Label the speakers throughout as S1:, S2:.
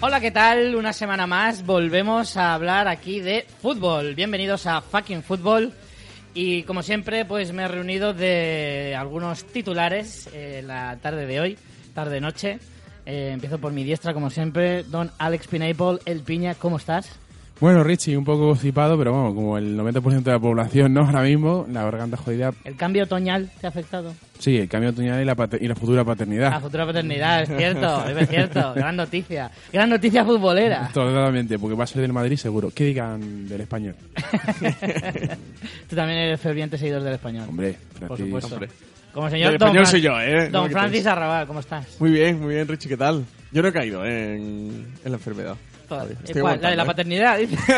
S1: Hola, ¿qué tal? Una semana más volvemos a hablar aquí de fútbol. Bienvenidos a Fucking Fútbol. Y como siempre, pues me he reunido de algunos titulares eh, la tarde de hoy, tarde-noche. Eh, empiezo por mi diestra, como siempre, don Alex Pineapple, El Piña, ¿cómo estás?
S2: Bueno, Richie, un poco cipado, pero vamos, como el 90% de la población, ¿no? Ahora mismo, la garganta jodida.
S1: ¿El cambio otoñal te ha afectado?
S2: Sí, el cambio otoñal y la, pater- y la futura paternidad.
S3: Ah.
S1: La futura paternidad, es cierto, es cierto. Gran noticia. Gran noticia futbolera.
S2: Totalmente, porque va a ser del Madrid seguro. ¿Qué digan del español?
S1: Tú también eres ferviente seguidor del español.
S2: Hombre,
S1: por
S2: Francis.
S1: supuesto.
S3: Hombre.
S1: Como señor
S3: Del
S1: Don
S3: español
S1: Fran-
S3: soy yo, ¿eh? No
S1: Don
S3: me
S1: Francis
S3: quites.
S1: Arrabal, ¿cómo estás?
S3: Muy bien, muy bien, Richie, ¿qué tal? Yo no he caído eh, en, en la enfermedad. Todavía.
S1: Eh,
S3: Estoy
S1: ¿cuál? la de la
S3: aguantando,
S1: paternidad. dice.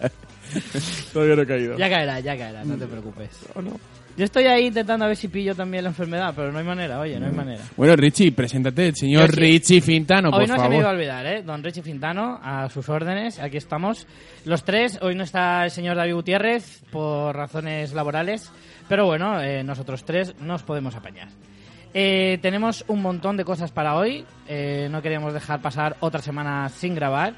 S3: ¿eh? Todavía no he caído.
S1: ya caerá, ya caerá, no te preocupes.
S3: ¿O no?
S1: Yo estoy ahí intentando a ver si pillo también la enfermedad, pero no hay manera, oye, no hay manera.
S2: Bueno, Richie, preséntate, el señor
S1: Yo sí.
S2: Richie Fintano,
S1: hoy
S2: Ah, por
S1: no se me
S2: favor.
S1: iba a olvidar, ¿eh? Don Richie Fintano, a sus órdenes, aquí estamos. Los tres, hoy no está el señor David Gutiérrez por razones laborales, pero bueno, eh, nosotros tres nos podemos apañar. Eh, tenemos un montón de cosas para hoy, eh, no queríamos dejar pasar otra semana sin grabar.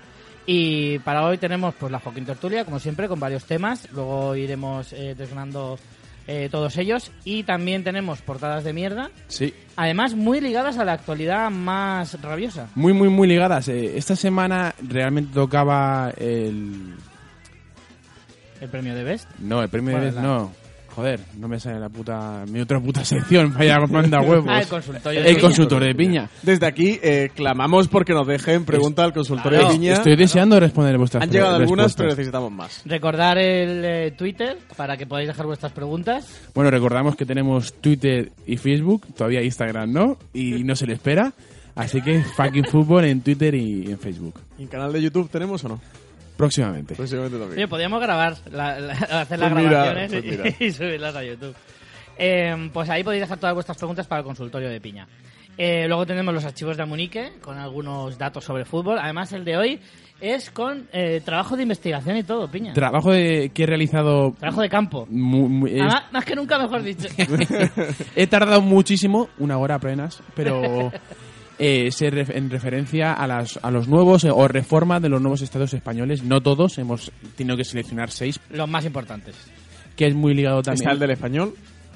S1: Y para hoy tenemos pues la Joaquín Tertulia, como siempre, con varios temas. Luego iremos eh, desgranando eh, todos ellos. Y también tenemos portadas de mierda,
S2: Sí.
S1: Además, muy ligadas a la actualidad más rabiosa.
S2: Muy, muy, muy ligadas. eh. esta semana realmente tocaba el...
S1: El premio de Best.
S2: No, el premio
S1: ¿Cuál
S2: de...
S1: es la-
S2: No. Joder, no me sale la puta... Mi otra puta sección, vaya manda huevos.
S1: Ah, el consultorio. de
S2: El
S1: Piña.
S2: consultor de piña.
S3: Desde aquí eh, clamamos porque nos dejen pregunta al consultorio
S1: Claro.
S3: de Viña.
S2: Estoy deseando responder vuestras
S3: Han llegado algunas,
S2: respuestas.
S3: pero necesitamos más.
S1: Recordar el eh, Twitter para que podáis dejar vuestras preguntas.
S2: Bueno, recordamos que tenemos Twitter y Facebook, todavía Instagram no, y no se le espera. Así que fucking fútbol en Twitter y en Facebook.
S3: ¿Y en canal de YouTube tenemos o no?
S2: Próximamente.
S3: Próximamente
S1: Oye, pues,
S3: también.
S1: podríamos grabar, la- la- hacer las
S3: Pues mira,
S1: grabaciones
S3: pues
S1: y-
S3: mira.
S1: y, subirlas a YouTube. Eh, pues ahí podéis dejar todas vuestras preguntas para el consultorio de Piña. Eh, luego tenemos los archivos de Amunique con algunos datos sobre fútbol. Además, el de hoy es con eh, trabajo de investigación y todo, Piña.
S2: Trabajo de- que he realizado.
S1: trabajo de campo.
S2: mu- mu- he,
S3: Ah.
S1: Además, más que nunca, mejor dicho.
S2: he tardado muchísimo, una hora apenas, pero eh, se ref- en referencia a, las, a los nuevos eh, o reforma de los nuevos estados españoles. No todos, hemos tenido que seleccionar seis,
S1: los más importantes.
S2: que es muy ligado también.
S3: Está el del español,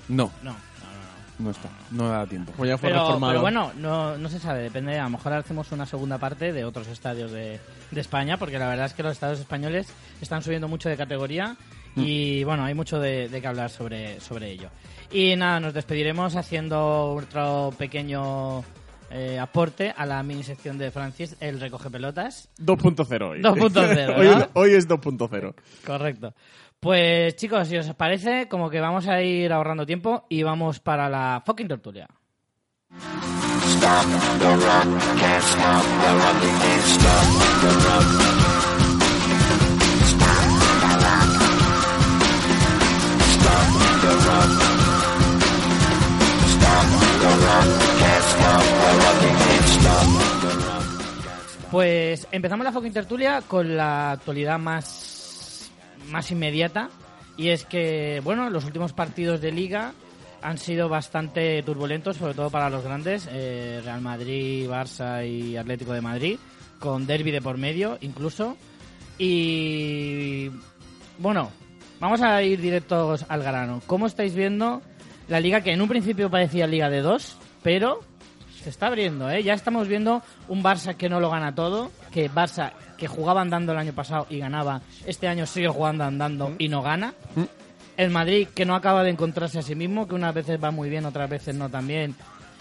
S2: No,
S1: No, no, no. no.
S2: no está, no da tiempo.
S3: como ya fue
S1: Pero,
S3: reformado.
S1: pero bueno, no, no se sabe, depende. A lo mejor hacemos una segunda parte de otros estadios de, de España, porque la verdad es que los estadios españoles están subiendo mucho de categoría y bueno, hay mucho de, de que hablar sobre, sobre ello. Y nada, nos despediremos haciendo otro pequeño eh, aporte a la mini sección de Francis, el recoge pelotas.
S3: 2.0 hoy.
S1: 2.0,
S3: hoy,
S1: ¿no?
S3: es- hoy es 2.0.
S1: Correcto. Pues chicos, si os parece, como que vamos a ir ahorrando tiempo y vamos para la fucking tortulia. Pues empezamos la fucking tertulia con la actualidad más, más inmediata. Y es que, bueno, los últimos partidos de liga han sido bastante turbulentos, sobre todo para los grandes, eh, Real Madrid, Barça y Atlético de Madrid, con derby de por medio incluso. Y bueno, vamos a ir directos al grano. ¿Cómo estáis viendo la liga que en un principio parecía liga de dos, pero se está abriendo, ¿eh? Ya estamos viendo un Barça que no lo gana todo, que Barça que jugaba andando el año pasado y ganaba, este año sigue jugando andando y no gana. El Madrid que no acaba de encontrarse a sí mismo, que unas veces va muy bien, otras veces no tan bien.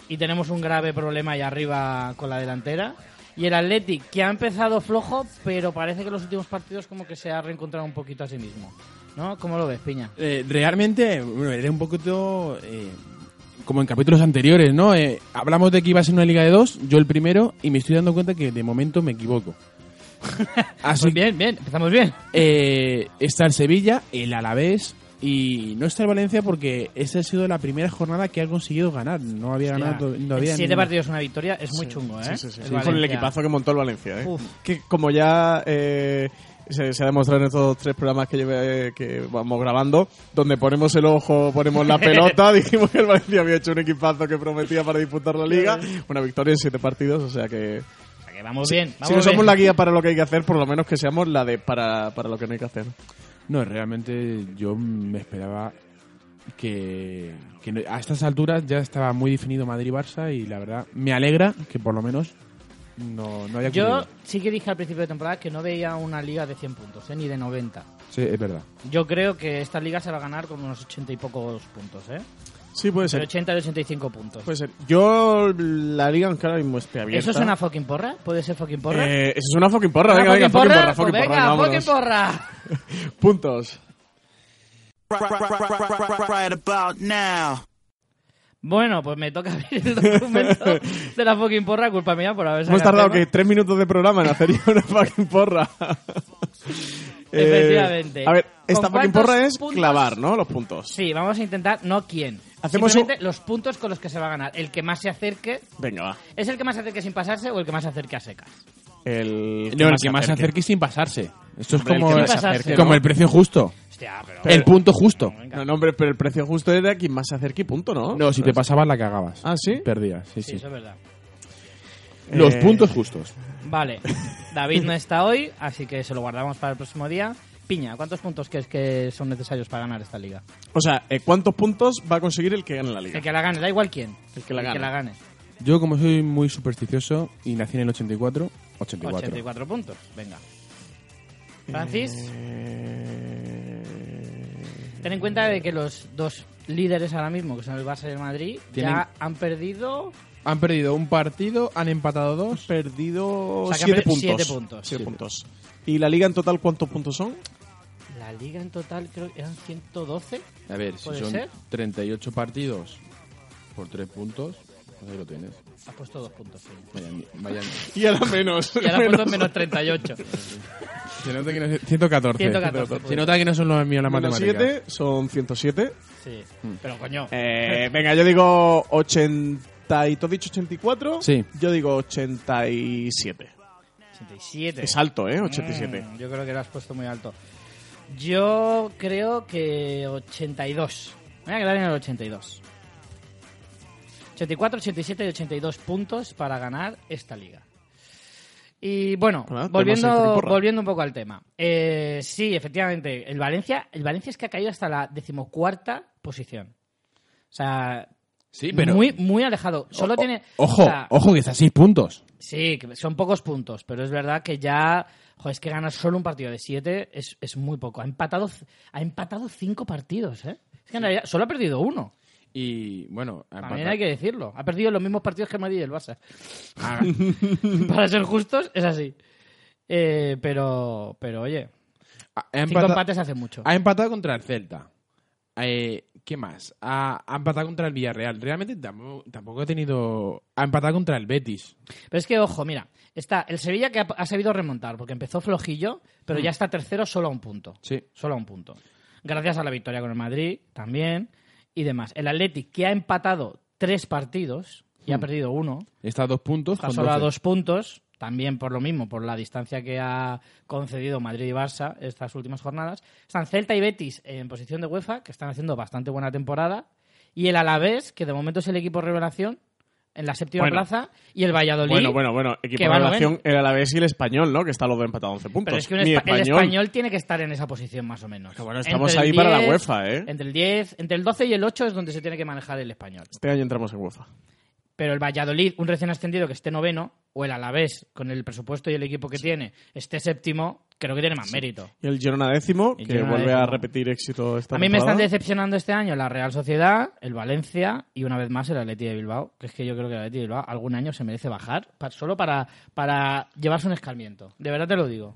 S1: Y tenemos un grave problema ahí arriba con la delantera. Y el Athletic que ha empezado flojo, pero parece que los últimos partidos como que se ha reencontrado un poquito a sí mismo. ¿No? ¿Cómo lo ves, Piña?
S2: Eh, realmente, bueno, era un poquito eh, como en capítulos anteriores, ¿no? Eh, hablamos de que iba a ser una liga de dos, yo el primero, y me estoy dando cuenta que de momento me equivoco. Así
S1: Pues
S2: que
S1: bien, bien, empezamos bien.
S2: eh, está el Sevilla, el Alavés, y no está el Valencia porque esa ha sido la primera jornada que ha conseguido ganar. No había ganado to-
S1: En
S2: todavía.
S1: siete
S2: ninguna.
S1: partidos una victoria es muy chungo, ¿eh?
S3: Sí, sí, sí,
S1: El
S3: sí. Con el
S1: Valencia.
S3: equipazo que montó el Valencia, ¿eh?
S1: Uf.
S3: Que como ya eh, se, se ha demostrado en estos tres programas que, lleve- eh, que vamos grabando, donde ponemos el ojo, ponemos la pelota, dijimos que el Valencia había hecho un equipazo que prometía para disputar la liga. Una victoria en siete partidos, o sea que...
S1: O sea que que vamos bien. Vamos
S3: si no
S1: bien.
S3: somos la guía para lo que hay que hacer, por lo menos que seamos la de para, para lo que no hay que hacer.
S2: No, realmente yo me esperaba que, que no- a estas alturas ya estaba muy definido Madrid-Barça y la verdad me alegra que por lo menos no, no haya
S1: Yo
S2: ocurrido.
S1: sí que dije al principio de temporada que no veía una liga de 100 puntos, eh, ni de 90.
S2: Sí, es verdad.
S1: Yo creo que esta liga se va a ganar con unos 80 y pocos puntos, ¿eh?
S3: Sí, Pues, puede
S1: Entre
S3: ser.
S1: 80 y 85 puntos.
S3: Puede ser. Yo la liga aunque ahora mismo esté abierta.
S1: ¿Eso es una fucking porra? ¿Puede ser fucking porra?
S3: Eh, eso es una fucking porra.
S1: ¿Una
S3: Venga, venga, fucking porra,
S1: Pues
S3: fucking porra.
S1: venga,
S3: vámonos.
S1: fucking porra.
S3: Puntos.
S4: Right, right, right, right, right, right, right about now.
S1: Bueno, pues me toca abrir el documento de la fucking porra, culpa mía por haber
S3: Hemos
S1: sacado
S3: tardado
S1: el
S3: que tres minutos de programa en hacer yo una fucking porra. Eh,
S1: Efectivamente.
S3: a ver, esta
S1: ¿Con
S3: fucking
S1: cuántos
S3: porra es
S1: puntos?
S3: clavar, ¿no? Los puntos.
S1: Sí, vamos a intentar, no quién.
S3: Hacemos
S1: Simplemente los puntos con los que se va a ganar. El que más se acerque.
S3: Venga, va.
S1: ¿Es el que más se acerque sin pasarse o el que más se acerque a secas?
S3: El
S2: No, el que más se acerque sin pasarse. Esto es
S3: Hombre, el
S2: como,
S3: que
S1: más se
S2: es
S1: acerque,
S2: como
S3: ¿no?
S2: el precio justo.
S1: Hostia, pero.
S2: el punto justo.
S3: No, no, hombre, pero el precio justo era quien más se acerque y punto, ¿no?
S2: No, si te pasabas la cagabas.
S3: Pues- Ah, ¿sí?
S2: Perdías, sí,
S1: sí,
S2: sí.
S1: eso es verdad.
S2: Los
S3: Eh,
S2: puntos justos.
S1: Vale. David no está hoy, así que se lo guardamos para el próximo día. Piña, ¿cuántos puntos crees que son necesarios para ganar esta liga?
S3: O sea, eh, ¿cuántos puntos va a conseguir el que gane la liga?
S1: El que la gane, da igual quién.
S3: El que la gane.
S1: gane.
S2: Yo, como soy muy supersticioso y nací en el 84, 84.
S1: 84 puntos, venga.
S3: Eh,
S1: Francis, ten en cuenta de que los dos líderes ahora mismo, que son el Barça y el Madrid,
S2: Tienen-
S1: ya han perdido
S2: Han perdido un partido, han empatado
S3: He
S2: dos.
S3: Perdido
S1: O sea, que
S3: siete,
S1: ha perdido
S3: puntos.
S1: siete puntos.
S3: Siete puntos. ¿Y la liga en total cuántos puntos son?
S1: la liga en total, creo que eran 112.
S2: A ver, si
S1: ¿Puede
S2: son
S1: ser?
S2: 38 partidos por 3 puntos, pues ahí lo tienes.
S1: Ha puesto dos puntos. sí.
S2: Vaya, vaya-
S3: Y ahora menos.
S1: Y ahora ha puesto menos 38.
S2: Se nota que no es- 114.
S1: 114.
S2: Se nota que no son los míos las
S3: Menos
S2: matemáticas.
S3: 7 son 107.
S1: Sí, pero coño.
S3: Mm. Eh, venga, yo digo 80 y... ¿Tú has dicho 84?
S2: Sí.
S3: Yo digo 87.
S1: 87.
S3: Es alto, ¿eh? 87.
S1: Mm, yo creo que lo has puesto muy alto. Yo creo que 82. Me voy a quedar en el 82. 84, 87 y 82 puntos para ganar esta liga. Y bueno,
S3: Bueno, tenemos ahí
S1: volviendo,
S3: fucking porra.
S1: volviendo un poco al tema. Eh, sí, efectivamente, el Valencia, el Valencia es que ha caído hasta la decimocuarta posición. O sea,
S2: Sí, pero.
S1: muy, muy alejado. Solo
S2: o-
S1: tiene.
S2: Ojo,
S1: o sea,
S2: ojo, que está a 6 puntos.
S1: Sí, que son pocos puntos, pero es verdad que ya. Joder, es que ganar solo un partido de siete es, es muy poco. Ha empatado, c- ha empatado cinco partidos, ¿eh? Es que en realidad solo ha perdido uno.
S2: Y bueno, ha
S1: También
S2: empatado-
S1: hay que decirlo. Ha perdido los mismos partidos que el Madrid y el Barça. Ah, Para ser justos, es así. Eh, pero, pero oye,
S2: ha, ha
S1: cinco
S2: empata-
S1: empates hace mucho.
S2: ha empatado contra el Celta. Eh, ¿Qué más? Ha, ha empatado contra el Villarreal. Realmente tampoco, tampoco ha tenido. Ha empatado contra el Betis.
S1: Pero es que, ojo, mira, está el Sevilla que ha, ha sabido remontar, porque empezó flojillo,
S2: Mm.
S1: pero ya está tercero solo a un punto.
S2: Sí.
S1: solo a un punto. Gracias a la victoria con el Madrid también y demás. El Athletic que ha empatado tres partidos y
S3: Mm.
S1: ha perdido uno,
S2: Está a dos puntos.
S1: está
S2: con
S1: solo a
S2: 12.
S1: dos puntos, también por lo mismo, por la distancia que ha concedido Madrid y Barça estas últimas jornadas. Están Celta y Betis en posición de UEFA, que están haciendo bastante buena temporada, y el Alavés, que de momento es el equipo revelación, en la séptima
S3: Bueno.
S1: plaza, y el Valladolid.
S3: Bueno, bueno, bueno. Equipo
S1: que
S3: de
S1: va
S3: relación el Alavés y el Español, ¿no? Que está los dos empatados a 11 puntos.
S1: ¿eh? Pero es que un
S3: Ni
S1: espa- el español tiene que estar en esa posición más o menos.
S3: Que Pues bueno, estamos
S1: Entre el
S3: ahí para la UEFA, ¿eh?
S1: Entre el 10, entre el 12 y el 8 es donde se tiene que manejar el español.
S3: Este año entramos en UEFA.
S1: Pero el Valladolid, un recién ascendido que esté noveno, o el Alavés, con el presupuesto y el equipo que tiene, esté séptimo, creo que tiene más mérito.
S3: Y el Girona décimo,
S1: El
S3: que
S1: Girona
S3: vuelve a
S1: décimo.
S3: repetir éxito esta
S1: A mí me están
S3: temporada.
S1: decepcionando este año la Real Sociedad, el Valencia y una vez más el Atleti de Bilbao, que es que yo creo que el Atleti de Bilbao algún año se merece bajar pa- solo para, para llevarse un escarmiento. De verdad te lo digo.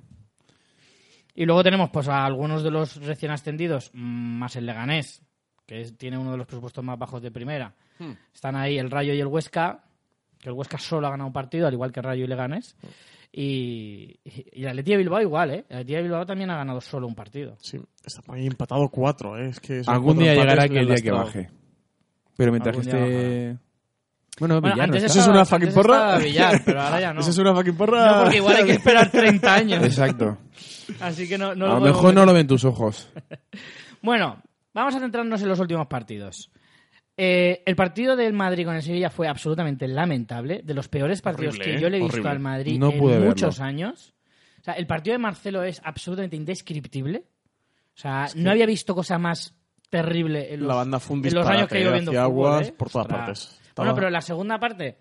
S1: Y luego tenemos pues a algunos de los recién ascendidos, mm, más el Leganés, que es- tiene uno de los presupuestos más bajos de primera. Están ahí el Rayo y el Huesca, que el Huesca solo ha ganado un partido, al igual que el Rayo y Leganés. Y, y el Atleti de Bilbao igual, ¿eh? El Atleti de Bilbao también ha ganado solo un partido.
S3: Sí, están ahí empatados cuatro, ¿eh? Es que son
S2: Algún
S3: cuatro
S2: día llegará
S3: empates
S2: aquel día que
S3: lastrado.
S2: baje. Pero mientras que
S1: Algún día
S2: esté. Bueno,
S1: Bueno,
S2: Villar no
S1: antes
S2: está.
S3: Eso es
S1: estaba-
S3: una fucking
S1: antes
S3: porra.
S1: estaba Villar, pero ahora ya no.
S3: Esa es una fucking porra.
S1: No, porque igual hay que esperar 30 años.
S2: Exacto.
S1: Así que no, no
S2: a
S1: lo
S2: lo
S1: podemos
S2: mejor no
S1: meter.
S2: lo ven tus ojos.
S1: Bueno, vamos a centrarnos en los últimos partidos. Eh, el partido del Madrid con el Sevilla fue absolutamente lamentable, de los peores partidos
S5: Horrible,
S1: que yo le he
S5: ¿eh?
S1: visto
S5: Horrible.
S1: al Madrid
S2: No
S1: en
S2: pude verlo.
S1: muchos años. O sea, el partido de Marcelo es absolutamente indescriptible. O sea, no había visto cosa más terrible en los,
S3: La banda fue un
S1: en los
S3: disparate,
S1: años que yo viendo
S3: hacía
S1: fútbol,
S3: aguas
S1: ¿eh?
S3: por todas
S1: Ostras.
S3: partes.
S1: Bueno,
S3: Estaba-
S1: pero la segunda parte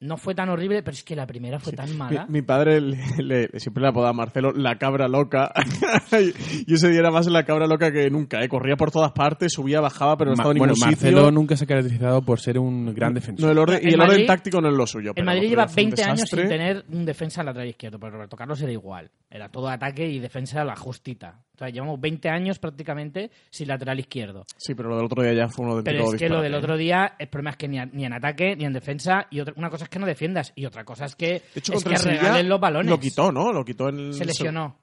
S1: no fue tan horrible, pero es que la primera fue tan
S3: Mi,
S1: mala.
S3: mi padre le- le- le- siempre le apodaba a Marcelo la cabra loca. y ese día era más la cabra loca que nunca. ¿eh? Corría por todas partes, subía, bajaba, pero no
S2: Ma-
S3: estaba en
S2: bueno,
S3: ningún
S2: Marcelo
S3: sitio.
S2: nunca se ha caracterizado por ser un gran defensor.
S3: No, el orden, y
S1: El
S3: el
S1: Madrid-
S3: orden táctico no es lo suyo.
S1: El
S3: pero
S1: Madrid
S3: lo
S1: lleva
S3: primero fue un
S1: 20 años sin
S3: desastre.
S1: tener un defensa lateral izquierdo, pero Roberto Carlos era igual. Era todo ataque y defensa a la justita. O sea, llevamos 20 años prácticamente sin lateral izquierdo.
S3: Sí, pero lo del otro día ya fue uno de
S1: Pero
S3: todo
S1: es que lo
S3: disparate,
S1: del
S3: ¿eh?
S1: otro día, el problema es que ni, a- ni en ataque ni en defensa. Y otra, una cosa es que no defiendas y otra cosa es que,
S3: De
S1: es
S3: hecho, contra
S1: que
S3: el Sevilla
S1: regalen los balones.
S3: Lo quitó, ¿no? Lo quitó en el-
S1: Se lesionó.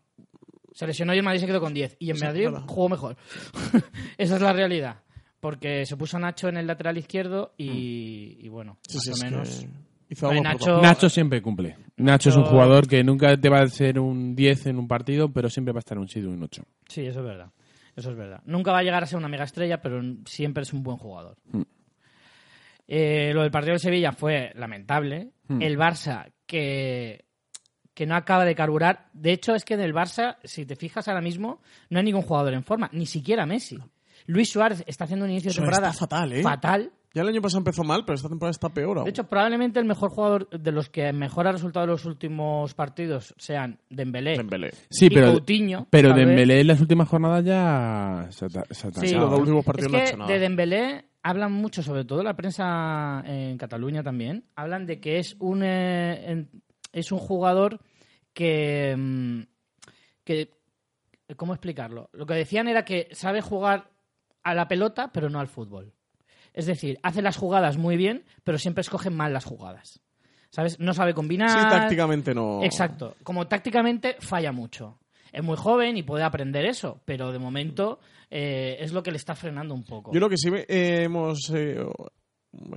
S1: Se lesionó y el Madrid se quedó con 10. Y en
S3: Sí,
S1: Madrid
S3: nada.
S1: jugó mejor. Esa es la realidad. Porque se puso Nacho en el lateral izquierdo y, y bueno,
S3: Mm. Sí,
S1: más
S3: sí,
S1: o
S3: es que
S1: menos.
S3: hizo
S1: No hay
S3: aguas por
S1: Nacho-
S3: todas
S2: Nacho siempre cumple. Nacho es un
S1: Nacho-
S2: jugador que nunca te va a ser un 10 en un partido, pero siempre va a estar un 7 o un 8.
S1: Sí, eso es verdad. Eso es verdad. Nunca va a llegar a ser una mega estrella, pero n- siempre es un buen jugador.
S2: Hmm.
S1: Eh, lo del partido de Sevilla fue lamentable.
S2: Hmm.
S1: El Barça, que, que no acaba de carburar. De hecho, es que en el Barça, si te fijas ahora mismo, no hay ningún jugador en forma, ni siquiera Messi. Luis Suárez está haciendo un inicio de
S3: Eso
S1: temporada
S3: está fatal, ¿eh?
S1: fatal.
S3: Ya el año pasado empezó mal, pero esta temporada está peor aún.
S1: De hecho, probablemente el mejor jugador de los que mejor ha resultado en los últimos partidos sean Dembélé,
S3: Dembélé.
S2: Sí,
S1: y
S2: pero,
S1: Coutinho.
S2: pero
S1: tal vez.
S2: Dembélé en las últimas jornadas ya se ha, ta- se ha
S1: Sí,
S2: tachado.
S3: los últimos partidos
S1: es
S3: no ha
S1: que
S3: hecho nada.
S1: de Dembélé hablan mucho, sobre todo la prensa en Cataluña también, hablan de que es un eh, en- es un jugador que mm, que cómo explicarlo. Lo que decían era que sabe jugar a la pelota, pero no al fútbol. Es decir, hace las jugadas muy bien, pero siempre escogen mal las jugadas. ¿Sabes? No sabe combinar.
S3: Sí, tácticamente no.
S1: Exacto. Como tácticamente falla mucho. Es muy joven y puede aprender eso, pero de momento eh, es lo que le está frenando un poco.
S3: Yo lo que sí eh, hemos eh, o-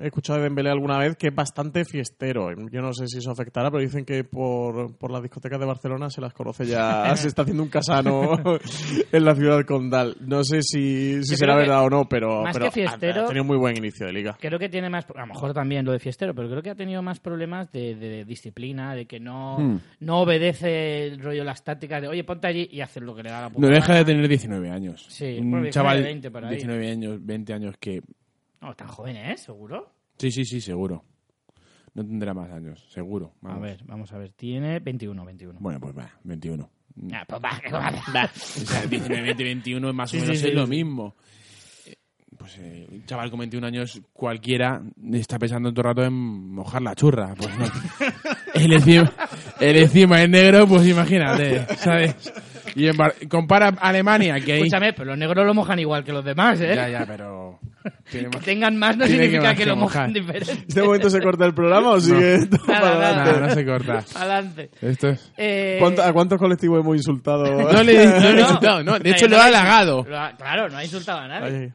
S3: he escuchado de Dembélé alguna vez que es bastante fiestero. Yo no sé si eso afectará, pero dicen que por, por las discotecas de Barcelona se las conoce ya. se está haciendo un casano en la ciudad condal. No sé si, si
S1: Yo creo
S3: será
S1: que
S3: verdad o no, pero,
S1: más
S3: pero
S1: que fiestero-
S3: ha, ha tenido muy buen inicio de liga.
S1: Creo que tiene más, a lo mejor también lo de fiestero, pero creo que ha tenido más problemas de, de disciplina, de que no,
S2: Hmm.
S1: no obedece el rollo las tácticas de, oye, ponte allí y hacer lo que le da la puta.
S2: No deja de
S1: gana".
S2: tener 19 años.
S1: Sí,
S2: un
S1: bueno, 19,
S2: chaval
S1: 20 por ahí.
S2: 19 años, 20 años que...
S1: No, tan joven es, seguro.
S2: Sí, sí, sí, seguro. No tendrá más años, seguro. vamos.
S1: A ver, vamos a ver, tiene 21, 21.
S2: Bueno, pues va, 21.
S1: Ah, pues va, que vale.
S2: O sea, 19, 20, 21 más o
S1: Sí,
S2: menos
S1: sí,
S2: es
S1: sí,
S2: lo
S1: sí.
S2: mismo. Eh, Pues eh, un chaval con 21 años cualquiera está pensando todo el rato en mojar la churra. Pues no. él, encima, él encima es negro, pues imagínate, ¿sabes? Y en Bar- compara Alemania, que hay...
S1: Escúchame, pero los negros lo mojan igual que los demás, ¿eh?
S2: Ya, ya, pero... tiene
S1: Que
S2: más-
S1: tengan más no
S2: Tiene que
S1: significa
S2: más
S1: que,
S2: que
S1: lo
S2: mojar.
S1: mojan diferente.
S3: ¿Este momento se corta el programa o sigue todo
S1: Nada,
S3: para
S1: nada.
S3: adelante?
S2: Nah, no se corta.
S1: Adelante.
S2: Esto es...
S1: Eh,
S3: ¿Cuánto- ¿A cuántos colectivos hemos insultado?
S2: No le, no le he
S1: No.
S2: insultado, no. De
S1: No,
S2: hecho,
S1: no
S2: lo ha
S1: le-
S2: halagado.
S1: lo ha- claro, no ha insultado a nadie.
S3: Ay,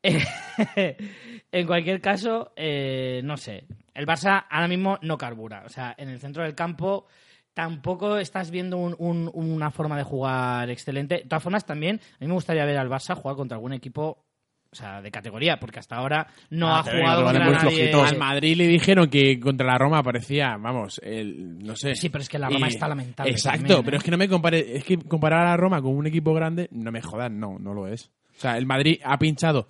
S1: en cualquier caso, eh, no sé. El Barça ahora mismo no carbura. O sea, en el centro del campo tampoco estás viendo un- un- una forma de jugar excelente. De todas formas, también a mí me gustaría ver al Barça jugar contra algún equipo o sea, de categoría, porque hasta ahora no
S2: Ah,
S1: ha
S2: te digo,
S1: jugado
S2: lo valen
S1: contra
S2: muy
S1: nadie.
S2: flojitos. Al Madrid le dijeron que contra la Roma parecía, vamos, el, no sé.
S1: Sí, pero es que la Roma está lamentable
S2: Exacto,
S1: también, ¿eh?
S2: pero es que no me compare, es que comparar a la Roma con un equipo grande, no me jodas, no, no lo es. O sea, el Madrid ha pinchado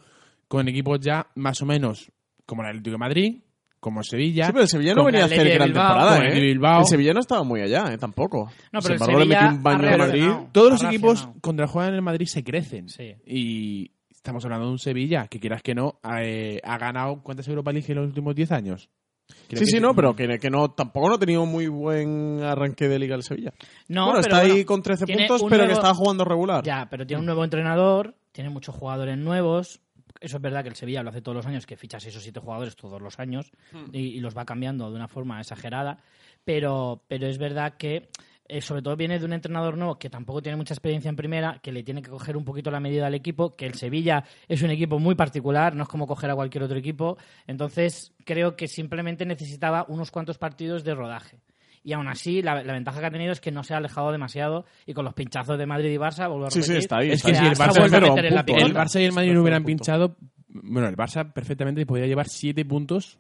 S2: con equipos ya más o menos como el Atlético de Madrid, como Sevilla.
S3: Sí, pero el Sevilla no
S2: como-
S3: venía a
S1: Atleti
S3: hacer
S1: de
S3: gran
S1: Bilbao,
S3: temporada,
S2: con el
S3: ¿eh?
S2: Bilbao.
S3: El Sevilla no estaba muy allá, ¿eh? Tampoco.
S1: No, pero el
S3: Sin embargo, le
S1: Sevilla
S3: metió un baño
S1: ha
S3: al Madrid.
S1: reaccionado.
S2: Todos los
S1: Ha
S2: equipos
S1: reaccionado.
S2: contra juegan en el Madrid se crecen.
S1: Sí.
S2: Y estamos hablando de un Sevilla que quieras que no, ha, eh, ha ganado cuántas Europa League en los últimos 10 años. Creo
S3: Sí,
S2: que
S3: sí,
S2: se-
S3: no, pero que, que no, tampoco no ha tenido muy buen arranque de liga el Sevilla.
S1: No,
S3: bueno,
S1: pero
S3: está ahí
S1: bueno,
S3: con 13
S1: tiene
S3: puntos,
S1: un
S3: pero que
S1: nuevo-
S3: está jugando regular.
S1: Ya, pero tiene un nuevo entrenador, tiene muchos jugadores nuevos. Eso es verdad que el Sevilla lo hace todos los años, que ficha seis o siete jugadores todos los años y, y los va cambiando de una forma exagerada. Pero, pero es verdad que, eh, sobre todo, viene de un entrenador nuevo que tampoco tiene mucha experiencia en primera, que le tiene que coger un poquito la medida al equipo, que el Sevilla es un equipo muy particular, no es como coger a cualquier otro equipo. Entonces, creo que simplemente necesitaba unos cuantos partidos de rodaje. Y aún así, la, la ventaja que ha tenido es que no se ha alejado demasiado y con los pinchazos de Madrid y Barça, vuelvo a
S3: Sí, sí,
S1: repetir,
S3: está ahí.
S2: Es
S3: está
S2: que
S3: ahí.
S2: si el
S1: se ha
S2: Barça
S1: vuelto a
S2: pero
S1: meter en la
S3: un punto,
S2: El
S1: picota.
S2: Barça y el Madrid no hubieran pinchado, Bueno, el Barça perfectamente podría llevar 7 puntos.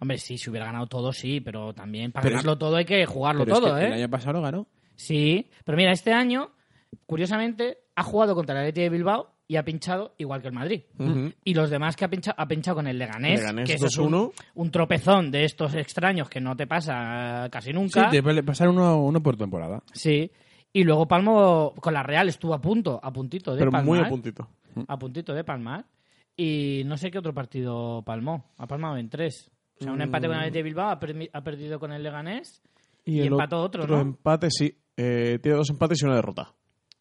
S1: Hombre, sí, si hubiera ganado todo, sí, pero también para
S2: Pero-
S1: ganarlo todo hay que jugarlo
S2: pero es
S1: todo,
S2: que
S1: ¿eh?
S2: El año pasado lo ganó.
S1: Sí, pero mira, este año, curiosamente, ha jugado contra el Atleti de Bilbao y ha pinchado igual que el Madrid.
S3: Ujú.
S1: Y los demás que ha pinchado, ha pinchado con el Leganés,
S3: Leganés
S1: que eso es un,
S3: 2-1.
S1: un tropezón de estos extraños que no te pasa casi
S2: Sí,
S1: nunca.
S2: te puede pasar uno, uno por temporada.
S1: Sí. Y luego Palmo con la Real estuvo a punto, a puntito de
S3: Pero
S1: palmar.
S3: muy a puntito.
S1: a puntito de palmar. Y no sé qué otro partido palmó. Ha palmado en tres. O
S3: Mm.
S1: sea, un empate con el Athletic de Bilbao, ha, permi- ha perdido con el Leganés. Y
S3: el
S1: empató otro, ¿no?
S3: empate, sí. Eh, tiene dos empates y una derrota.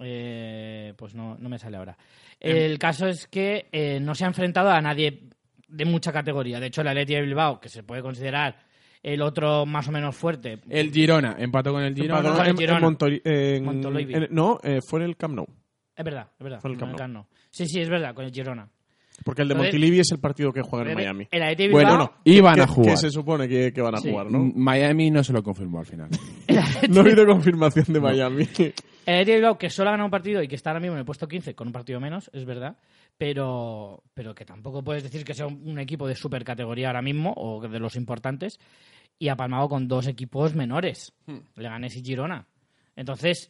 S1: Eh, pues no, no me sale ahora. El caso es que eh, no se ha enfrentado a nadie de mucha categoría. De hecho, el Athletic de Bilbao, que se puede considerar el otro más o menos fuerte.
S2: El Girona, empató con el Girona.
S3: Empató
S1: con el
S3: en- en
S1: Girona.
S3: Montori- en-
S1: Montolivi.
S3: en- no, eh, fue en el Camp Nou.
S1: Es verdad, es verdad.
S3: Fue el
S1: con el
S3: Camp
S1: Camp Nou. Sí, sí, es verdad, con el Girona.
S3: Porque el de
S1: Entonces-
S3: Montilivi es el partido que juega en Miami.
S1: El Athletic de Bilbao...
S2: Bueno, iban
S3: Que-
S2: a jugar.
S3: Que se supone que, que van a
S1: Sí.
S3: jugar,
S2: Mm,
S3: ¿no?
S2: Miami no se lo confirmó al final.
S3: No ha habido confirmación de Miami.
S1: El Athletic de Bilbao que solo ha ganado un partido y que está ahora mismo en el puesto 15 con un partido menos, es verdad, pero, pero que tampoco puedes decir que sea un, un equipo de super categoría ahora mismo o de los importantes y ha palmado con dos equipos menores, Leganés y Girona. Entonces,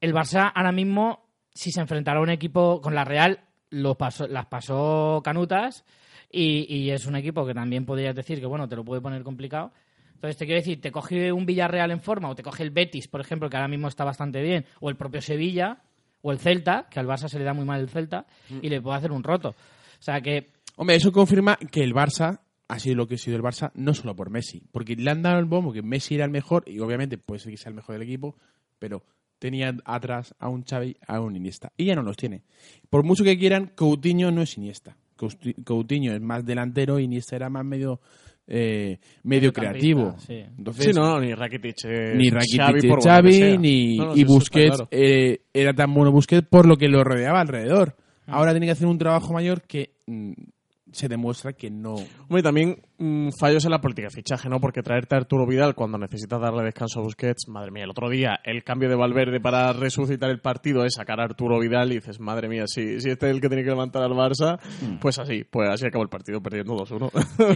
S1: el Barça ahora mismo, si se enfrentará a un equipo con la Real, lo pasó- las pasó canutas y, y es un equipo que también podrías decir que, bueno, te lo puede poner complicado. Entonces, te quiero decir, te coge un Villarreal en forma o te coge el Betis, por ejemplo, que ahora mismo está bastante bien, o el propio Sevilla, o el Celta, que al Barça se le da muy mal el Celta, y le puede hacer un roto. O sea que,
S2: Hombre, eso confirma que el Barça ha sido lo que ha sido el Barça, no solo por Messi. Porque le han dado el bombo que Messi era el mejor, y obviamente puede ser que sea el mejor del equipo, pero tenía atrás a un Xavi, a un Iniesta. Y ya no los tiene. Por mucho que quieran, Coutinho no es Iniesta. Cousti- Coutinho es más delantero, Iniesta era más medio, eh, medio creativo.
S1: sí.
S2: Entonces,
S3: sí, no, ni Rakitic. eh,
S2: ni Rakitic
S3: Xavi, por
S2: Xavi,
S3: lo que sea.
S2: ni
S3: No, no,
S2: y
S3: sí, eso está
S2: Busquets
S3: claro.
S2: eh, era tan bueno Busquets por lo que lo rodeaba alrededor.
S3: Mm.
S2: Ahora tiene que hacer un trabajo mayor que mm, se demuestra que no.
S3: Hombre, también mm, fallos en la política de fichaje, ¿no? Porque traerte a Arturo Vidal cuando necesitas darle descanso a Busquets, madre mía, el otro día el cambio de Valverde para resucitar el partido es sacar a Arturo Vidal y dices, madre mía, si, si este es el que tiene que levantar al Barça,
S1: Hmm.
S3: pues así, pues así acabó el partido perdiendo 2-1.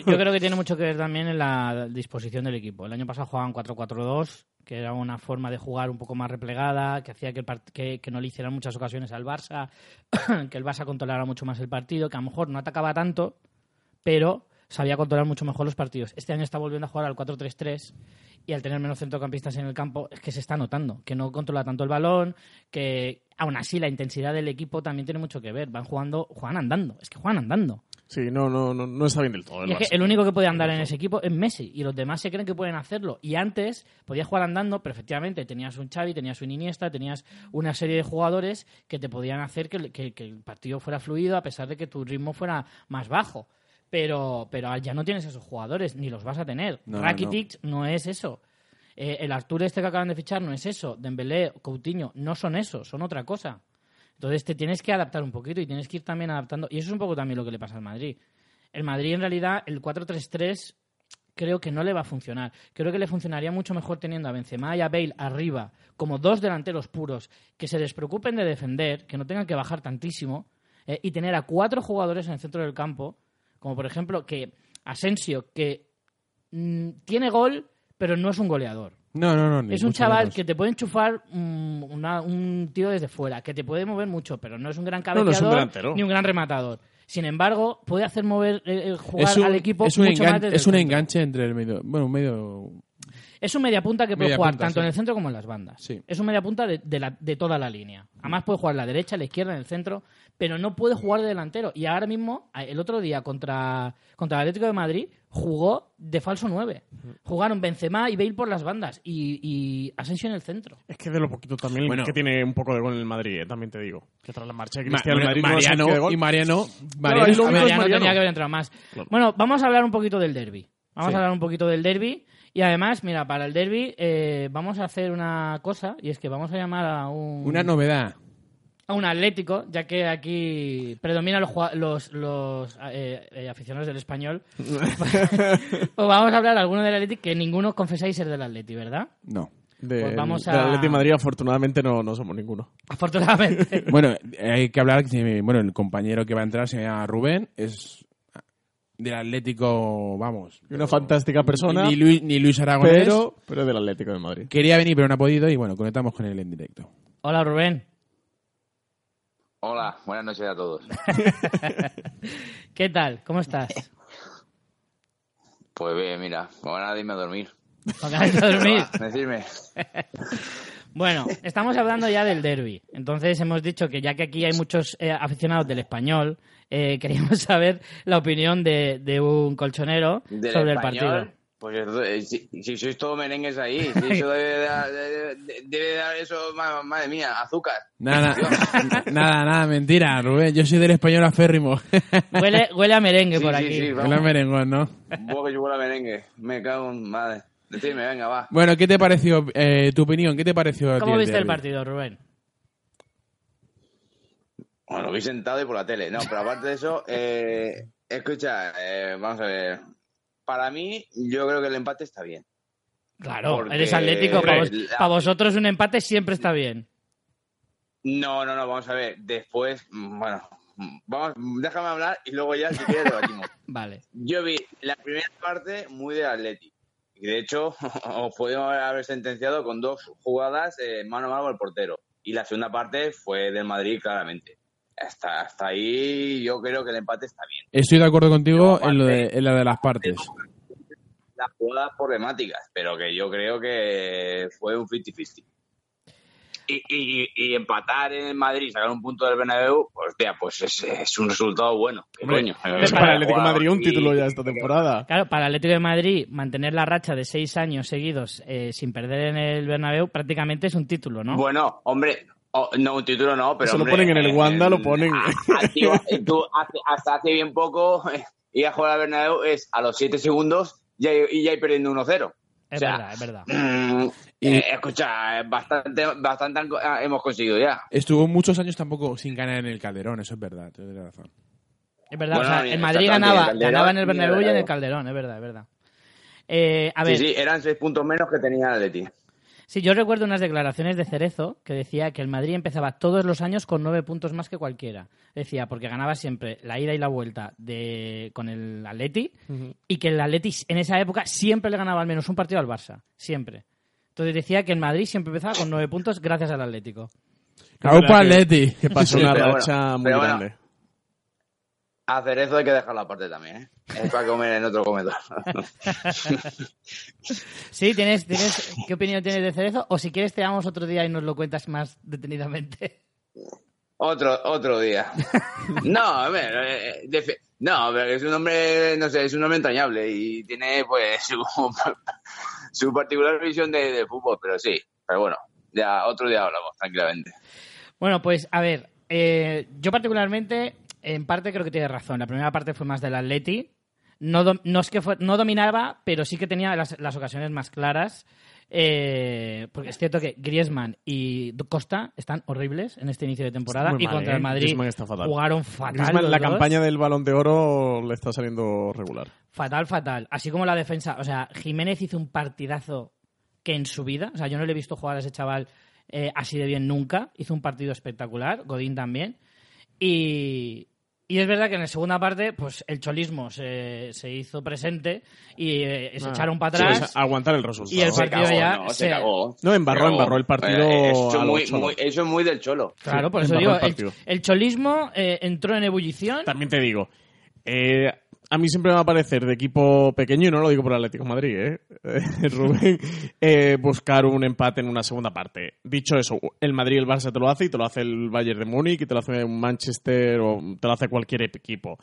S1: Yo creo que tiene mucho que ver también en la disposición del equipo. El año pasado jugaban 4-4-2, que era una forma de jugar un poco más replegada, que hacía que, el part- que, que no le hicieran muchas ocasiones al Barça, que el Barça controlara mucho más el partido, que a lo mejor no atacaba tanto, pero sabía controlar mucho mejor los partidos. Este año está volviendo a jugar al 4-3-3 y al tener menos centrocampistas en el campo es que se está notando, que no controla tanto el balón, que aún así la intensidad del equipo también tiene mucho que ver. Van jugando, juegan andando, es que juegan andando.
S3: sí, no, no, no, no está bien del todo el
S1: Y es
S3: Barça.
S1: que el único que puede andar en ese equipo es Messi y los demás se creen que pueden hacerlo. Y antes podías jugar andando, pero efectivamente tenías un Xavi, tenías un Iniesta, tenías una serie de jugadores que te podían hacer que, el- que- que el partido fuera fluido a pesar de que tu ritmo fuera más bajo. Pero, pero ya no tienes esos jugadores, ni los vas a tener.
S2: No,
S1: Rakitic no es eso. Eh, el Artur este que acaban de fichar no es eso. Dembélé, Coutinho, no son eso, son otra cosa. Entonces te tienes que adaptar un poquito y tienes que ir también adaptando. Y eso es un poco también lo que le pasa al Madrid. El Madrid en realidad, el 4-3-3 creo que no le va a funcionar. Creo que le funcionaría mucho mejor teniendo a Benzema y a Bale arriba como dos delanteros puros que se despreocupen de defender, que no tengan que bajar tantísimo eh, y tener a cuatro jugadores en el centro del campo, como por ejemplo que Asensio, que mm, tiene gol, pero no es un goleador.
S2: No, no, no. ni
S1: Es un
S2: mucho
S1: chaval
S2: menos.
S1: que te puede enchufar mm, una- un tiro desde fuera, que te puede mover mucho, pero no es un gran
S3: no
S1: cabeceador
S3: es un delantero.
S1: ni un gran rematador. Sin embargo, puede hacer mover eh, eh, jugar
S2: Es un,
S1: al equipo
S2: es un,
S1: mucho
S2: engan-
S1: más desde
S2: es
S1: el
S2: un
S1: centro.
S2: enganche entre el medio. Bueno, un medio.
S1: Es un mediapunta que puede
S2: Media
S1: jugar
S2: punta,
S1: tanto
S2: sí.
S1: en el centro como en las bandas.
S2: Sí.
S1: Es un mediapunta de, de, la- de toda la línea. Además puede jugar la derecha, la izquierda, en el centro, pero no puede jugar de delantero. Y ahora mismo, a- el otro día contra, contra el Atlético de Madrid, jugó de falso 9. Jugaron Benzema y Bale por las bandas y, y Asensio en el centro.
S3: Es que de lo poquito también
S2: Bueno.
S3: que tiene un poco de gol en el Madrid, eh, también te digo. Que tras la marcha de
S2: Ma-
S3: Cristiano, el Madrid no es
S2: Mariano
S3: el que de gol.
S2: y Mariano.
S3: ahí
S2: Mariano a
S3: lo
S2: ver,
S3: único es
S1: Mariano
S3: Mariano.
S1: tenía que haber entrado más.
S3: Claro.
S1: Bueno, vamos a hablar un poquito del derby. Vamos
S3: Sí.
S1: a hablar un poquito del derby. Y además, mira, para el derby eh, vamos a hacer una cosa y es que vamos a llamar a un...
S2: una novedad.
S1: a un Atlético, ya que aquí predominan los, jua- los, los, eh, eh, aficionados del español. pues vamos a hablar alguno del Atlético, que ninguno confesáis ser del Atlético, ¿verdad?
S2: No.
S3: De,
S1: Pues vamos
S3: del
S1: a-
S3: Atleti de Madrid, afortunadamente, no, no somos ninguno.
S1: Afortunadamente.
S2: Bueno, hay que hablar que bueno, el compañero que va a entrar se llama Rubén, es del Atlético, vamos.
S3: Y una fantástica persona,
S2: Ni Luis, ni Luis Aragonés.
S3: pero, pero es del Atlético de Madrid.
S2: Quería venir, pero no ha podido y bueno, conectamos con él en directo.
S1: Hola, Rubén.
S5: Hola, buenas noches a todos.
S1: ¿Qué tal? ¿Cómo estás?
S5: Pues bien, mira, me van a irme a dormir.
S1: ¿Con ganas de dormir?
S5: Pero va, Decirme.
S1: Bueno, estamos hablando ya del derby. Entonces hemos dicho que ya que aquí hay muchos eh, aficionados del español, eh, queríamos saber la opinión de, de un colchonero
S5: Del
S1: sobre
S5: español,
S1: el partido.
S5: Pues eh, si, si sois todos merengues ahí, si eso debe, dar- debe- debe dar eso, ma- madre mía, azúcar.
S2: Nada, nada, nada, nada, mentira, Rubén. Yo soy del español aférrimo.
S1: Huele, huele a merengue
S5: Sí,
S1: por
S5: sí,
S1: aquí.
S5: sí,
S2: No
S5: vamos.
S2: merengón, ¿no?
S5: Vos que yo huelo a merengue, me cago en madre. Decidme, venga, va.
S2: Bueno, ¿qué te pareció eh, tu opinión? ¿Qué te pareció? a ti
S1: ¿Cómo viste el
S2: derbi?
S1: partido, Rubén?
S5: Bueno, lo vi sentado y por la tele. No, pero aparte de eso, eh, escucha, eh, vamos a ver. Para mí, yo creo que el empate está bien.
S1: Claro,
S5: Porque-
S1: eres atlético. Para, vos-
S5: Hombre, la-
S1: para vosotros un empate siempre está bien.
S5: No, no, no, vamos a ver. Después, mm, bueno, mm, vamos, mm, déjame hablar y luego ya si quieres debatimos.
S1: Vale.
S5: Yo vi la primera parte muy de Atleti. Y de hecho, os podemos haber- haber sentenciado con dos jugadas eh, mano a mano con el portero. Y la segunda parte fue del Madrid, claramente. Hasta, hasta ahí yo creo que el empate está bien.
S2: Estoy de acuerdo contigo
S5: Yo,
S2: en, lo de, en la de las partes.
S5: Las jugadas problemáticas, pero que yo creo que fue un 50-50. Y, y- y empatar en el Madrid, sacar un punto del Bernabéu, pues, hostia, pues es, es un resultado bueno. ¿Qué
S3: Hombre,
S5: coño?
S3: Es para el Atlético de
S5: Jugar
S3: Madrid un
S5: aquí-
S3: título ya esta temporada.
S1: Claro, para el Atlético de Madrid mantener la racha de seis años seguidos eh, sin perder en el Bernabéu prácticamente es un título, ¿no?
S5: Bueno, hombre, oh, no, un título no, pero.
S3: Eso lo
S5: hombre, eh,
S3: ponen en el Wanda, lo ponen.
S5: a- activa- tú hace- hasta hace bien poco, eh, ir a jugar al Bernabéu es a los 7 segundos y ya, y ya ir perdiendo 1-0.
S1: es
S5: o sea,
S1: verdad, es verdad.
S5: Mm,
S2: Y-
S5: eh, Escucha, eh, bastante, bastante han co- ah, hemos conseguido ya.
S2: Estuvo muchos años tampoco sin ganar en el Calderón, eso es verdad, tienes razón.
S1: Es verdad,
S5: Bueno,
S1: o sea,
S5: y
S1: el
S5: está
S1: Madrid
S5: también
S1: ganaba,
S5: el Calderón
S1: ganaba en
S5: y
S1: el
S5: el
S1: Bernabéu y en el
S5: Bernabéu.
S1: Calderón, es verdad, es verdad. Eh, a ver,
S5: Sí, sí, eran 6 puntos menos que tenía el Atleti.
S1: Sí, yo recuerdo unas declaraciones de Cerezo que decía que el Madrid empezaba todos los años con nueve puntos más que cualquiera. Decía, porque ganaba siempre la ida y la vuelta de, con el Atleti y que el Atleti en esa época siempre le ganaba al menos un partido al Barça. Siempre. Entonces decía que el Madrid siempre empezaba con nueve puntos gracias al Atlético.
S3: verdad
S2: ¡Aupa,
S3: que-
S2: Leti!
S3: Que pasó ¿eh?
S5: Sí,
S3: una
S5: pero
S3: racha
S5: bueno,
S3: muy
S5: pero bueno.
S3: grande.
S5: Hacer eso hay que dejarlo aparte también, ¿eh? Es para comer en otro comedor.
S1: Sí, ¿tienes, tienes, ¿qué opinión tienes de Cerezo? O si quieres te damos otro día y nos lo cuentas más detenidamente.
S5: Otro, otro día. No, a ver, eh, eh, defe- no, pero es un hombre, no sé, es un hombre entrañable y tiene pues su, su particular visión de, de fútbol, pero sí, pero bueno, ya otro día hablamos tranquilamente.
S1: Bueno, pues a ver, eh, yo particularmente, en parte creo que tienes razón. La primera parte fue más del Atleti. No, dom- no es que fue- no dominaba, pero sí que tenía las, las ocasiones más claras. Eh, porque es cierto que Griezmann y Costa están horribles en este inicio de temporada
S3: Muy
S1: y
S3: mal,
S1: contra
S3: ¿eh?
S1: el Madrid
S3: Griezmann está fatal.
S1: jugaron fatal.
S3: Griezmann,
S1: los
S3: la
S1: dos.
S3: campaña del Balón de Oro le está saliendo regular.
S1: Fatal, fatal. Así como la defensa. O sea, Jiménez hizo un partidazo que en su vida. O sea, yo no le he visto jugar a ese chaval eh, así de bien nunca. Hizo un partido espectacular. Godín también. Y, y es verdad que en la segunda parte, pues el cholismo se, se hizo presente y eh, se
S3: Ah,
S1: echaron para
S3: sí,
S1: atrás.
S3: o sea, aguantar el resultado.
S1: Y el
S5: Se
S1: partido
S5: cagó,
S1: ya
S5: no,
S1: se-
S5: se cagó.
S3: No, embarró,
S5: Se cagó.
S3: embarró el partido
S5: Eh, Eso,
S3: a lo
S5: muy,
S3: Cholo.
S5: muy- eso es muy del cholo.
S1: Claro,
S3: sí,
S1: por eso
S3: embarró
S1: digo,
S3: el
S1: el,
S3: partido.
S1: el cholismo eh, entró en ebullición.
S3: También te digo, eh, a mí siempre me va a parecer de equipo pequeño, y no lo digo por el Atlético de Madrid, ¿eh? Eh, Rubén, eh, buscar un empate en una segunda parte. Dicho eso, el Madrid y el Barça te lo hace y te lo hace el Bayern de Múnich y te lo hace un Manchester o te lo hace cualquier equipo.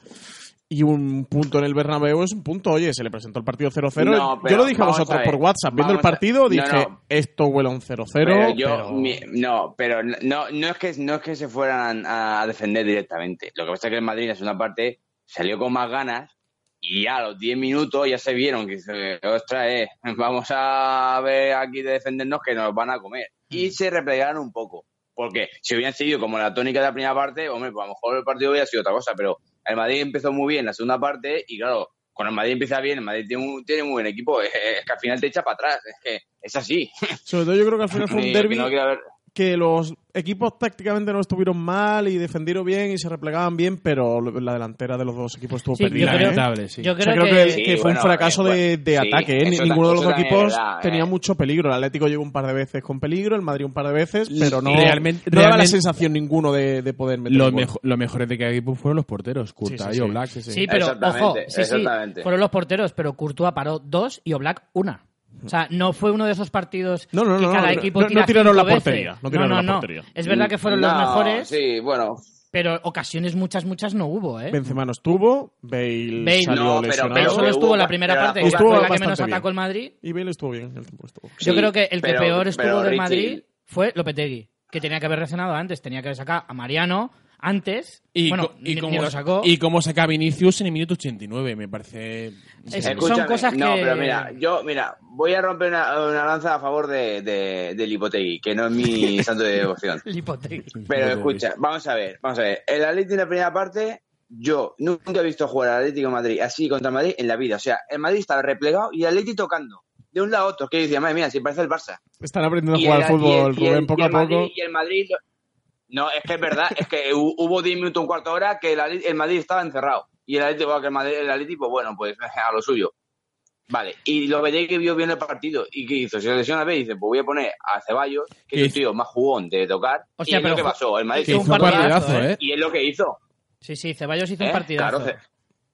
S3: Y un punto en el Bernabéu es un punto, oye, se le presentó el partido 0-0.
S5: No,
S3: yo
S5: pero
S3: lo dije a
S5: vamos
S3: vosotros
S5: a ver,
S3: por WhatsApp, viendo el
S5: vamos a-
S3: partido
S5: no,
S3: dije,
S5: no.
S3: esto huele a un 0-0.
S5: Pero yo,
S3: pero-
S5: mi- no, pero no, no es que no es que se fueran a, a defender directamente. Lo que pasa es que el Madrid en la segunda parte salió con más ganas y ya a los 10 minutos ya se vieron que, eh, ostras, eh, vamos a ver aquí de defendernos que nos van a comer.
S3: Mm.
S5: Y se replegaron un poco. Porque si hubieran seguido como la tónica de la primera parte, hombre, pues a lo mejor el partido hubiera sido otra cosa, pero el Madrid empezó muy bien la segunda parte y claro, Cuando el Madrid empieza bien, el Madrid tiene un, tiene un buen equipo, es, es que al final te echa para atrás, es que es así.
S3: Sobre todo yo creo que al final fue
S5: Y
S3: un derby
S5: no quiero ver-
S3: que los equipos tácticamente no estuvieron mal y defendieron bien y se replegaban bien, pero la delantera de los dos equipos estuvo
S1: Sí, yo
S3: perdida.
S1: creo-
S3: ¿eh?
S2: Lamentable, sí.
S1: Yo
S3: O sea,
S1: creo,
S3: creo que,
S1: que...
S5: Sí,
S3: que fue
S5: bueno,
S3: un fracaso de,
S5: eh,
S3: de
S5: sí,
S3: ataque. ¿eh?
S5: eso ta-
S3: Ninguno de los
S5: eso
S3: dos
S5: también
S3: equipos
S5: es verdad, eh.
S3: tenía mucho peligro. El Atlético llegó un par de veces con peligro, el Madrid un par de veces, pero no,
S2: Realmente-
S3: no daba la
S2: realmente-
S3: sensación ninguno de, de poder meter
S2: Los,
S3: un gol.
S2: mejo- los mejores de cada equipo fueron los porteros, Curta
S3: sí,
S2: y
S3: sí.
S2: Oblak.
S3: Sí, sí.
S1: Sí, pero
S5: Exactamente,
S1: ojo, sí, sí,
S5: exactamente.
S1: fueron los porteros, pero Courtois paró dos y Oblak una. O sea, no fue uno de esos partidos
S3: No, no,
S1: que
S3: no,
S1: cada
S3: no,
S1: equipo
S3: no, no
S1: tira
S3: tiraron la
S1: cinco veces.
S3: portería, no tiraron la portería.
S1: Es verdad que fueron
S5: No,
S1: los mejores,
S5: Sí, bueno.
S1: pero ocasiones muchas, muchas no hubo, ¿eh?
S3: Benzema no estuvo, Bale,
S1: Bale-
S3: salió
S5: No, pero-
S3: lesionado.
S1: Pero solo
S5: Pero
S1: estuvo
S5: hubo-
S1: la primera
S5: pero la
S1: parte, que
S5: jugada-
S1: fue la
S3: Estuvo
S1: que menos
S3: bastante
S1: atacó el Madrid.
S3: Y Bale estuvo bien, el tiempo estuvo.
S1: Yo
S5: Sí,
S1: creo que el que
S5: pero-
S1: peor estuvo
S5: pero
S1: del
S5: Richie-
S1: Madrid fue Lopetegui, que tenía que haber reaccionado antes, tenía que haber sacado a Mariano antes,
S2: Y,
S1: bueno,
S2: co-
S1: ni-
S2: y,
S1: ni
S2: cómo,
S1: lo sacó.
S2: y cómo saca Vinicius en el minuto 89, me parece.
S1: Es-
S2: Sí.
S1: son
S5: Escúchame,
S1: cosas
S5: No,
S1: que-
S5: pero mira, yo, mira, voy a romper una, una lanza a favor de, de, del Hipotegui, que no es mi santo de devoción.
S1: Lopetegui.
S5: Pero escucha, vamos a ver, vamos a ver. El Atlético en la primera parte, yo nunca he visto jugar al Atlético de Madrid así contra el Madrid en la vida. O sea, el Madrid estaba replegado y el Atlético tocando. De un lado a otro, que yo decía, madre mía, si parece el Barça.
S3: Están aprendiendo
S5: Y
S3: a jugar
S5: el-
S3: al fútbol,
S5: y el- y el-
S3: Rubén, poco
S5: y
S3: a
S5: el Madrid-
S3: poco.
S5: Y el Madrid... lo- No, es que es verdad, es que hu- hubo 10 minutos, un cuarto de hora que el, Atl- el Madrid estaba encerrado. Y el Atlético, que el, Madrid- el Atlético, bueno, pues a lo suyo. Vale, y lo veía que vio bien el partido. ¿Y qué hizo? Se lesiona B y dice, pues voy a poner a Ceballos, que es
S2: ¿Qué
S5: un
S2: hizo?
S5: tío más jugón de tocar.
S1: Hostia,
S5: y es
S1: pero
S5: lo que
S1: ju-
S5: pasó. El Madrid
S2: Que
S1: un
S2: hizo un
S1: partidazo,
S2: partidazo,
S1: ¿eh?
S2: ¿eh?
S5: y es lo que hizo.
S1: Sí, sí, Ceballos hizo un
S5: ¿eh?
S1: partidazo.
S5: Claro,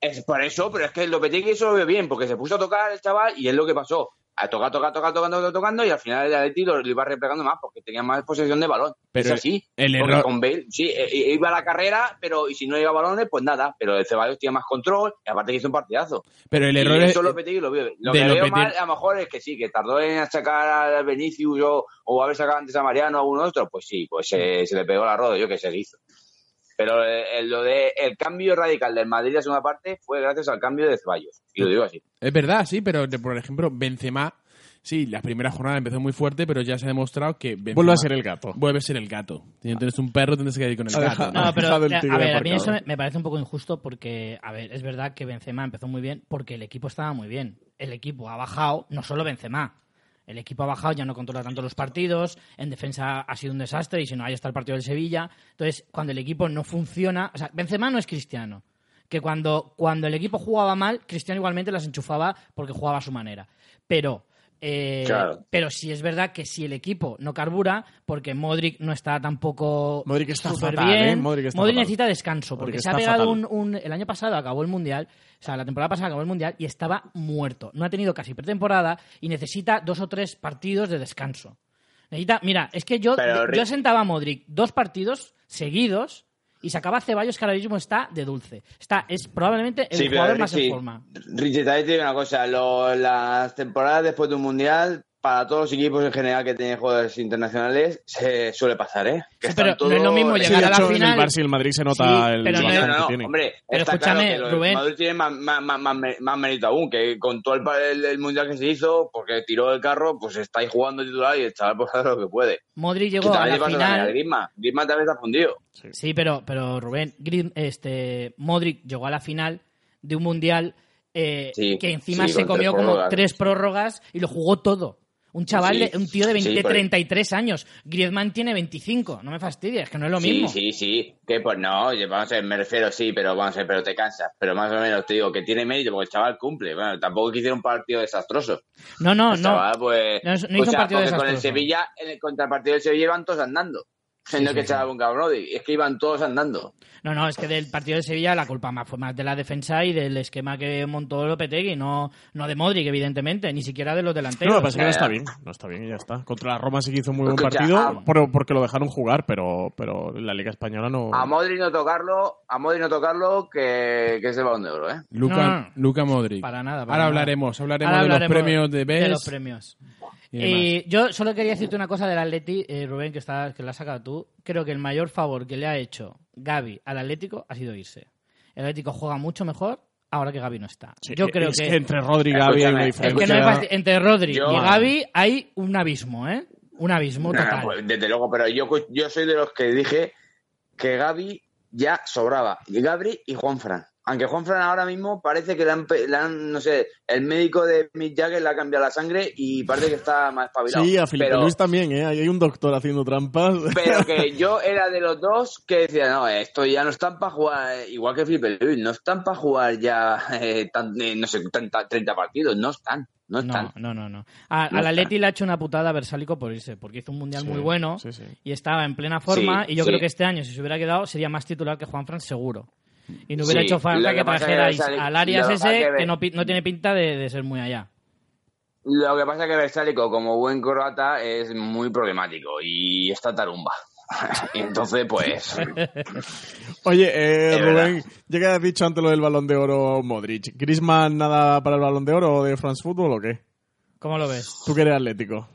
S5: es por eso, pero es que Lopetegui eso lo ve bien, porque se puso a tocar el chaval y es lo que pasó. A tocar, tocar, tocar, tocando, tocando, tocando y al final el Atlético lo, lo iba replegando más porque tenía más posesión de balón.
S2: Pero
S5: es así.
S2: el
S5: porque
S2: error-
S5: con Bale, sí, e- e- iba a la carrera, pero y si no iba a balones, pues nada. Pero el Ceballos tiene más control y aparte que hizo un partidazo.
S2: Pero el
S5: Y
S2: error es.
S5: eso Lopetegui lo vio. Lo
S2: de
S5: que veo
S2: Lopetegui-
S5: mal, a lo mejor, es que sí, que tardó en sacar a Vinicius o, o haber sacado antes a Mariano o a uno otro. Pues sí, pues eh, se le pegó la roda, yo que se hizo. Pero eh, lo de, el cambio radical del Madrid a segunda parte fue gracias al cambio de Ceballos. Y lo digo así.
S2: Es verdad, sí, pero de- por ejemplo, Benzema. Sí, la primera jornada empezó muy fuerte, pero ya se ha demostrado que. Benzema
S3: Vuelve a ser el gato.
S2: Vuelve a ser el gato. Si no tienes un perro, tienes que ir con el
S3: Ah,
S2: gato. ¿no?
S1: No, pero
S3: Dejado el
S1: a
S3: tigre
S1: ver, a mí
S3: aparcado.
S1: eso me- me parece un poco injusto porque, a ver, es verdad que Benzema empezó muy bien porque el equipo estaba muy bien. El equipo ha bajado, no solo Benzema. El equipo ha bajado, ya no controla tanto los partidos, en defensa ha sido un desastre y si no, ahí está el partido del Sevilla. Entonces, cuando el equipo no funciona, o sea, Benzema no es cristiano. Que cuando, cuando el equipo jugaba mal, Cristiano igualmente las enchufaba porque jugaba a su manera. Pero eh,
S5: Claro.
S1: pero sí es verdad que si el equipo no carbura, porque Modric no está tampoco
S3: Modric está
S1: súper
S3: fatal,
S1: bien.
S3: ¿eh? Modric está fatal.
S1: necesita descanso, porque
S3: Modric
S1: se ha
S3: está
S1: pegado un,
S3: fatal.
S1: un- El año pasado acabó el Mundial, o sea, la temporada pasada acabó el Mundial y estaba muerto. No ha tenido casi pretemporada y necesita dos o tres partidos de descanso. Necesita, mira, es que yo,
S5: Pero,
S1: yo
S5: Rick-
S1: sentaba a Modric dos partidos seguidos y sacaba a Ceballos, que ahora mismo está de dulce. Está, es probablemente el jugador más en forma.
S5: Richie, también te digo una cosa. lo- las temporadas después de un Mundial, para todos los equipos en general que tienen jugadores internacionales, se suele pasar, ¿eh?
S1: Sí,
S5: Que
S1: pero
S5: están
S1: no es lo
S5: todos-
S1: mismo
S5: Sí,
S3: Sí,
S1: llegar
S3: de
S1: a la
S3: hecho,
S1: final-
S3: en el Barça y el Madrid se nota
S1: Sí,
S3: el
S1: pero no
S3: bajón
S1: es-
S5: No, no,
S3: que
S5: no,
S3: tiene.
S5: hombre,
S1: Pero
S5: está
S1: escúchame,
S5: claro que lo de
S1: Rubén.
S5: Madrid tiene más, más, más, más, mer- más mérito aún, que con todo el, pa- el, el mundial que se hizo, porque tiró el carro, pues está ahí jugando titular y el chaval pues hace lo que puede.
S1: Modric
S5: Que
S1: llegó a
S5: también le
S1: la
S5: pasa también a
S1: final.
S5: Griezmann. Griezmann también está fundido.
S1: Sí, pero, pero Rubén, Griez- este, Modric llegó a la final de un mundial eh,
S5: Sí,
S1: que encima
S5: sí,
S1: se
S5: con tres
S1: comió como
S5: prórrogas.
S1: tres prórrogas y lo jugó todo. Un chaval,
S5: Sí,
S1: de- un tío de 20,
S5: sí, por-
S1: 33 años. Griezmann tiene 25. No me fastidies, que no es lo
S5: sí,
S1: mismo.
S5: sí, sí. Que pues no, oye, vamos a ver, me refiero, sí, pero vamos a ver, pero te cansas. Pero más o menos te digo que tiene mérito porque el chaval cumple. Bueno, tampoco quisiera un partido desastroso.
S1: No, no,
S5: El
S1: no.
S5: chaval, pues,
S1: No es- no hizo un partido
S5: porque con el
S1: desastroso.
S5: Sevilla, en el contrapartido del Sevilla iban todos andando. no
S1: sí,
S5: que
S1: sí.
S5: echaba un cabrón, es que iban todos andando.
S1: No, no, es que del partido de Sevilla la culpa más fue más de la defensa y del esquema que montó Lopetegui, no, no de Modric, evidentemente, ni siquiera de los
S3: No,
S1: delanteros.
S3: lo que pasa es que no
S5: Ya,
S3: está
S5: ya.
S3: bien, no está bien y ya está. Contra la Roma sí que hizo un muy buen
S5: Escucha,
S3: partido
S5: a-
S3: pero porque lo dejaron jugar, pero, pero la Liga Española no...
S5: A Modric no tocarlo, a Modric no tocarlo, que, que es el balón de oro, ¿eh?
S2: Luca,
S1: No, no, no.
S2: Luca Modric.
S1: Para nada, para
S2: Ahora
S1: nada.
S2: hablaremos, hablaremos,
S1: Ahora
S2: de los
S1: hablaremos
S2: premios de Best.
S1: de los premios.
S2: y demás.
S1: Y Eh, yo solo quería decirte una cosa del Atleti, eh, Rubén, que, está, que la has sacado tú. Creo que el mayor favor que le ha hecho Gaby al Atlético ha sido irse. El Atlético juega mucho mejor ahora que Gaby no está.
S3: Sí, eh,
S1: yo creo
S3: es
S1: que,
S3: que entre Rodri y Gavi hay una
S5: Escúchame, es
S1: es que
S3: diferencia.
S1: no es fácil- entre Rodri
S5: Yo-
S1: y Gaby hay un abismo, ¿eh? Un abismo
S5: Nah,
S1: total.
S5: pues, desde luego, pero yo, cu- yo soy de los que dije que Gaby ya sobraba. Y Gabri y Juanfran. Aunque Juan Fran ahora mismo parece que le han, pe- le han- no sé, el médico de Mick Jagger le ha cambiado la sangre y parece que está más espabilado.
S3: Sí, a Felipe
S5: pero,
S3: Luis también, ¿eh? Ahí hay un doctor haciendo trampas.
S5: pero que yo era de los dos que decía, no, esto ya no están para jugar, eh, igual que Felipe Luis, no están para jugar ya, eh, tan- eh, no sé, 30, 30 partidos, no están, no están.
S1: No, no, no. no. A, al
S5: No está.
S1: Atleti le ha hecho una putada a Versálico por irse, porque hizo un mundial
S3: Sí,
S1: muy bueno
S3: Sí, sí.
S1: y estaba en plena forma.
S5: Sí,
S1: y yo
S5: sí.
S1: creo que este año, si se hubiera quedado, sería más titular que Juanfran, seguro. Y no hubiera
S5: Sí,
S1: hecho falta
S5: lo
S1: que,
S5: que pasa es que
S1: trajerais
S5: Versálico-
S1: al Arias
S5: lo que pasa
S1: ese,
S5: es que
S1: que no, pi- no tiene pinta de, de ser muy allá.
S5: Lo que pasa es que Versálico, como buen croata, es muy problemático y está tarumba. Y Entonces, pues,
S3: Oye, eh,
S5: Es
S3: Rubén, ya que has dicho antes lo del balón de oro Modric, ¿Grisman nada para el balón de oro de France Football o qué?
S1: ¿Cómo lo ves?
S3: Tú que eres atlético.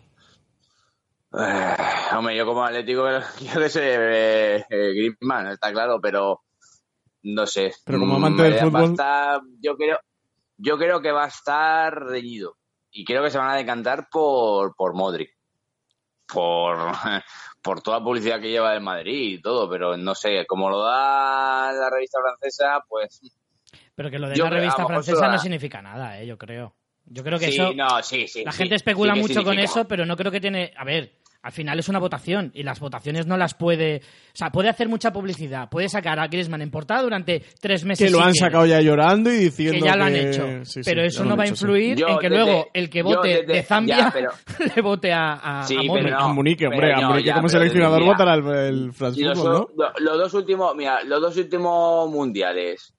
S5: eh, hombre, yo como atlético, yo que sé, eh, eh, Griezmann, está claro, pero no sé.
S3: Pero como
S5: Mm,
S3: amante del
S5: eh, va a
S3: fútbol-
S5: estar- yo, creo, yo creo que va a estar reñido y creo que se van a decantar por, por Modric. Por, por toda la publicidad que lleva el Madrid y todo, pero no sé, como lo da la revista francesa, pues
S1: Pero que lo de
S5: Yo
S1: la
S5: creo- a
S1: revista
S5: lo mejor
S1: francesa
S5: será-
S1: no significa nada, eh, yo creo. Yo creo que
S5: sí,
S1: eso.
S5: no, sí, sí,
S1: la
S5: sí,
S1: gente especula
S5: sí que
S1: mucho con
S5: significa.
S1: eso, pero no creo que tiene. A ver, al final es una votación y las votaciones no las puede. O sea, puede hacer mucha publicidad, puede sacar a Griezmann en portada durante tres meses.
S3: Que lo
S1: si
S3: han
S1: quiere.
S3: sacado ya llorando y diciendo
S1: que ya lo han
S3: que-
S1: hecho.
S3: Sí, sí,
S1: pero
S3: ya
S1: eso
S3: lo
S1: no
S3: han
S1: va a
S3: hecho, sí.
S1: influir
S5: Yo
S1: en que
S5: desde-
S1: luego el que
S5: yo
S1: vote
S5: desde-
S1: de Zambia
S5: ya, pero-
S1: le vote a, a,
S5: Sí,
S1: a Modric.
S5: pero no.
S3: A Munique, hombre,
S5: Pero
S3: a
S5: no,
S3: Munique
S5: ya,
S3: como
S5: pero
S3: seleccionador
S5: mira.
S3: votará el, el France
S5: Y los,
S3: Football, ¿no?
S5: lo- los dos últimos, mira, los dos últimos mundiales,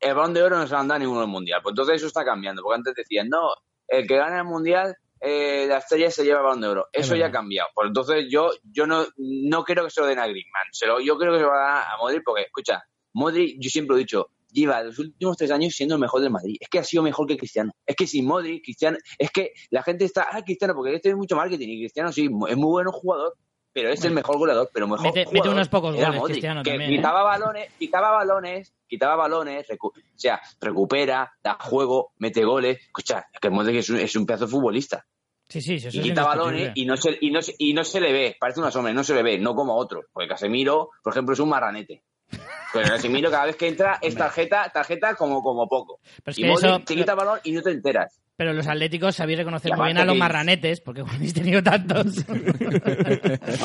S5: el balón de oro no se lo han dado ninguno del mundial. Pues entonces eso está cambiando, porque antes decían, no, el que gana el mundial, eh, la estrella se lleva el balón de oro.
S1: Es
S5: Eso ya
S1: verdad.
S5: ha cambiado. Pues entonces yo, yo no, no creo que se lo den a Griezmann. Se lo, yo creo que se lo va a dar a Modric, porque, escucha, Modric, yo siempre lo he dicho, lleva los últimos tres años siendo el mejor del Madrid. Es que ha sido mejor que Cristiano. Es que sin Modric, Cristiano, es que la gente está, ah, Cristiano, porque este es mucho marketing, y Cristiano sí, mu- es muy buen jugador, pero es el mejor goleador, pero mejor
S1: Mete- mete
S5: jugador
S1: unos pocos
S5: era
S1: goles,
S5: Modric,
S1: Cristiano,
S5: que
S1: también, ¿eh?
S5: quitaba balones, quitaba balones, quitaba balones, recu- o sea, recupera, da juego, mete goles. Escucha, es que Modric es un, es un pedazo de futbolista.
S1: Sí, sí, eso es
S5: y quita balones
S1: indiscutible.
S5: y no, se, y, no se, y no se le ve, parece una sombra, no se le ve, no como otro. Porque Casemiro, por ejemplo, es un marranete. Pero Casemiro cada vez que entra es tarjeta, tarjeta como, como poco.
S1: Pero es
S5: Y
S1: Pues que
S5: Modric
S1: eso-
S5: te quita balón y no te enteras.
S1: Pero los atléticos sabéis reconocer
S5: Y
S1: muy bien a
S5: aparte
S1: los
S5: que-
S1: marranetes, porque bueno, habéis tenido tantos.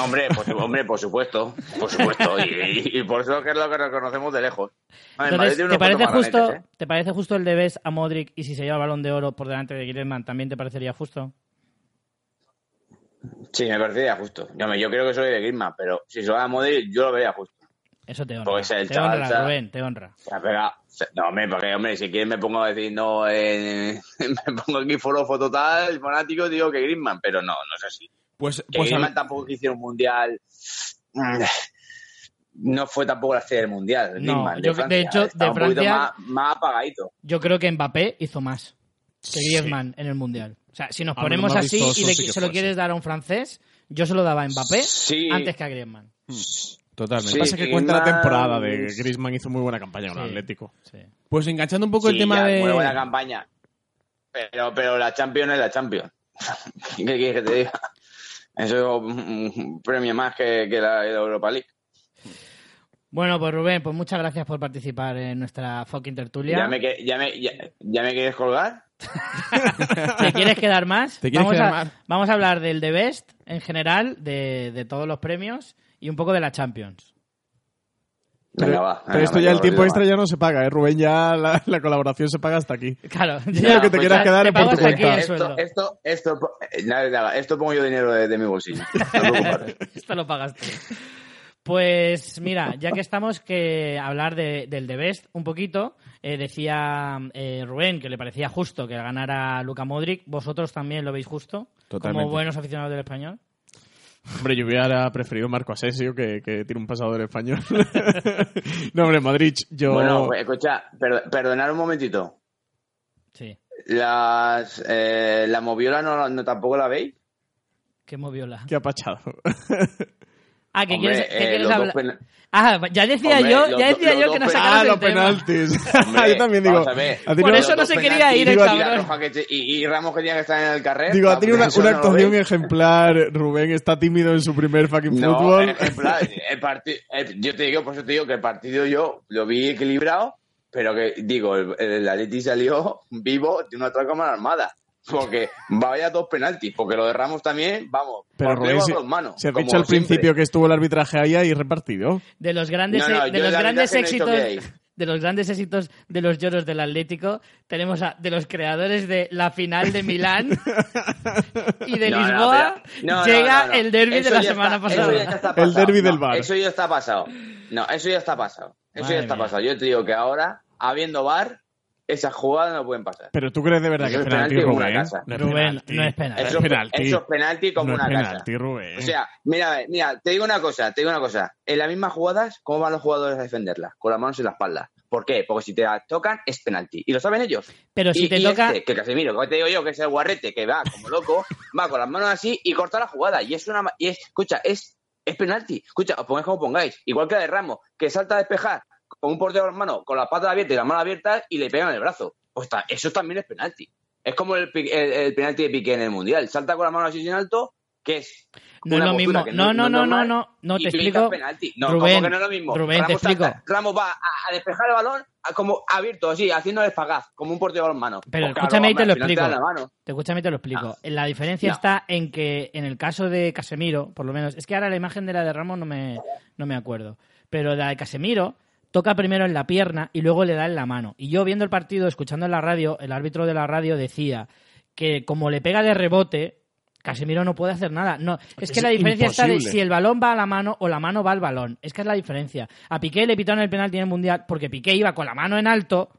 S5: Hombre, por, su- hombre, por supuesto, por supuesto. Y, y- y por eso que es lo que reconocemos de lejos. Madre, Madrid
S1: Entonces,
S5: tiene
S1: ¿te
S5: unos
S1: parece,
S5: cuantos
S1: justo,
S5: marranetes, ¿eh?
S1: ¿te parece justo el de Bes a Modric y si se lleva el balón de oro por delante de Griezmann también te parecería justo?
S5: Sí, me parecería justo. Yo, me- yo creo que soy de Griezmann, pero si se va a Modric, yo lo vería justo.
S1: Eso te honra.
S5: Pues el
S1: te
S5: chaval,
S1: honra,
S5: ¿sabes?
S1: Rubén, te honra.
S5: Se ha pegado- se- No, hombre, porque, hombre, si quieres me pongo a decir, no, eh, me pongo aquí forofo total, fanático, digo que Griezmann, pero no, no es así.
S2: Pues,
S5: Que
S2: pues
S5: Griezmann
S2: al-
S5: tampoco quiso un mundial. mm, No fue tampoco la estrella del mundial.
S1: No, yo-
S5: Griezmann,
S1: de
S5: Francia,
S1: hecho, de
S5: estaba un poquito
S1: Francia-
S5: Más, más apagadito.
S1: Yo creo que Mbappé hizo más que
S3: Sí.
S1: Griezmann en el Mundial. O sea, si nos
S3: A ver,
S1: ponemos
S3: más
S1: así
S3: vistoso
S1: y le-
S3: sí que
S1: se lo
S3: fue,
S1: quieres dar a un francés, yo se lo daba a Mbappé
S5: Sí.
S1: antes que a Griezmann.
S2: totalmente.
S5: Sí.
S3: Lo que pasa es que cuenta la
S5: Griezmann-
S3: temporada de que Griezmann hizo muy buena campaña con
S1: Sí.
S3: el Atlético.
S1: Sí.
S2: Pues enganchando un poco el
S5: Sí,
S2: tema
S5: ya,
S2: de...
S5: Muy buena campaña. Pero, pero la Champions es la Champions. ¿Qué quieres que te diga? Eso es un premio más que, que la, la Europa League.
S1: Bueno, pues Rubén, pues muchas gracias por participar en nuestra fucking tertulia.
S5: ¿Ya me, que- ya, me, ya, ya me quieres colgar?
S1: ¿Te quieres quedar más?
S2: ¿Te quieres
S1: vamos,
S2: quedar
S1: a,
S2: más?
S1: vamos a hablar del The Best en general, de, de todos los premios y un poco de la Champions.
S3: Pero,
S5: Venga, va.
S3: pero
S5: Venga,
S3: esto
S5: va,
S3: ya el
S5: lo
S3: tiempo
S5: digo,
S3: extra
S5: va.
S3: ya no se paga, ¿eh? Rubén, ya la, la colaboración se paga hasta aquí.
S1: Claro,
S3: Ya lo que te
S5: pues
S3: quieras
S5: ya,
S3: quedar
S1: te
S3: es por
S1: pago
S3: tu
S1: hasta aquí
S3: cuenta.
S1: el
S5: Esto,
S1: sueldo.
S5: esto, esto, eh, nada, nada, esto pongo yo dinero de, de mi bolsillo. No te preocupes.
S1: Esto lo pagas tú. Pues mira, ya que estamos que hablar de- del The Best un poquito, eh, decía eh, Rubén que le parecía justo que ganara Luca Modric. ¿Vosotros también lo veis justo?
S2: Totalmente.
S1: Como buenos aficionados del español.
S3: Hombre, yo hubiera preferido Marco Asensio, que, que tiene un pasador español. no, hombre, Madrid, yo...
S5: Bueno, pues, escucha, per- perdonad un momentito.
S1: Sí,
S5: Las, eh, ¿La moviola no, no tampoco la veis?
S1: que movió la.
S3: Qué apachado.
S1: Ah, que
S5: Hombre,
S1: quieres, que
S5: eh,
S1: quieres
S5: los dos
S1: hablar.
S5: pena-
S1: Ah, ya decía
S5: Hombre,
S1: yo,
S5: los
S1: ya
S5: do-
S1: decía
S5: los
S1: yo
S5: dos
S1: que nos
S5: pena-
S1: sacaras
S3: ah,
S1: del
S3: los
S1: tema.
S3: penaltis.
S5: Hombre,
S3: yo también digo...
S5: vamos a ver.
S3: ha tenido-
S1: Por eso no
S5: Los
S1: se
S5: dos
S1: quería ir,
S5: penaltis,
S1: el
S5: y la
S1: cabrón.
S5: roja que te- y, y Ramos que tenía que estar en el carrer.
S3: Digo, ha
S5: ¿eh? vamos,
S3: tenido una,
S5: eso
S3: una
S5: no lo
S3: actuación
S5: veis.
S3: ejemplar, Rubén. Está tímido en su primer fucking
S5: No, eh,
S3: fútbol.
S5: en plan, el parti- el- yo te digo, por eso te digo que el partido yo lo vi equilibrado, pero que digo, el, el Atleti salió vivo de una otra cámara armada. Porque vaya dos penaltis, porque lo de Ramos también, vamos,
S3: Pero
S5: por lejos
S3: Rubén, si-
S5: dos manos.
S3: si has
S5: como
S3: dicho al
S5: siempre.
S3: principio que estuvo el arbitraje ahí, ahí repartido.
S1: De los grandes,
S5: No, no,
S1: de
S5: yo
S1: los
S5: la
S1: grandes
S5: verdad es que
S1: éxitos.
S5: no he dicho
S1: de los grandes éxitos de los lloros del Atlético, tenemos a de los creadores de la final de Milán y de
S5: No, no,
S1: Lisboa,
S5: pero- no, no,
S1: llega
S5: no, no.
S1: el derby de
S5: Eso
S1: la
S5: ya
S1: semana
S5: está-
S1: pasada.
S5: eso ya está
S3: El derbi
S5: pasado.
S3: del
S5: No,
S3: VAR.
S5: Eso ya está pasado. No, eso ya está pasado. Eso
S1: Madre
S5: ya está
S1: mía.
S5: pasado. Yo te digo que ahora, habiendo bar, esas jugadas no pueden pasar.
S3: Pero tú crees de verdad que
S5: Eso
S3: es
S5: es
S3: penalti,
S5: penalti como
S3: Rubén.
S5: una casa.
S3: No es
S1: Rubén,
S3: penalti.
S1: no es penalti.
S5: Eso,
S3: es penalti.
S5: eso es penalti como
S3: No es
S5: una
S3: penalti,
S5: casa.
S3: Rubén.
S5: O sea, mira, mira, te digo una cosa, te digo una cosa. En las mismas jugadas, ¿cómo van los jugadores a defenderlas? Con las manos en la espalda. ¿Por qué? Porque si te la tocan, es penalti. Y lo saben ellos.
S1: Pero si
S5: y,
S1: te
S5: y
S1: toca,
S5: este, que Casemiro, que te digo yo, que es el guarrete, que va como loco, va con las manos así y corta la jugada. Y es una. ma- Y es, escucha, es, es penalti. Escucha, os pongáis como pongáis. Igual que la de Ramos, que salta a despejar con un portero hermano, con la pata abierta y la mano abierta y le pegan el brazo. Pues ta- eso también es penalti. Es como el, pi- el- el penalti de Piqué en el mundial. Salta con la mano así en alto, que es.
S1: no es
S5: una
S1: lo mismo.
S5: postura que
S1: No, no, no, no,
S5: normal,
S1: no, no,
S5: y
S1: te
S5: pitan
S1: explico.
S5: penalti. No,
S1: Rubén,
S5: como que no es lo mismo.
S1: Rubén, te
S5: salta,
S1: explico.
S5: Ramos va a, a despejar el balón a- como abierto, así, haciendo el espagaz, como un portero en mano.
S1: Pero
S5: Pues
S1: escúchame y te
S5: hombre,
S1: lo
S5: al final
S1: explico.
S5: dan la mano.
S1: Te escúchame, te lo explico. La diferencia
S5: No.
S1: está en que en el caso de Casemiro, por lo menos, es que ahora la imagen de la de Ramos no me, no me acuerdo, pero la de Casemiro toca primero en la pierna y luego le da en la mano. Y yo viendo el partido, escuchando en la radio, el árbitro de la radio decía que como le pega de rebote, Casemiro no puede hacer nada. No, es que
S3: Es
S1: la diferencia está de
S3: imposible.
S1: si el balón va a la mano o la mano va al balón. Es que es la diferencia. A Piqué le pitaron el penalti en el Mundial porque Piqué iba con la mano en alto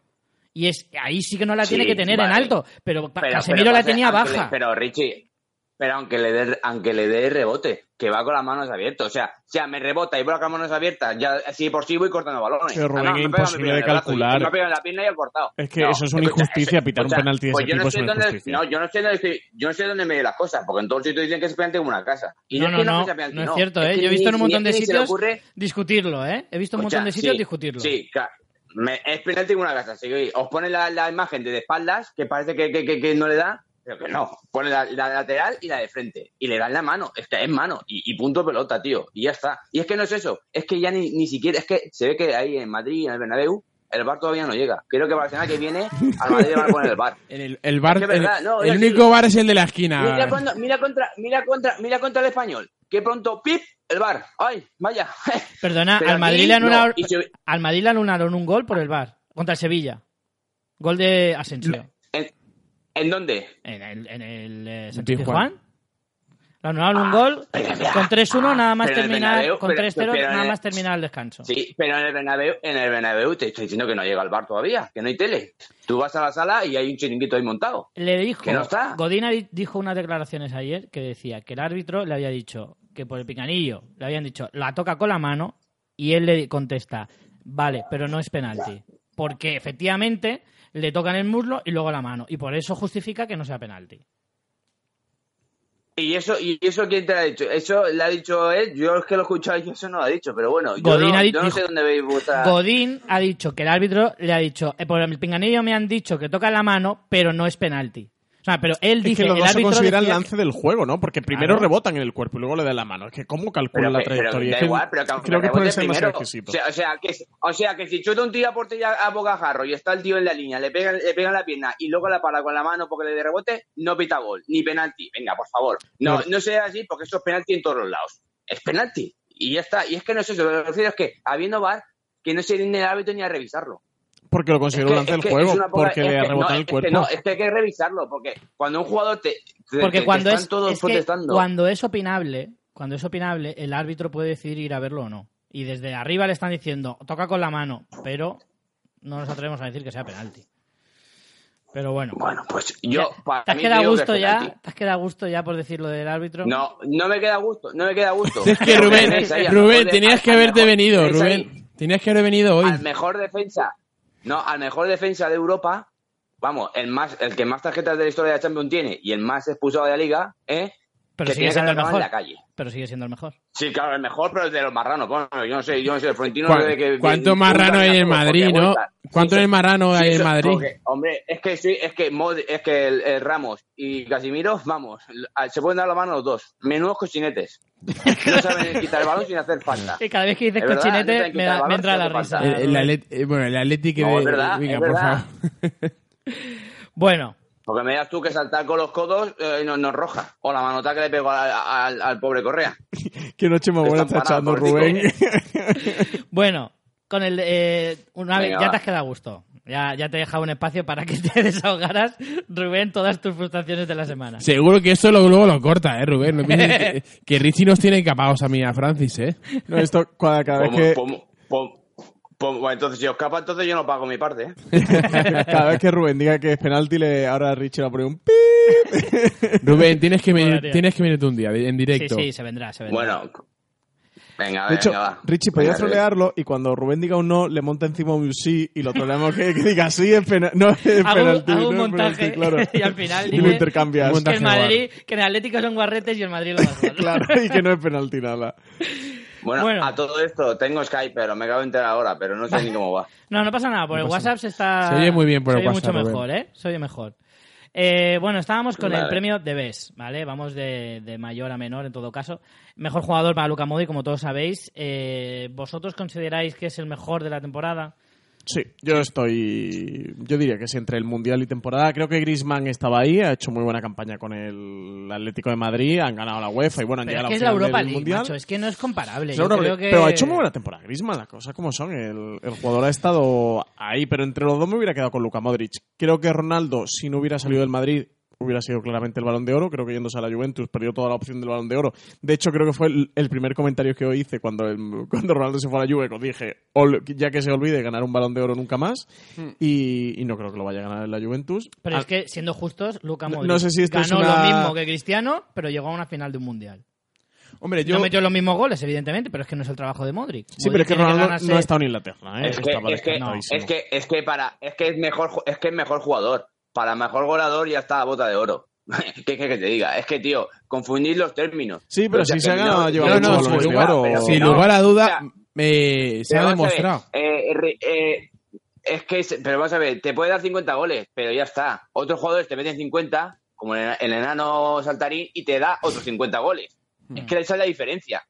S1: y es ahí sí que no la
S5: Sí,
S1: tiene que tener en
S5: vale.
S1: alto, pero, pa-
S5: Pero-
S1: Casemiro
S5: pero
S1: la
S5: pase-
S1: tenía
S5: aunque le-
S1: baja.
S5: pero Richie, pero aunque le dé aunque le dé rebote, que va con las manos abiertas. O sea, o sea, me rebota y voy con las manos abiertas, ya así por sí voy cortando balones.
S3: Pero, Rubén,
S5: Ah, no,
S3: es
S5: me pega, me
S3: imposible
S5: pega en
S3: de
S5: el brazo, y-
S3: calcular.
S5: Me pega en la pierna y he cortado.
S3: Es que eso es una
S5: escucha,
S3: injusticia,
S5: eso-
S3: pitar un penalti de
S5: pues
S3: ese
S5: yo no
S3: tipo
S5: sé
S3: es una
S5: dónde-
S3: injusticia.
S5: No, yo no sé dónde, estoy- yo no sé dónde me dio las cosas, porque en todos sitios dicen que es penalti como una casa. Y
S1: No,
S5: es
S1: no,
S5: que
S1: no,
S5: pita penalti,
S1: no es cierto, ¿eh?
S5: que
S1: Yo he
S5: ni-
S1: visto en un
S5: ni-
S1: montón
S5: ni
S1: de
S5: se le
S1: sitios
S5: ocurre
S1: Discutirlo, ¿eh? He visto un montón
S5: Escucha,
S1: de sitios
S5: sí,
S1: discutirlo.
S5: Sí, claro. Me- es penalti como una casa. Así que os pone la, la imagen de, de espaldas, que parece que, que- que- que no le da, pero que no. Pone la, la lateral y la de frente. Y le dan la mano. Es que es mano. Y, y punto pelota, tío. Y ya está. Y es que no es eso. Es que ya ni, ni siquiera. Es que se ve que ahí en Madrid, en el Bernabéu, el bar todavía no llega. Creo que Barcelona que viene, al Madrid le van a poner el bar.
S2: El, el bar,
S5: Es que es verdad,
S2: el,
S5: no,
S2: el
S5: es
S2: único bar es el de la
S1: Ah.
S5: Mira,
S2: esquina.
S5: cuando- mira contra, mira contra, mira contra el español. Que pronto, pip, el bar. Ay, vaya.
S1: Perdona,
S5: Pero
S1: Ah, al
S5: aquí,
S1: Madrid, le
S5: no.
S1: anularon,
S5: Y si-
S1: al Madrid le anularon un gol por el VAR contra el Sevilla. Gol de Asensio.
S5: ¿En dónde?
S1: En el, en el eh,
S2: Santiago
S1: Juan. Le anularon un gol con 3-1 nada más
S5: Ah, pero en el
S1: terminar
S5: Bernabéu,
S1: con
S5: pero-
S1: 3-0
S5: pero en
S1: nada
S5: el-
S1: más terminar el descanso.
S5: Sí, pero en el Bernabéu, en el Bernabéu te estoy diciendo que no llega al bar todavía, que no hay tele. Tú vas a la sala y hay un chiringuito ahí montado.
S1: Le dijo,
S5: Que no está.
S1: Godina di- dijo unas declaraciones ayer que decía que el árbitro le había dicho que por el picanillo le habían dicho la toca con la mano y él le contesta, vale, pero no es penalti. Porque efectivamente le tocan el muslo y luego la mano. Y por eso justifica que no sea penalti.
S5: ¿Y eso y eso quién te lo ha dicho? Eso lo ha dicho él, yo es que lo he escuchado y eso no lo ha dicho, pero bueno, yo,
S1: Godín
S5: no,
S1: ha di-
S5: yo no
S1: dijo-
S5: sé dónde veis vuestra...
S1: Godín ha dicho que el árbitro le ha dicho, "Eh, por el pinganillo me han dicho que toca la mano, pero no es penalti. O sea, pero él
S3: Es
S1: dice,
S3: que los
S1: el
S3: dos se
S1: árbitro
S3: consideran
S1: decía
S3: lance del juego, ¿no? Porque primero
S1: Claro.
S3: rebotan en el cuerpo y luego le dan la mano. Es que cómo calculan
S5: Pero,
S3: la
S5: que- pero
S3: trayectoria. Es
S5: da
S3: que
S5: igual, pero que aunque
S3: creo que puede
S5: rebote
S3: ser más
S5: primero,
S3: exquisito.
S5: O sea, o sea, que, o sea, que si chuta un tiro a portería a bocajarro y está el tío en la línea, le pegan, le pegan la pierna y luego la para con la mano porque le dé rebote, no pita gol, ni penalti. Venga, por favor. No,
S3: Pero-
S5: no sea así porque eso es penalti en todos los lados. Es penalti. Y ya está. Y es que no es eso. Lo que me refiero es que habiendo VAR, que no se ni el árbitro ni a revisarlo.
S3: porque lo
S5: Es
S3: considero
S5: que-
S3: lance
S5: es
S3: del
S5: que
S3: juego,
S5: es una poca-
S3: porque
S5: es
S3: le
S5: que
S3: rebotan
S5: no,
S3: el
S5: es
S3: cuerpo.
S5: Que no, es que hay que revisarlo porque cuando un jugador te. te- te-
S1: Porque
S5: te
S1: cuando
S5: están
S1: es,
S5: todos
S1: es que
S5: protestando.
S1: cuando es opinable, cuando es opinable, el árbitro puede decidir ir a verlo o no. Y desde arriba le están diciendo, toca con la mano, pero no nos atrevemos a decir que sea penalti. Pero bueno.
S5: Bueno, pues yo.
S1: Ya,
S5: para
S1: ¿Te has
S5: mí
S1: quedado a
S5: digo que es
S1: gusto
S5: penalti.
S1: ya? ¿Te has quedado a gusto ya por decir lo del árbitro?
S5: No, no me queda gusto, no me queda gusto.
S2: Es que Rubén,
S5: Tenéis ahí al mejor
S2: Rubén,
S5: de-
S2: tenías
S5: al-
S2: que
S5: al
S2: haberte
S5: mejor-
S2: venido,
S5: tenéis ahí
S2: Rubén. Tenías que haber venido hoy.
S5: Al mejor defensa, no, al mejor defensa de Europa, vamos, el más, el que más tarjetas de la historia de la Champions tiene y el más expulsado de la Liga, ¿eh?
S1: pero
S5: que
S1: sigue
S5: tiene
S1: siendo
S5: que
S1: el
S5: acabar
S1: mejor.
S5: en la calle.
S1: Pero sigue siendo el mejor.
S5: Sí, claro, el mejor, pero el de los marranos. Bueno, yo no sé, yo no sé, el Florentino
S2: ¿Cuán-
S5: debe que-
S2: ¿Cuánto
S5: que-
S2: marrano hay
S5: porque
S2: en Madrid, no?
S5: vuelta. Sí,
S2: ¿Cuánto
S5: sí.
S2: en marrano
S5: Sí,
S2: hay en
S5: eso-
S2: Madrid?
S5: porque, hombre, es que sí, es que Mod- es que el, el Ramos y Casimiro, vamos, l- se pueden dar la mano los dos. Menudos cochinetes. No saben quitar el balón sin hacer falta.
S1: Y cada vez que dices
S5: Es verdad, no
S1: cochinete
S5: te
S1: me, da-
S5: quitaba,
S1: me entra
S5: no
S1: la
S5: te
S1: risa.
S5: falta.
S2: El, el Atleti- eh, bueno, el Atlético
S5: No,
S2: de...
S5: es verdad,
S2: Venga,
S5: es
S2: por
S5: verdad.
S2: favor.
S1: Bueno,
S5: Porque me das tú que saltar con los codos eh, no, no es roja. O la manota que le pegó al, al- al pobre Correa.
S3: Qué noche más buena está
S5: Están
S3: echando
S5: parados,
S3: Rubén.
S1: bueno, con el eh, una vez
S5: Venga,
S1: ya
S5: va.
S1: te has quedado a gusto. Ya, ya te he dejado un espacio para que te desahogaras, Rubén, todas tus frustraciones de la semana.
S2: Seguro que eso lo- luego lo corta, ¿eh, Rubén? No pienses que, que Richie nos tiene capados a mí y a Francis, ¿eh?
S3: No, esto cada, cada vez
S5: Pomo-
S3: que
S5: pomo- pom- pom- bueno, entonces, si os escapa, entonces yo no pago mi parte. ¿eh?
S3: cada vez que Rubén diga que es penalti, le ahora Richie le pone un pi.
S2: Rubén, tienes que, venir,
S1: Molaría.
S2: tienes que venirte un día de- en
S1: Sí,
S2: directo.
S1: sí, se vendrá, se vendrá.
S5: Bueno, venga, venga,
S3: De hecho,
S5: va.
S3: Richie, podía
S5: Venga,
S3: trolearlo y cuando Rubén diga un no, le monta encima un sí y lo troleamos que, que diga sí, es pena- no es
S1: hago, un-
S3: penalti.
S1: hago un
S3: no es
S1: montaje
S3: penalti, claro.
S1: y al final
S3: Y lo
S1: dice
S3: intercambias.
S2: Un
S1: que el
S2: montaje
S1: Madrid, que en el Atlético son guarretes y el Madrid lo va a jugar.
S3: claro, y que no es penalti nada.
S5: Bueno,
S1: Bueno.
S5: a todo esto tengo Skype, pero me acabo de enterar ahora, pero no sé ni cómo va.
S1: No, no pasa nada, por el WhatsApp se está.
S2: Se oye muy bien por
S1: se
S2: el
S1: oye mucho
S2: WhatsApp, Rubén.
S1: mejor, ¿eh? Se oye mejor. Eh, bueno, estábamos con el
S5: Vale.
S1: premio de BES, ¿vale? Vamos de, de mayor a menor en todo caso. Mejor jugador para Luca Modi, como todos sabéis. Eh, ¿Vosotros consideráis que es el mejor de la temporada?
S3: Sí, yo estoy. Yo diría que sí, entre el Mundial y temporada. Creo que Grisman estaba ahí, ha hecho muy buena campaña con el Atlético de Madrid, han ganado la UEFA y bueno, han
S1: Pero
S3: llegado
S1: es que
S3: a
S1: es
S3: la
S1: la
S3: final
S1: Europa
S3: del
S1: League,
S3: Mundial.
S1: macho, es que no es comparable.
S3: Es
S1: Yo
S3: Europa
S1: creo
S3: League.
S1: que-
S3: Pero ha hecho muy buena temporada Grisman, las cosas como son. El, el jugador ha estado ahí, pero entre los dos me hubiera quedado con Luka Modric. Creo que Ronaldo, si no hubiera salido del Madrid, hubiera sido claramente el balón de oro. Creo que yéndose a la Juventus perdió toda la opción del balón de oro. De hecho, creo que fue el, el primer comentario que yo hice cuando, el- cuando Ronaldo se fue a la Juve. que Dije, "Ol- ya que se olvide ganar un balón de oro nunca más.
S5: Hmm.
S3: Y, y no creo que lo vaya a ganar en la Juventus.
S1: Pero
S3: Ah,
S1: es que, siendo justos, Luca
S3: No-
S1: Modric
S3: no sé si esto es
S1: ganó
S3: una-
S1: lo mismo que Cristiano, pero llegó a una final de un mundial.
S2: Hombre,
S1: No metió los mismos goles, evidentemente, pero es que no es el trabajo de Modric.
S3: Sí,
S1: Modric
S3: pero es que
S1: tiene
S3: Ronaldo
S1: ganarse-
S3: no ha estado en Inglaterra. ¿eh?
S5: Es
S3: Está
S5: que,
S3: para
S5: es, que,
S3: descartadísimo.
S5: es, que, es que para es que es mejor ju- es que es mejor jugador para mejor goleador ya está a bota de oro ¿Qué quieres que te diga es que tío confundir los términos
S3: Sí, pero
S5: O sea,
S3: si se ha
S5: que
S3: ganado,
S5: no-
S3: lleva
S2: No,
S3: muchos
S2: no,
S5: pero
S2: sin
S3: balones de
S2: lugar,
S3: oro.
S5: pero
S2: sin
S5: no.
S2: lugar a
S5: O
S2: duda
S5: sea,
S2: eh, se
S5: pero
S2: ha
S5: vamos a ver,
S2: demostrado.
S5: eh, re- eh, es que es- pero vamos a ver te puede dar 50 goles pero ya está otros jugadores te meten 50 como el, ena- el enano saltarín y te da otros 50 goles es
S2: Hmm.
S5: que esa es la diferencia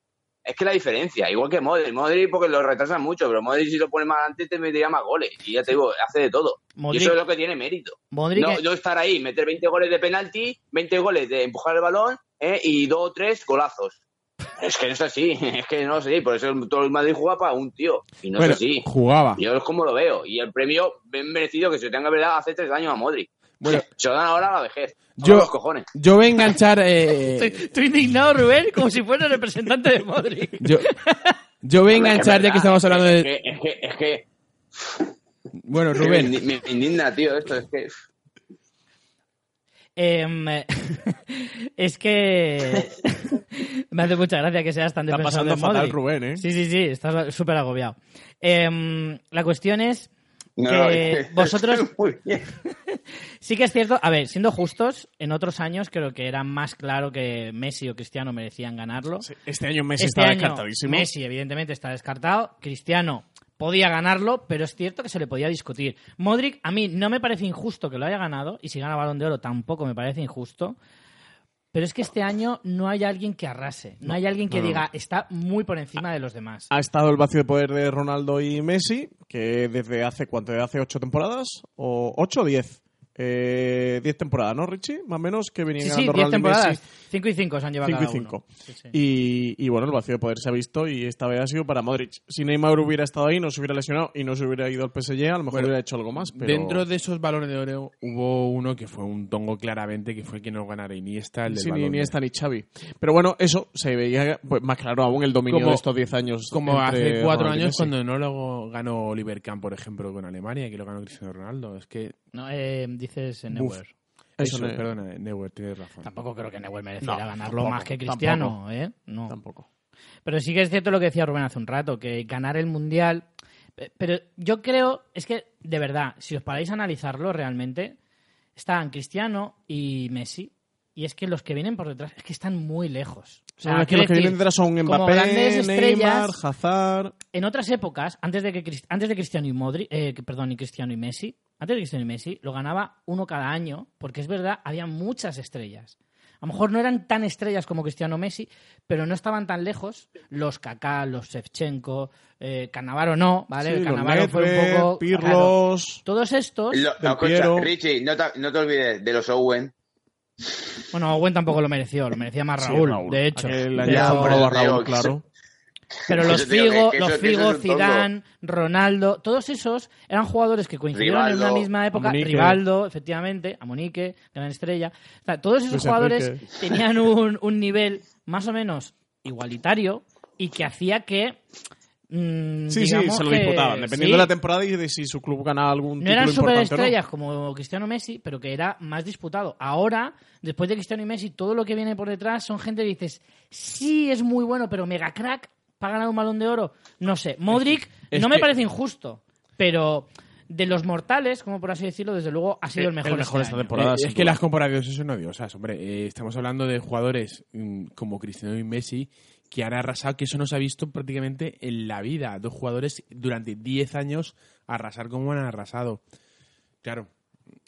S5: es que la diferencia, igual que Modric, Modric porque lo retrasan mucho, pero Modric si lo pone más adelante te metería más goles y ya te digo, hace de todo.
S1: Modric-
S5: Y eso es lo que tiene mérito.
S1: Modric-
S5: No, no estar ahí, meter 20 goles de penalti, 20 goles de empujar el balón ¿eh? y dos o tres golazos. Es que no es así, es que no es así. Por eso todo el Madrid juega para un tío. Y no
S2: Bueno,
S5: es así.
S2: jugaba.
S5: Yo es como lo veo. Y el premio bien merecido que se tenga verdad hace tres años a Modric.
S2: Bueno.
S5: se lo dan ahora a la vejez. Yo...
S2: Yo,
S5: Los cojones.
S2: yo voy a enganchar... eh,
S1: Estoy, estoy indignado, Rubén, como si fuera el representante de Modric.
S2: yo, yo voy a
S5: Hombre,
S2: enganchar ya que
S5: verdad,
S2: estamos hablando de...
S5: es que- Es que, es que,
S2: Bueno,
S5: es que
S2: Rubén,
S5: me, me indigna, tío, esto. Es que.
S1: Em, eh, es que me hace mucha gracia que seas tan
S3: Está
S1: defensor
S3: pasando
S1: de
S3: fatal,
S1: Modric.
S3: Rubén, ¿eh?
S1: Sí, sí, sí, estás súper agobiado. Em, la cuestión es
S5: No,
S1: que
S5: es que-
S1: vosotros
S5: Muy bien.
S1: sí que es cierto, a ver, siendo justos, en otros años creo que era más claro que Messi o Cristiano merecían ganarlo.
S3: Sí, Este año Messi
S1: Este
S3: está
S1: año,
S3: descartadísimo.
S1: Messi, evidentemente, está descartado. Cristiano podía ganarlo, pero es cierto que se le podía discutir. Modric, a mí no me parece injusto que lo haya ganado, y si gana Balón de Oro tampoco me parece injusto. Pero es que este año no hay alguien que arrase, no, hay alguien que
S3: no, Ah, no.
S1: diga está muy por encima de los demás.
S3: Ha estado el vacío de poder de Ronaldo y Messi, que desde hace cuánto, desde hace ocho temporadas, o ocho o diez. Eh, diez temporadas, ¿no, Richie? Más o menos que venían
S1: Sí, sí,
S3: ganando
S1: 10
S3: Ronaldo y
S1: temporadas.
S3: Messi.
S1: 5 y 5 se han llevado
S3: Cinco y
S1: cada uno.
S3: cinco.
S1: Sí, sí.
S3: Y, y bueno, el vacío de poder se ha visto y esta vez ha sido para Modric. Si Neymar hubiera estado ahí, no se hubiera lesionado y no se hubiera ido al PSG, a lo mejor
S2: Bueno,
S3: hubiera hecho algo más. Pero...
S2: dentro de esos balones de oro hubo uno que fue un tongo claramente, que fue que no ganara Iniesta, el del
S3: Sí,
S2: balón
S3: ni
S2: de-
S3: Iniesta ni Xavi. Pero bueno, eso se veía pues, más claro aún el dominio
S2: Como-
S3: de estos 10 años.
S2: Como
S3: entre
S2: hace cuatro
S3: Ronaldo y
S2: años
S3: Messi.
S2: cuando no lo ganó Oliver Kahn, por ejemplo, con Alemania, que lo ganó Cristiano Ronaldo. Es que...
S1: No, eh, dices eh,
S3: Buf.
S1: Neuer.
S3: Eso
S2: Eso,
S3: no-
S2: perdona, Neuer, tienes razón.
S1: Tampoco creo que Neuer mereciera
S3: No,
S1: ganarlo
S3: tampoco,
S1: más que
S3: tampoco.
S1: Cristiano, ¿eh? No.
S3: Tampoco.
S1: Pero sí que es cierto lo que decía Rubén hace un rato, que ganar el Mundial... pe- Pero yo creo, es que, de verdad, si os paráis a analizarlo realmente, están Cristiano y Messi. Y es que los que vienen por detrás es que están muy lejos. O sea,
S3: No, es que
S1: Ah, quiero
S3: los que vienen
S1: decir,
S3: detrás son
S1: como
S3: Mbappé,
S1: grandes
S3: Neymar,
S1: estrellas-
S3: Hazard.
S1: en otras épocas, antes de que Crist- antes de Cristiano y Modri, eh, que- perdón, y Cristiano y Messi, antes de Cristiano y Messi, lo ganaba uno cada año, porque es verdad, había muchas estrellas. A lo mejor no eran tan estrellas como Cristiano Messi, pero no estaban tan lejos los Kaká, los Shevchenko, eh, Cannavaro no, ¿vale?
S3: Sí,
S1: El
S3: los
S1: Cannavaro fue un
S3: Nedved,
S1: poco... claro,
S3: Pirlos.
S1: todos estos...
S5: Lo-
S3: Del
S5: escucha,
S3: Piero.
S5: Richie, no te, no te olvides de los Owen.
S1: Bueno, Owen tampoco lo merereció, lo merecía más
S3: Sí,
S1: Raúl,
S3: Raúl.
S1: de hecho.
S3: Aquel año
S5: Ya,
S1: Pero-
S5: por
S3: compró a
S5: eso te
S3: Raúl,
S5: digo que
S3: claro.
S1: Pero
S5: Por
S1: los
S5: eso te digo
S1: Figo,
S5: que- que
S1: los
S5: eso- que eso
S1: Figo,
S5: es un tongo.
S1: Zidane, Ronaldo, todos esos eran jugadores que coincidieron en
S5: Rivaldo,
S1: una misma época.
S3: a Monique.
S1: Rivaldo, efectivamente, a Monique, gran estrella. O sea, todos esos
S3: Luis
S1: jugadores
S3: Enrique.
S1: tenían un, un nivel más o menos igualitario y que hacía que. mm,
S3: Sí, sí,
S1: digamos
S3: se lo
S1: que-
S3: disputaban, dependiendo
S1: sí,
S3: de la temporada y de si su club ganaba algún
S1: No eran
S3: título importante o no.
S1: superestrellas como Cristiano Messi, pero que era más disputado. Ahora, después de Cristiano y Messi, todo lo que viene por detrás son gente que dices, sí, es muy bueno, pero mega crack, ¿para ganar un balón de oro? No sé. Modric
S2: es
S1: no me
S2: que-
S1: parece injusto, pero de los mortales, como por así decirlo, desde luego ha sido el mejor. este año.
S2: Eh, es que las comparaciones son odiosas, hombre. Eh, estamos hablando de jugadores mm, como Cristiano y Messi que han arrasado, que eso no se ha visto prácticamente en la vida. Dos jugadores durante 10 años arrasar como han arrasado. Claro,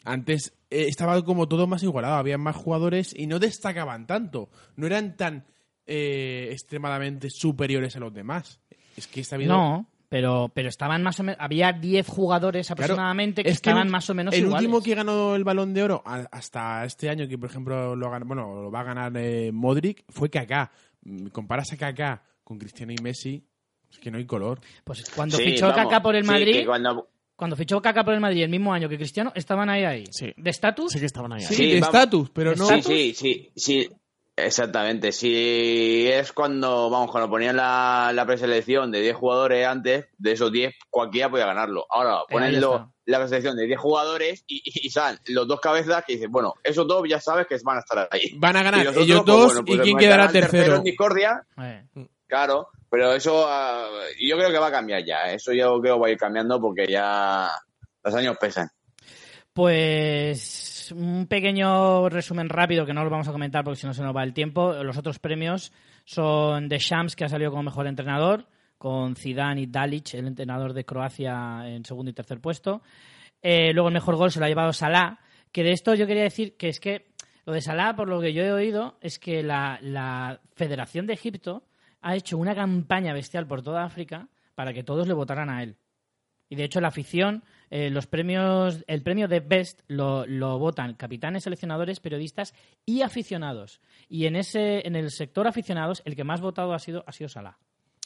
S2: antes eh, estaba como todo más igualado, había más jugadores y no destacaban tanto, no eran tan eh, extremadamente superiores a los demás. Es que está habido
S1: No, pero, pero estaban más o menos... Había 10 jugadores
S2: Claro,
S1: aproximadamente que
S2: es
S1: estaban
S2: el-
S1: más o menos
S2: El
S1: iguales.
S2: último que ganó el balón de oro a- hasta este año, que por ejemplo lo, ha gan- bueno, lo va a ganar eh, Modric, fue Kaká. Mm, Comparas a Kaká con Cristiano y Messi, es que no hay color.
S1: Pues cuando
S5: Sí,
S1: fichó
S5: vamos.
S1: Kaká por el
S5: Sí,
S1: Madrid...
S5: que cuando-
S1: Cuando fichó Kaká por el Madrid el mismo año que Cristiano, estaban ahí ahí.
S3: Sí.
S1: De estatus,
S3: Sí que estaban ahí.
S2: Sí,
S5: Sí,
S2: de
S5: vamos.
S2: estatus, pero no.
S5: Sí, sí, sí, sí. Exactamente. Sí, es cuando, vamos, cuando ponían la, la preselección de 10 jugadores antes, de esos 10, cualquiera podía ganarlo.
S2: Eh,
S5: Ahora, ponen lo-
S1: está.
S5: la preselección de 10 jugadores y, y, y salen los dos cabezas que dicen, bueno, esos dos ya sabes que van a estar ahí.
S2: Van a
S5: Y
S2: ganar
S5: los
S2: ellos
S5: otros, pues,
S2: dos
S5: bueno, pues
S2: y quién
S5: el
S2: quedará
S5: tercero
S2: tercero.
S5: en discordia,
S1: eh,
S5: Claro, pero eso ah, yo creo que va a cambiar ya. ¿eh? Eso yo creo que va a ir cambiando porque ya los años pesan.
S1: Pues un pequeño resumen rápido que no lo vamos a comentar porque si no se nos va el tiempo. Los otros premios son de Shams que ha salido como mejor entrenador con Zidane y Dalic, el entrenador de Croacia en segundo y tercer puesto. Eh, luego el mejor gol se lo ha llevado Salah, que de esto yo quería decir que es que lo de Salah, por lo que yo he oído, es que la, la Federación de Egipto ha hecho una campaña bestial por toda África para que todos le votaran a él. Y de hecho la afición, eh, los premios, el premio de Best lo, lo votan capitanes, seleccionadores, periodistas y aficionados. Y en ese, en el sector aficionados, el que más votado ha sido, ha sido Salah.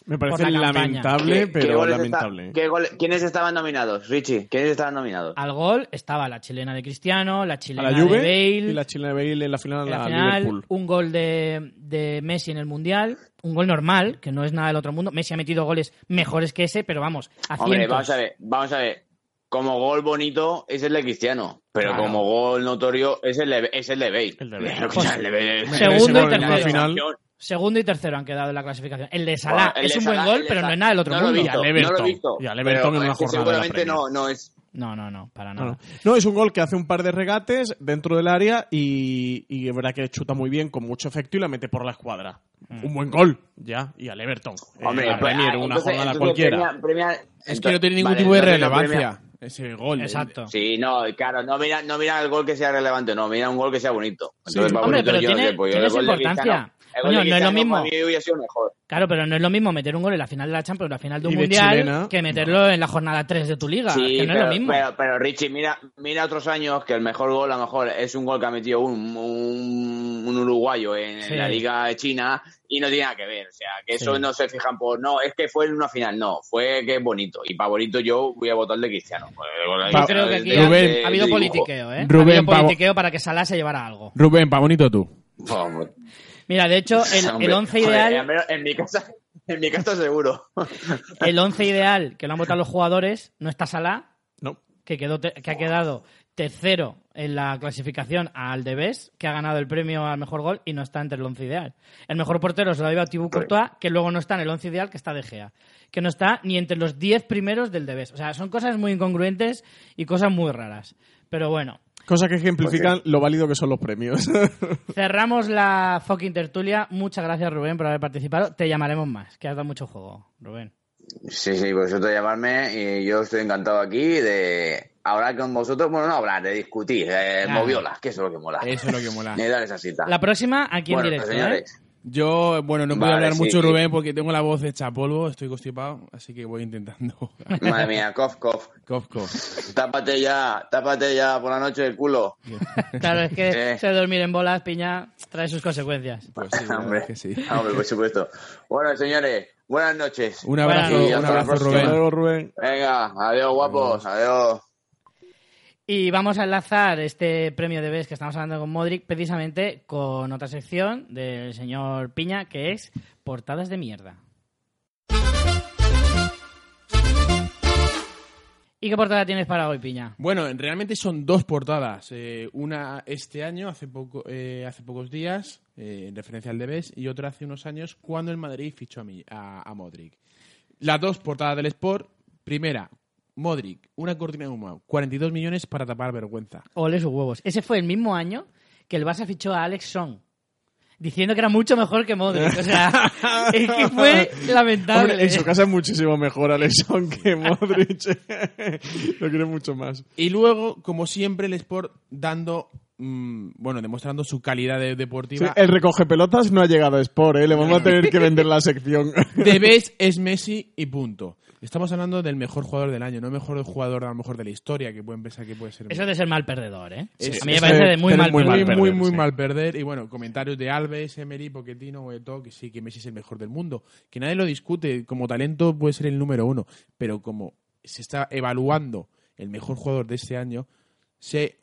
S3: Me parece
S1: Por la campaña.
S3: lamentable,
S5: ¿Qué- qué
S3: pero
S5: goles
S3: lamentable.
S5: esta- qué gole- ¿Quiénes estaban nominados, Richie? ¿Quiénes estaban nominados?
S1: Al gol estaba la chilena de Cristiano, la
S3: A
S1: chilena
S3: la
S1: de
S3: Juve
S1: Bale,
S3: y la chilena de Bale en la final
S1: en
S3: a
S1: la
S3: la
S1: final,
S3: Liverpool.
S1: un gol de, de Messi en el Mundial, un gol normal, que no es nada del otro mundo. Messi ha metido goles mejores que ese, pero vamos, a
S5: Hombre,
S1: cientos.
S5: vamos a ver, vamos a ver. Como gol bonito es el de Cristiano, pero
S1: Claro.
S5: como gol notorio es el de, es el de Bale.
S3: El de Bale.
S5: Lo que sea, el de Bale es-
S1: Segundo Ese gol y en
S5: Una
S1: tercero.
S3: final.
S5: sensación.
S1: Segundo y tercero han quedado en la clasificación. El de Salah
S5: Bueno, el
S1: es
S5: de
S1: un
S5: Salah,
S1: buen gol,
S5: el de
S1: pero no
S5: Salah.
S1: es nada del otro
S5: No lo he
S1: mundo.
S5: visto,
S3: Y al
S5: No lo he
S3: Everton.
S5: visto.
S3: Y al Everton
S5: pero
S3: en una
S5: es que
S3: jornada de la
S5: Seguramente
S3: Premier.
S5: no, no es
S1: No, no, no, para
S3: No,
S1: nada.
S3: no. No, es un gol que hace un par de regates dentro del área y, y es verdad que chuta muy bien, con mucho efecto y la mete por la escuadra. Un buen gol, ya, y al Everton. Eh,
S5: Hombre,
S3: la
S5: pues,
S3: Premier,
S5: ah,
S3: una
S5: entonces-
S3: jornada
S5: entonces
S3: cualquiera.
S5: premia- premia-
S2: Es que
S5: entonces-
S2: no tiene ningún
S5: vale,
S2: tipo de
S5: entonces no premia-
S2: relevancia ese gol. eh.
S1: Exacto.
S5: Sí, no, y claro, no mira, no mira el gol que sea relevante, no, mira un gol que sea bonito. Entonces,
S3: Sí.
S5: va
S1: Hombre,
S5: bonito,
S1: pero
S5: yo
S1: tiene-
S5: sé, pues, yo
S1: tiene
S5: el
S1: su
S5: gol de
S1: importancia.
S5: Cristiano- el gol
S1: Coño, no
S5: de
S1: es lo
S5: Cristiano
S1: mismo.
S5: para mí hubiera sido mejor.
S1: Claro, pero no es lo mismo meter un gol en la final de la Champions, en la final de un
S3: Y de
S1: mundial,
S3: chilena,
S1: que meterlo en la jornada 3 de tu liga.
S5: Sí,
S1: Es que no
S5: pero,
S1: es lo mismo.
S5: pero- pero, Richie, mira, mira otros años que el mejor gol a lo mejor es un gol que ha metido un, un- un uruguayo en,
S1: Sí.
S5: la liga de china y no tiene nada que ver. O sea, que eso
S1: Sí.
S5: no se fijan por, no, es que fue en una final, no, fue que es bonito. Y para bonito yo voy a votar de Cristiano. Pues, El gol de
S1: Yo creo
S2: Pa-
S5: Cristiano
S1: que
S5: es
S1: aquí
S5: de-
S1: ha-
S2: Rubén-
S5: de-
S1: ha habido
S5: de dibujo.
S1: politiqueo, ¿eh?
S2: Rubén,
S1: ha habido
S2: pavo-
S1: politiqueo para que Salah se llevara algo.
S2: Rubén, pa' bonito tú.
S5: Vamos.
S1: Mira, de hecho, el,
S5: Hombre,
S1: el once
S5: joder,
S1: ideal...
S5: al menos en mi casa, en mi casa seguro.
S1: el 11 ideal que lo han votado los jugadores no está Salah,
S3: No.
S1: que, quedó te- que ha quedado tercero en la clasificación al Debes, que ha ganado el premio al mejor gol y no está entre el 11 ideal. El mejor portero se lo ha llevado Thibaut Courtois, que luego no está en el 11 ideal, que está De Gea, que no está ni entre los 10 primeros del Debes. O sea, son cosas muy incongruentes y cosas muy raras. Pero bueno,
S3: Cosa que ejemplifican
S5: pues
S3: lo válido que son los premios.
S1: cerramos la fucking tertulia. Muchas gracias, Rubén, por haber participado. Te llamaremos más, que has dado mucho juego, Rubén.
S5: Sí, sí, vosotros llamarme y yo estoy encantado aquí de hablar con vosotros. Bueno, no hablar, de discutir. Eh,
S1: Claro.
S5: Moviolas, que eso es lo que mola.
S2: Eso es lo que mola.
S5: Ni dar esa cita.
S1: La próxima aquí en
S5: bueno,
S1: directo,
S5: pues,
S1: ¿eh?
S5: señores,
S2: Yo, bueno, no puedo
S5: Vale,
S2: hablar
S5: sí,
S2: mucho,
S5: sí.
S2: Rubén, porque tengo la voz hecha polvo, estoy constipado, así que voy intentando.
S1: ¿eh?
S5: madre mía, cof, cof.
S2: cof, cof.
S5: Tápate ya, tápate ya por la noche el culo.
S1: Claro, es que
S3: Eh.
S5: Sí.
S1: se dormir en bolas, piña, trae sus consecuencias.
S2: Pues sí, la verdad
S5: hombre,
S2: es que sí.
S5: Ah, hombre, por supuesto. Bueno, señores, buenas noches.
S2: Un abrazo,
S1: Bueno, y
S2: un
S5: hasta la
S2: abrazo,
S5: próxima.
S2: Rubén.
S3: Luego, Rubén.
S5: Venga, adiós, guapos, adiós.
S1: Y vamos a enlazar este premio de BES que estamos hablando con Modric precisamente con otra sección del señor Piña que es portadas de mierda. ¿Y qué portada tienes para hoy, Piña?
S2: Bueno, realmente son dos portadas. Eh, una este año, hace, poco, eh, hace pocos días, eh, en referencia al Debes, y otra hace unos años, cuando el Madrid fichó a, mi- a, a Modric. Las dos portadas del Sport. Primera, Modric, una cortina de humo, 42 millones para tapar vergüenza.
S1: Ole sus huevos. Ese fue el mismo año que el Barça fichó a Alex Song. Diciendo que era mucho mejor que Modric. O sea, es que fue lamentable.
S3: Hombre, en su casa es muchísimo mejor Alexon que Modric. eh, Lo quiere mucho más.
S2: Y luego, como siempre, el Sport dando, mm, bueno, demostrando su calidad de-
S3: Sí,
S2: deportiva.
S3: el recoge pelotas no ha llegado a Sport, ¿eh? le vamos a tener que vender la sección.
S2: Debes es Messi y punto. Estamos hablando del mejor jugador del año, no mejor jugador a lo mejor de la historia que pueden pensar que puede ser.
S1: Eso de ser mal perdedor, ¿eh?
S2: Sí,
S1: a mí me
S3: eso
S1: parece
S3: de
S1: de muy
S3: ser
S1: mal
S3: muy
S2: muy,
S1: perdedor.
S3: mal
S2: muy,
S3: perder,
S2: muy
S3: sí.
S2: mal perder. Y bueno, comentarios de Alves, Emery, Pochettino, Eto'o, que sí, que Messi es el mejor del mundo. Que nadie lo discute. Como talento puede ser el número uno. Pero como se está evaluando el mejor jugador de este año, se...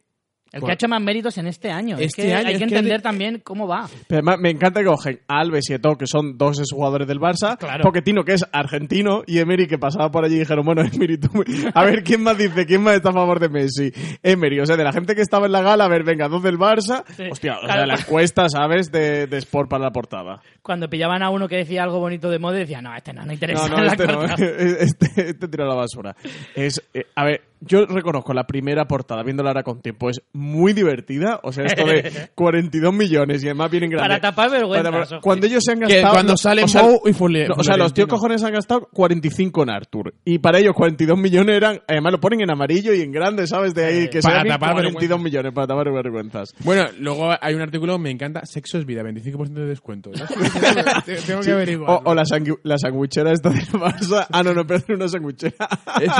S1: El que ha hecho más méritos en este año. es
S2: Este
S1: que
S2: año,
S1: hay
S2: es
S1: que
S2: que-
S1: entender también cómo va.
S3: Pero además, me encanta que cogen a Alves y Eto'o, que son dos de sus jugadores del Barça,
S1: Claro.
S3: Poquetino, que es argentino, y Emery, que pasaba por allí y dijeron, bueno, Emery, tú, a ver, ¿quién más dice? ¿Quién más está a favor de Messi? Emery, o sea, de la gente que estaba en la gala, a ver, venga, dos del Barça,
S1: Sí.
S3: hostia, o
S1: Claro.
S3: sea, la encuesta, ¿sabes?, de, de Sport para la portada.
S1: Cuando pillaban a uno que decía algo bonito de Modric, decían, no, este no, no interesa.
S3: No, no,
S1: en la
S3: este no,
S1: carta".
S3: este, este tira a la basura. Es, eh, a ver, yo reconozco la primera portada, viéndola ahora con tiempo, es muy divertida, o sea, esto de 42 millones y además vienen grandes.
S1: Para tapar vergüenzas,
S3: Para-
S1: ojo.
S3: Cuando ellos se han
S2: Que
S3: gastado...
S2: cuando
S3: no,
S2: sale
S3: o sea,
S2: Mou y Fule-
S3: no, o sea, los tíos
S2: Florentino.
S3: cojones han gastado 45 en Arthur. Y para ellos 42 millones eran... Además lo ponen en amarillo y en grande, ¿sabes? De
S1: Eh,
S3: ahí que
S2: para
S3: se hagan
S2: tapar
S3: 42 millones para tapar vergüenzas.
S2: Bueno, luego hay un artículo, me encanta, Sexo es vida, 25% de descuento. ¿no? Tengo- Tengo que averiguar.
S3: O, o la, sangui- la sandwichera esta del Barça. Ah, no, no, perdón, una sandwichera.
S2: Es,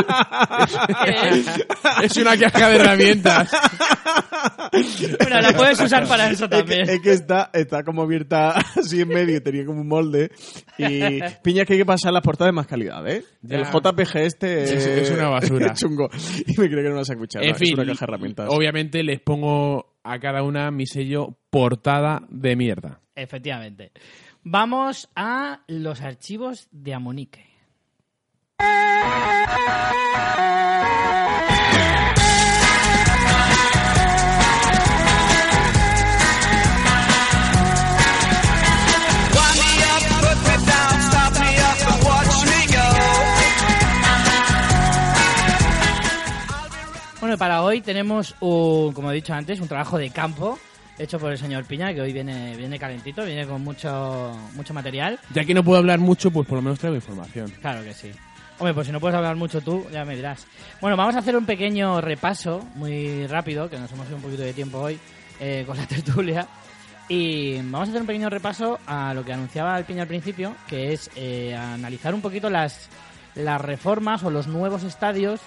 S2: es- es una caja de herramientas.
S1: Pero la puedes usar para eso
S3: Es que,
S1: también.
S3: es que está, está como abierta así en medio y tenía como un molde. Y piña que hay que pasar las portadas de más calidad, ¿eh?
S2: Ya.
S3: El JPG este
S2: Es-
S3: eh,
S2: es una basura.
S3: chungo. Y me creo que era una sandwichera.
S2: en
S3: no,
S2: fin,
S3: es una caja de herramientas.
S2: obviamente les pongo a cada una mi sello portada de mierda.
S1: Efectivamente. Vamos a los archivos de Amonique.
S4: Wind me up, put me down, stop me up and watch me go.
S1: Bueno, para hoy tenemos, un, como he dicho antes, un trabajo de campo hecho por el señor Piña, que hoy viene, viene calentito, viene con mucho, mucho material.
S2: Ya que no puedo hablar mucho, pues por lo menos traigo información.
S1: Claro que sí. Hombre, pues si no puedes hablar mucho tú, ya me dirás. Bueno, vamos a hacer un pequeño repaso, muy rápido, que nos hemos ido un poquito de tiempo hoy eh, con la tertulia. Y vamos a hacer un pequeño repaso a lo que anunciaba el Piña al principio, que es eh, analizar un poquito las, las reformas o los nuevos estadios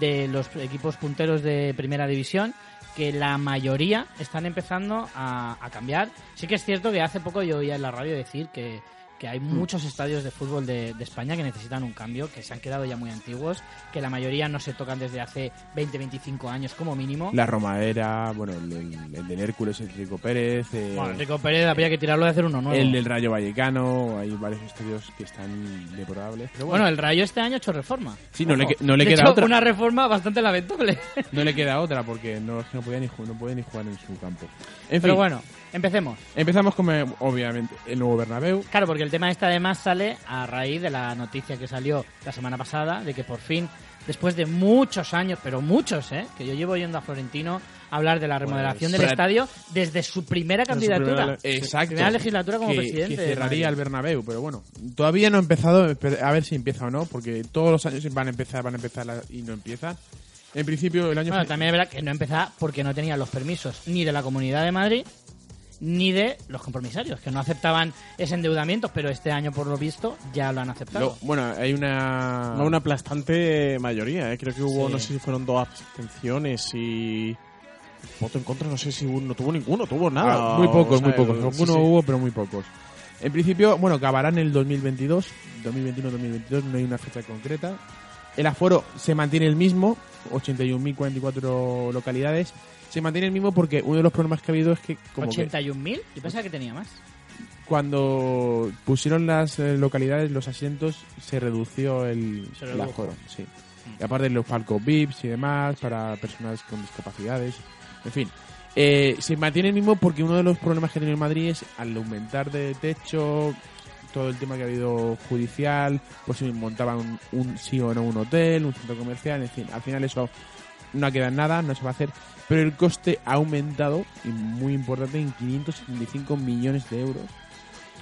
S1: de los equipos punteros de primera división, que la mayoría están empezando a, a cambiar. Sí que es cierto que hace poco yo oía en la radio decir que, que hay
S2: Mm.
S1: muchos estadios de fútbol de, de España que necesitan un cambio, que se han quedado ya muy antiguos, que la mayoría no se tocan desde hace 20-25 años como mínimo.
S2: La Romadera, bueno, el, del- el del Hércules, el Rico Pérez, eh,
S1: Bueno, Rico Pérez habría que tirarlo de hacer uno nuevo.
S2: el del Rayo Vallecano, hay varios estudios que están deplorables. Pero bueno,
S1: Bueno, el Rayo este año ha hecho reforma.
S2: sí, no le, que- no le
S1: De
S2: queda
S1: hecho,
S2: otra.
S1: una reforma bastante lamentable.
S2: No le queda otra porque no, es que no, podía, ni, ju- no puede ni jugar en su campo. En
S1: Pero
S2: fin,
S1: bueno, empecemos.
S2: empezamos con, eh, obviamente, el nuevo Bernabéu.
S1: Claro, porque el tema este además sale a raíz de la noticia que salió la semana pasada de que por fin, después de muchos años, pero muchos, ¿eh? que yo llevo yendo a Florentino a hablar de la
S2: Pues,
S1: remodelación del
S2: espera.
S1: estadio desde su primera
S3: su primera
S1: candidatura.
S3: ele-
S2: Exacto.
S1: Primera legislatura como
S2: que,
S1: presidente
S2: que
S1: de Madrid.
S2: cerraría el Bernabéu, pero bueno, todavía no ha empezado, esper- a ver si empieza o no, porque todos los años van a empezar, van a empezar la- y no empieza. En principio el año
S1: Bueno,
S2: que-
S1: también es verdad que no empezaba porque no tenía los permisos ni de la Comunidad de Madrid ni de los compromisarios, que no aceptaban ese endeudamiento, pero este año, por lo visto, ya lo han aceptado.
S2: lo- bueno, hay una
S3: No, una aplastante mayoría, ¿eh? creo que hubo,
S1: Sí.
S3: no sé si fueron dos abstenciones y voto en contra, no sé si hubo- no tuvo ninguno, tuvo nada.
S2: Ah, muy pocos,
S3: O sea,
S2: muy pocos.
S3: el-
S2: Algunos
S3: sí, sí.
S2: hubo, pero muy pocos. En principio, bueno, acabarán en el 2022, 2021-2022, no hay una fecha concreta. El aforo se mantiene el mismo, 81.044 localidades. Se mantiene el mismo porque uno de los problemas que ha habido es que, como que
S1: 81.000, yo pensaba que tenía más.
S2: cuando pusieron las eh, localidades, los asientos, se redució el,
S1: Se
S2: el
S1: redujo. Mm.
S2: aforo. Sí. Y aparte los palcos VIPs y demás, para personas con discapacidades, en fin. Eh, se mantiene el mismo porque uno de los problemas que tiene el Madrid es al aumentar de techo, todo el tema que ha habido judicial, pues si montaban un, un sí o no un hotel, un centro comercial, en fin, al final eso no queda en nada, no se va a hacer, pero el coste ha aumentado, y muy importante, en 575 millones de euros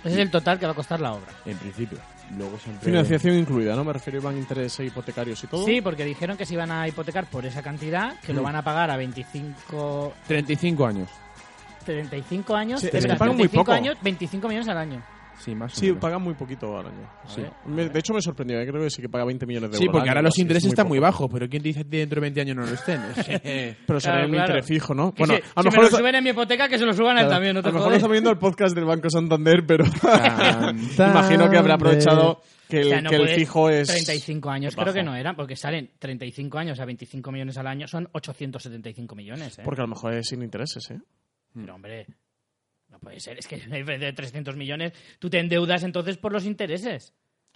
S1: Ese es el total que va a costar la obra.
S2: en principio. Luego siempre...
S3: Financiación incluida, ¿no? Me refiero iban intereses hipotecarios y todo.
S1: Sí, porque dijeron que se iban a hipotecar por esa cantidad, que lo
S2: Mm.
S1: van a pagar a 25,
S2: 35 años.
S1: 35 años.
S3: Sí, es
S2: que
S1: espera,
S3: pagan muy
S1: 35
S3: poco.
S1: años, 25 millones al año.
S2: Sí, más o
S3: Sí,
S2: menos.
S3: pagan muy poquito al año.
S2: Sí.
S3: Me- de hecho, me sorprendió, ¿eh? creo que sí que paga 20 millones de euros.
S2: Sí, porque
S3: al
S2: ahora
S3: año,
S2: los
S3: así, es
S2: intereses están muy
S3: poco.
S2: bajos, pero ¿quién dice que dentro de 20 años no lo estén? Es-
S3: Pero será
S1: Claro,
S3: un
S1: claro.
S3: interés fijo, ¿no?
S1: Que si-
S3: a
S1: si
S3: lo
S1: me lo
S3: mejor.
S1: suben en mi hipoteca, que se lo suban a él
S3: Claro,
S1: también, no te
S3: a lo mejor
S1: jodes.
S3: está viendo el podcast del Banco Santander, pero
S2: Tan, tan,
S3: imagino que habrá aprovechado que el,
S1: O sea, no
S3: que el
S1: puedes-
S3: fijo es
S1: 35 años, creo
S3: bajo.
S1: que no eran, porque salen 35 años a 25 millones al año, son 875 millones, ¿eh?
S3: Porque a lo mejor es sin intereses, ¿eh?
S1: Pero, hombre, no puede ser, es que en vez de 300 millones, tú te endeudas entonces por los intereses.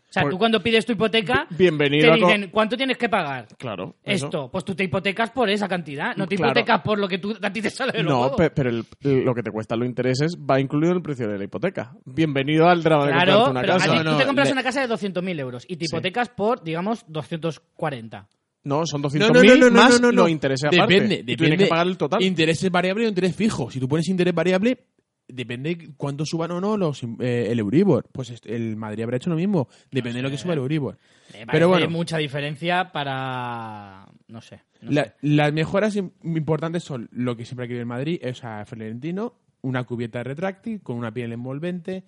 S1: O sea,
S3: Por-
S1: tú cuando pides tu hipoteca,
S3: Bi- bienvenido
S1: Ah, te
S3: a co-
S1: dicen, ¿cuánto tienes que pagar?
S3: Claro. eso.
S1: Esto, pues tú te hipotecas por esa cantidad, no te
S3: Claro.
S1: hipotecas por lo que tú, a ti te sale de los
S3: No,
S1: huevos.
S3: pe- pero el- lo que te cuestan los intereses va incluido en el precio de la hipoteca. Bienvenido al drama de comprarte
S1: Claro,
S3: una
S1: pero a
S3: casa.
S1: ti-
S2: no,
S1: tú te
S2: no,
S1: compras
S2: le-
S1: una casa de 200.000 euros y te
S3: Sí.
S1: hipotecas por, digamos, 240.
S3: No, son
S2: No,
S3: 200.000
S2: no, no, no, no,
S3: más
S2: no, no, no.
S3: los intereses aparte.
S2: Depende,
S3: Y tú
S2: depende.
S3: Tienes que pagar el total.
S2: Intereses variables y interés fijo. Si tú pones interés variable, depende cuánto suban o no los, eh, el Euribor. Pues este- el Madrid habrá hecho lo mismo. Depende de lo que suba el Euribor.
S1: Me
S2: Pero
S1: parece
S2: bueno.
S1: mucha diferencia para... no sé. no
S2: La-
S1: sé.
S2: las mejoras im- importantes son lo que siempre ha querido el Madrid, o sea, Florentino, una cubierta retráctil con una piel envolvente,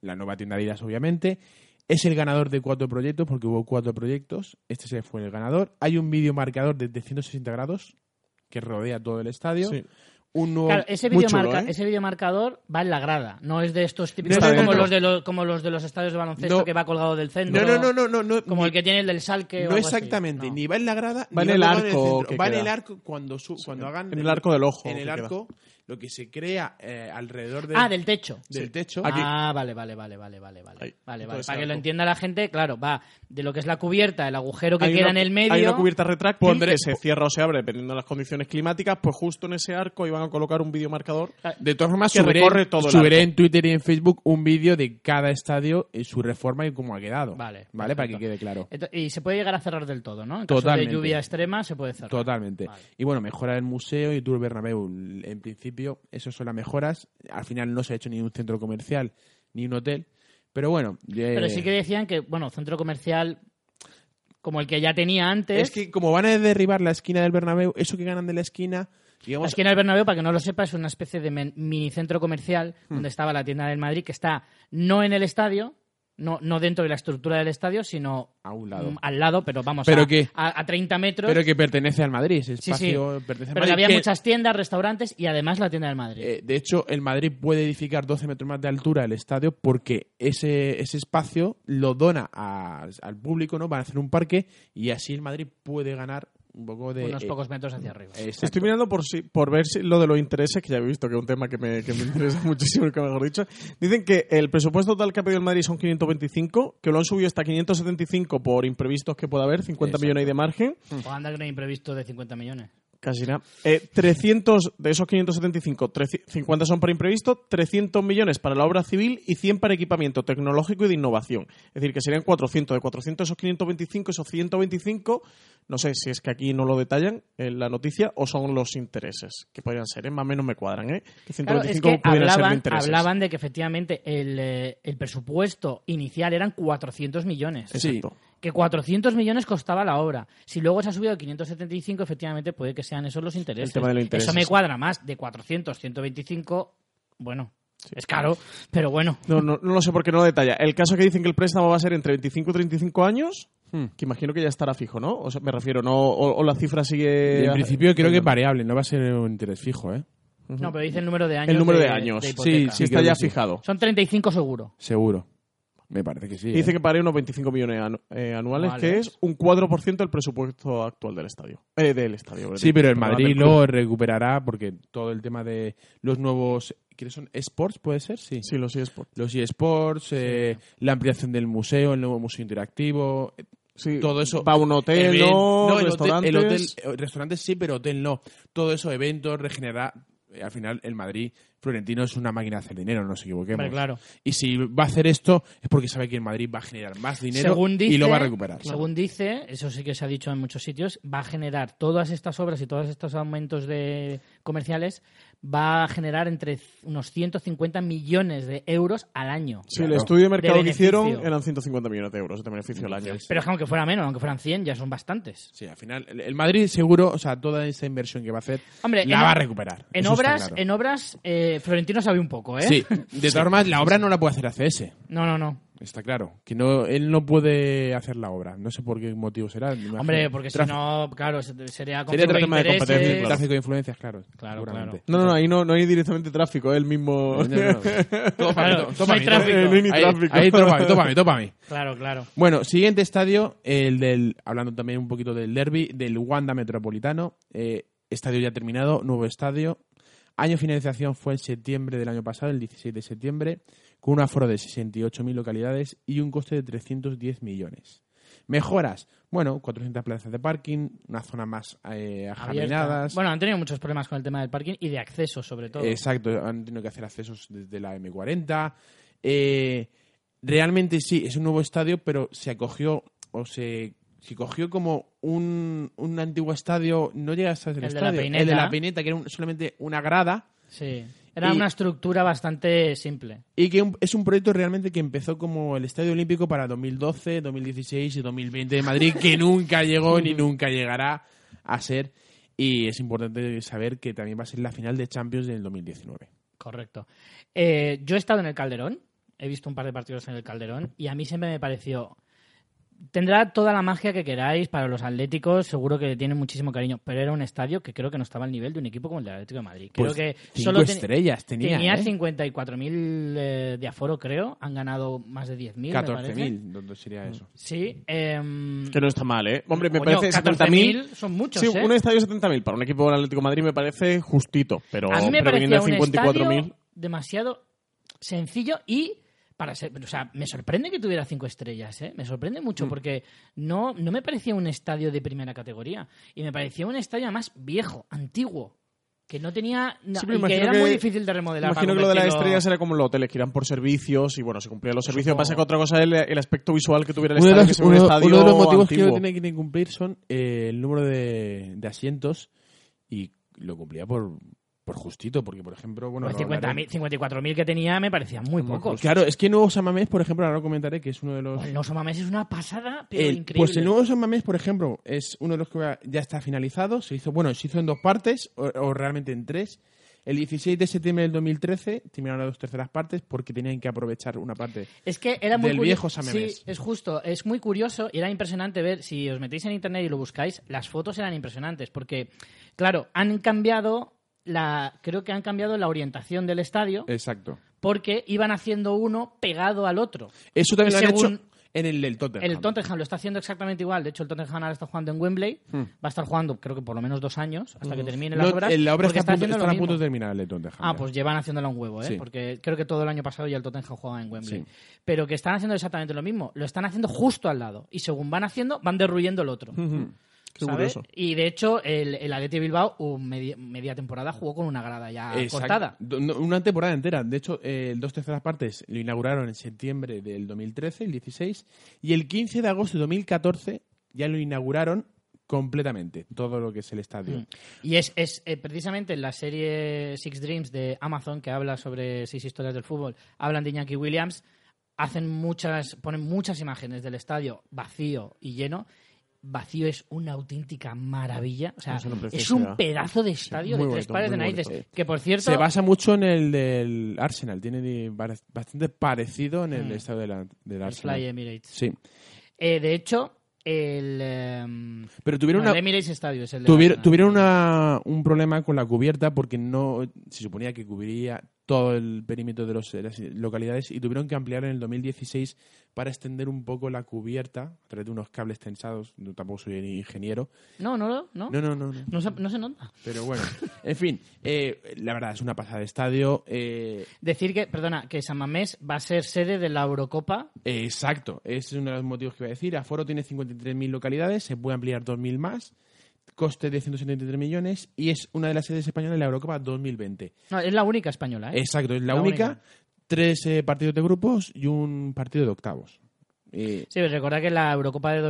S2: la nueva tienda Adidas, obviamente. Es el ganador de cuatro proyectos, porque hubo cuatro proyectos. Este se fue el ganador. Hay un vídeo marcador de 360 grados que rodea todo el estadio.
S3: Sí.
S2: Un nuevo-
S1: Claro, ese
S3: muy
S1: video,
S3: chulo, ¿eh?
S1: ese videomarcador va en la grada, no es de estos típicos
S2: No, no, no,
S1: como,
S2: no.
S1: Los de los, como los de los estadios de baloncesto
S2: No.
S1: que va colgado del centro.
S2: No, no, no, no, no, no,
S1: Como
S2: ni-
S1: el que tiene el del Salque. o
S2: no
S1: algo así.
S2: exactamente,
S1: No.
S2: ni va en la grada,
S3: Va
S2: ni
S3: en el
S2: colgado
S3: arco
S2: centro.
S3: que
S2: va en
S3: queda.
S2: el arco cuando su- cuando hagan
S3: en el arco del ojo
S2: en el
S3: que
S2: arco lo que se crea eh, alrededor de-
S1: Ah, del techo.
S2: del
S3: Sí.
S2: techo.
S3: Aquí.
S1: Ah, vale, vale, vale, vale, vale, vale.
S3: Ahí.
S1: Vale, vale.
S3: Entonces,
S1: Para que lo
S3: algo.
S1: entienda la gente, claro, va de lo que es la cubierta, el agujero que
S3: Hay
S1: queda
S3: una-
S1: en el medio.
S3: Hay una cubierta retráctil
S2: Pondré-
S3: que se cierra o se abre dependiendo de las condiciones climáticas. Pues justo en ese arco iban a colocar un videomarcador.
S2: De todas formas,
S3: Que
S2: subiré,
S3: recorre todo el
S2: subiré
S3: arco.
S2: en Twitter y en Facebook un vídeo de cada estadio y su reforma y cómo ha quedado.
S1: Vale,
S2: Vale, para que
S1: perfecto.
S2: quede claro.
S1: Ento- Y se puede llegar a cerrar del todo, ¿no? En caso
S2: Totalmente.
S1: de lluvia extrema se puede cerrar.
S2: Totalmente.
S1: Vale.
S2: Y bueno, mejora el museo y Tour Bernabéu. En principio, esas son las mejoras. Al final no se ha hecho ni un centro comercial ni un hotel. Pero bueno,
S1: Pero
S2: eh,
S1: sí que decían que, bueno, centro comercial como el que ya tenía antes.
S2: es que como van a derribar la esquina del Bernabéu, eso que ganan de la esquina,
S1: La
S2: digamos,
S1: esquina del Bernabéu, para que no lo sepa, es una especie de men- mini centro comercial donde estaba la tienda del Madrid, que está no en el estadio, no, no dentro de la estructura del estadio, sino
S2: a un lado.
S1: mm, al lado, pero vamos,
S2: Pero
S1: a,
S2: que-
S1: a, a 30 metros.
S2: Pero que pertenece al Madrid, ese
S1: Sí, sí.
S2: espacio pertenece
S1: Pero
S2: al
S1: que
S2: Madrid,
S1: había
S2: que-
S1: muchas tiendas, restaurantes y además la tienda del Madrid.
S2: Eh, de hecho, el Madrid puede edificar 12 metros más de altura el estadio porque ese, ese espacio lo dona a- al público, ¿no? Van a hacer un parque y así el Madrid puede ganar un poco de...
S1: unos
S2: eh,
S1: pocos metros hacia arriba.
S2: exacto.
S3: Estoy mirando por, si, por ver si lo de los intereses, que ya he visto que es un tema que me, que me interesa muchísimo, que mejor dicho. Dicen que el presupuesto total que ha pedido el Madrid son 525, que lo han subido hasta 575 por imprevistos que pueda haber, 50 millones ahí de margen.
S1: O anda que no hay imprevisto de 50 millones.
S3: Casi nada. Eh, 300, de esos 575, 300 50 son para imprevisto, 300 millones para la obra civil y 100 para equipamiento tecnológico y de innovación. Es decir, que serían 400. De 400, esos 525, esos 125, no sé si es que aquí no lo detallan en la noticia o son los intereses, que podrían ser, ¿eh? más o menos me cuadran, ¿eh? Que
S1: Claro, es
S3: 125
S1: que
S3: pudieran ser de
S1: hablaban,
S3: intereses.
S1: hablaban de que efectivamente el, eh, el presupuesto inicial eran 400 millones.
S3: Exacto.
S1: Que 400 millones costaba la obra. Si luego se ha subido a 575, efectivamente puede que sean esos los intereses.
S3: El tema de los intereses.
S1: Eso me cuadra más. De 400, 125, bueno, es caro, pero bueno.
S3: No, no, no lo sé porque no lo detalla. El caso es que dicen que el préstamo va a ser entre 25 y 35 años,
S2: Hmm.
S3: que imagino que ya estará fijo, ¿no? O sea, me refiero, ¿no? O, o la cifra sigue...
S2: en principio creo que es variable, no va a ser un interés fijo, ¿eh?
S3: Ujú.
S1: No, pero dice el número de años.
S3: El número de, años.
S1: de
S3: sí,
S1: hipoteca.
S3: sí,
S2: creo
S3: está
S2: que
S3: ya
S2: sí.
S3: fijado.
S1: Son 35 seguro.
S2: Seguro. Me parece que sí.
S3: Dice
S2: ¿eh?
S3: que pagaré unos 25 millones anu- eh, anuales,
S1: Vale.
S3: que es un 4% del presupuesto actual del estadio. Eh, del estadio.
S2: Sí, pero el
S3: perdón,
S2: Madrid
S3: del
S2: lo
S3: club.
S2: recuperará porque todo el tema de los nuevos... ¿Qué son? ¿Sports puede ser? Sí.
S3: Sí, los eSports.
S2: Los eSports, eh, la ampliación del museo, el nuevo museo interactivo, eh,
S3: Sí,
S2: todo eso.
S3: Va a un hotel,
S2: Even-
S3: Eh, no,
S2: no, el hotel,
S3: restaurantes...
S2: el hotel- eh, restaurantes sí, pero hotel no. Todo eso, eventos, regenerar. eh, Al final, el Madrid Florentino es una máquina de hacer dinero, no nos equivoquemos.
S1: Hombre, claro.
S2: Y si va a hacer esto es porque sabe que el Madrid va a generar más dinero
S1: Según dice,
S2: y lo va a recuperar.
S1: Según dice, eso sí que se ha dicho en muchos sitios, va a generar todas estas obras y todos estos aumentos de comerciales, va a generar entre c- unos 150 millones de euros al año.
S3: Sí, el
S2: Claro.
S3: estudio de mercado que
S1: beneficio.
S3: hicieron eran 150 millones de euros de beneficio al año.
S2: pues.
S1: Pero es que aunque fuera menos, aunque fueran 100, ya son bastantes.
S2: Sí, al final, el- el Madrid seguro, o sea, toda esa inversión que va a hacer,
S1: Hombre,
S2: la
S1: en-
S2: va a recuperar.
S1: En
S2: Eso está
S1: obras,
S2: claro.
S1: en obras eh, Florentino sabe un poco, ¿eh?
S2: Sí, de todas formas, la obra no la puede hacer ACS,
S1: No, no, no.
S2: está claro. Que no, él no puede hacer la obra, no sé por qué motivo será. me imagino.
S1: Hombre, porque si
S2: Tráfico-
S1: no, claro, se- sería
S2: Sería
S1: conflicto
S3: tema de
S1: intereses.
S3: competencia, claro.
S2: Tráfico de influencias, claro.
S1: Claro,
S2: seguramente.
S3: No, no, no, ahí no, no hay directamente tráfico, es el mismo...
S2: No, no, no. Tópame,
S1: Claro,
S2: tó-
S1: no hay
S2: tópame,
S1: tráfico.
S2: tópame.
S3: No hay ni
S2: Ahí-
S3: tráfico.
S2: Ahí, tópame, tópame, tópame.
S1: Claro, claro.
S2: Bueno, siguiente estadio, el del, hablando también un poquito del derby, del Wanda Metropolitano. Eh, estadio ya terminado, nuevo estadio. Año de finalización fue en septiembre del año pasado, el 16 de septiembre, con un aforo de 68.000 localidades y un coste de 310 millones. Mejoras, bueno, 400 plazas de parking, una zona más eh,
S1: Abierta.
S2: ajaminadas.
S1: Bueno, han tenido muchos problemas con el tema del parking y de acceso, sobre todo.
S2: Eh, Exacto, han tenido que hacer accesos desde la M40. Eh, realmente sí, es un nuevo estadio, pero se acogió o se, se cogió como un, un antiguo estadio, no llega a ser el,
S1: El de la
S2: estadio, el de
S1: Peineta.
S2: la Peineta, que era un- solamente una grada.
S1: Sí. Era
S2: Y-
S1: una estructura bastante simple.
S2: Y que un- es un proyecto realmente que empezó como el Estadio Olímpico para 2012, 2016 y 2020 de Madrid, que nunca llegó
S1: Mm.
S2: ni nunca llegará a ser. Y es importante saber que también va a ser la final de Champions del 2019.
S1: Correcto. Eh, yo he estado en el Calderón, he visto un par de partidos en el Calderón y a mí siempre me pareció. Tendrá toda la magia que queráis para los atléticos, seguro que le tienen muchísimo cariño, pero era un estadio que creo que no estaba al nivel de un equipo como el del Atlético de Madrid. Creo
S2: Pues
S1: que
S2: cinco
S1: solo ten-
S2: estrellas tenía.
S1: tenía
S2: ¿eh?
S1: 54.000 eh, de aforo, creo. Han ganado más de 10.000. me parece.
S2: 14.000, ¿dónde sería eso?
S1: Sí. em,
S3: Que no está mal, ¿eh? Hombre, me
S1: coño,
S3: parece 70.000...
S1: 14.000 son muchos.
S3: Sí,
S1: ¿eh?
S3: un estadio de 70.000 para un equipo del Atlético de Madrid me parece justito, pero,
S1: A mí me
S3: pero viniendo
S1: parecía
S3: de
S1: un
S3: 54.000...
S1: estadio demasiado sencillo y para ser, o sea, me sorprende que tuviera cinco estrellas, ¿eh? Me sorprende
S3: Mm.
S1: mucho porque no, no me parecía un estadio de primera categoría y me parecía un estadio además viejo, antiguo, que no tenía na-
S3: Sí, pero
S1: y que
S3: imagino
S1: era muy
S3: que-
S1: difícil de remodelar. para
S3: Imagino que lo de las
S1: convertirlo-
S3: estrellas era como en los hoteles, que irán por servicios y bueno, se cumplían los servicios.
S1: Supongo.
S3: Pasa que otra cosa es el, el aspecto visual que tuviera el
S2: Uno de
S3: estadio,
S2: los,
S3: que sea un
S2: uno-
S3: estadio
S2: uno de los motivos que
S3: antiguo.
S2: tiene que cumplir son eh, el número de, de asientos y lo cumplía por, por justito, porque por ejemplo, bueno,
S1: Pues
S2: lo
S1: 50.000, 54.000 que tenía me parecía muy
S3: Mm,
S2: hablaré-
S3: pues
S1: poco.
S2: Claro, es que Nuevo San Mamés, por ejemplo, ahora lo comentaré que es uno de los
S1: El Oso Mamés es una pasada, pero
S2: El-
S1: increíble.
S2: pues el nuevo San Mamés, por ejemplo, es uno de los que va- ya está finalizado. Se hizo, bueno, se hizo en dos partes, o, o realmente en tres. El 16 de septiembre del 2013 terminaron las dos terceras partes porque tenían que aprovechar una parte.
S1: Es que era muy
S2: Del
S1: curio-
S2: viejo San Mamés.
S1: Sí, es justo. Es muy curioso y era impresionante ver, si os metéis en internet y lo buscáis, las fotos eran impresionantes porque, claro, han cambiado la... Creo que han cambiado la orientación del estadio
S2: Exacto.
S1: porque iban haciendo uno pegado al otro.
S2: Eso también
S1: Y
S2: lo han
S1: según-
S2: hecho en el del Tottenham.
S1: El Tottenham lo está haciendo exactamente igual. De hecho, el Tottenham ahora está jugando en Wembley.
S2: Hmm.
S1: Va a estar jugando, creo que por lo menos dos años, hasta que termine las
S2: No,
S1: obras.
S2: en la obra
S1: porque
S2: está, a punto,
S1: haciendo lo
S2: están a
S1: mismo.
S2: punto de terminar el del Tottenham.
S1: Ah,
S2: ya.
S1: pues llevan haciéndola un huevo, ¿eh?
S2: Sí.
S1: Porque creo que todo el año pasado ya el Tottenham jugaba en Wembley.
S2: Sí.
S1: Pero que
S3: Qué
S1: ¿sabes?
S3: curioso.
S1: Y de hecho, el, el Atleti Bilbao, un media, media temporada, jugó con una grada ya
S2: Exacto.
S1: cortada.
S2: Do- no, Una temporada entera. De hecho, eh, dos terceras partes lo inauguraron en septiembre del 2013, el 16, y el 15 de agosto de 2014 ya lo inauguraron completamente, todo lo que es el estadio.
S1: Mm. Y es, es, eh, precisamente en la serie Six Dreams de Amazon, que habla sobre seis historias del fútbol, hablan de Iñaki Williams, hacen muchas, ponen muchas imágenes del estadio vacío y lleno. Vacío es una auténtica maravilla. O sea,
S3: Es una
S1: es
S3: preciosidad.
S1: un pedazo de estadio
S3: muy
S1: de tres
S3: bonito,
S1: pares de
S3: muy
S1: narices.
S3: bonito.
S1: Que por cierto,
S2: Se basa mucho en el del Arsenal, tiene de- pare- bastante parecido en el
S1: Mm.
S2: estado del, an- del
S1: el
S2: Arsenal.
S1: Fly Emirates.
S2: Sí,
S1: Eh, de hecho, el, em,
S2: pero tuvieron
S1: no, el
S2: una,
S1: Emirates Stadium es el de
S2: Tuvieron,
S1: Barcelona.
S2: tuvieron una- un problema con la cubierta porque no se suponía que cubría todo el perímetro de, los- de las localidades y tuvieron que ampliar en el 2016 para extender un poco la cubierta a través de unos cables tensados. No, tampoco soy ingeniero.
S1: No, no, no. No,
S2: No, no, no. no.
S1: No se, no se nota.
S2: Pero bueno, en fin, eh, la verdad es una pasada de estadio. eh,
S1: Decir que, perdona, que San Mamés va a ser sede de la Eurocopa.
S2: eh, exacto, ese es uno de los motivos que iba a decir. Aforo tiene 53.000 localidades, se puede ampliar 2.000 más, coste de 173 millones y es una de las sedes españolas de la Eurocopa 2020.
S1: No, es la única española, ¿eh?
S2: Exacto, es la,
S1: La
S2: única.
S1: única.
S2: Tres eh, partidos de grupos y un partido de octavos. Eh,
S1: Sí, recordad que la Eurocopa de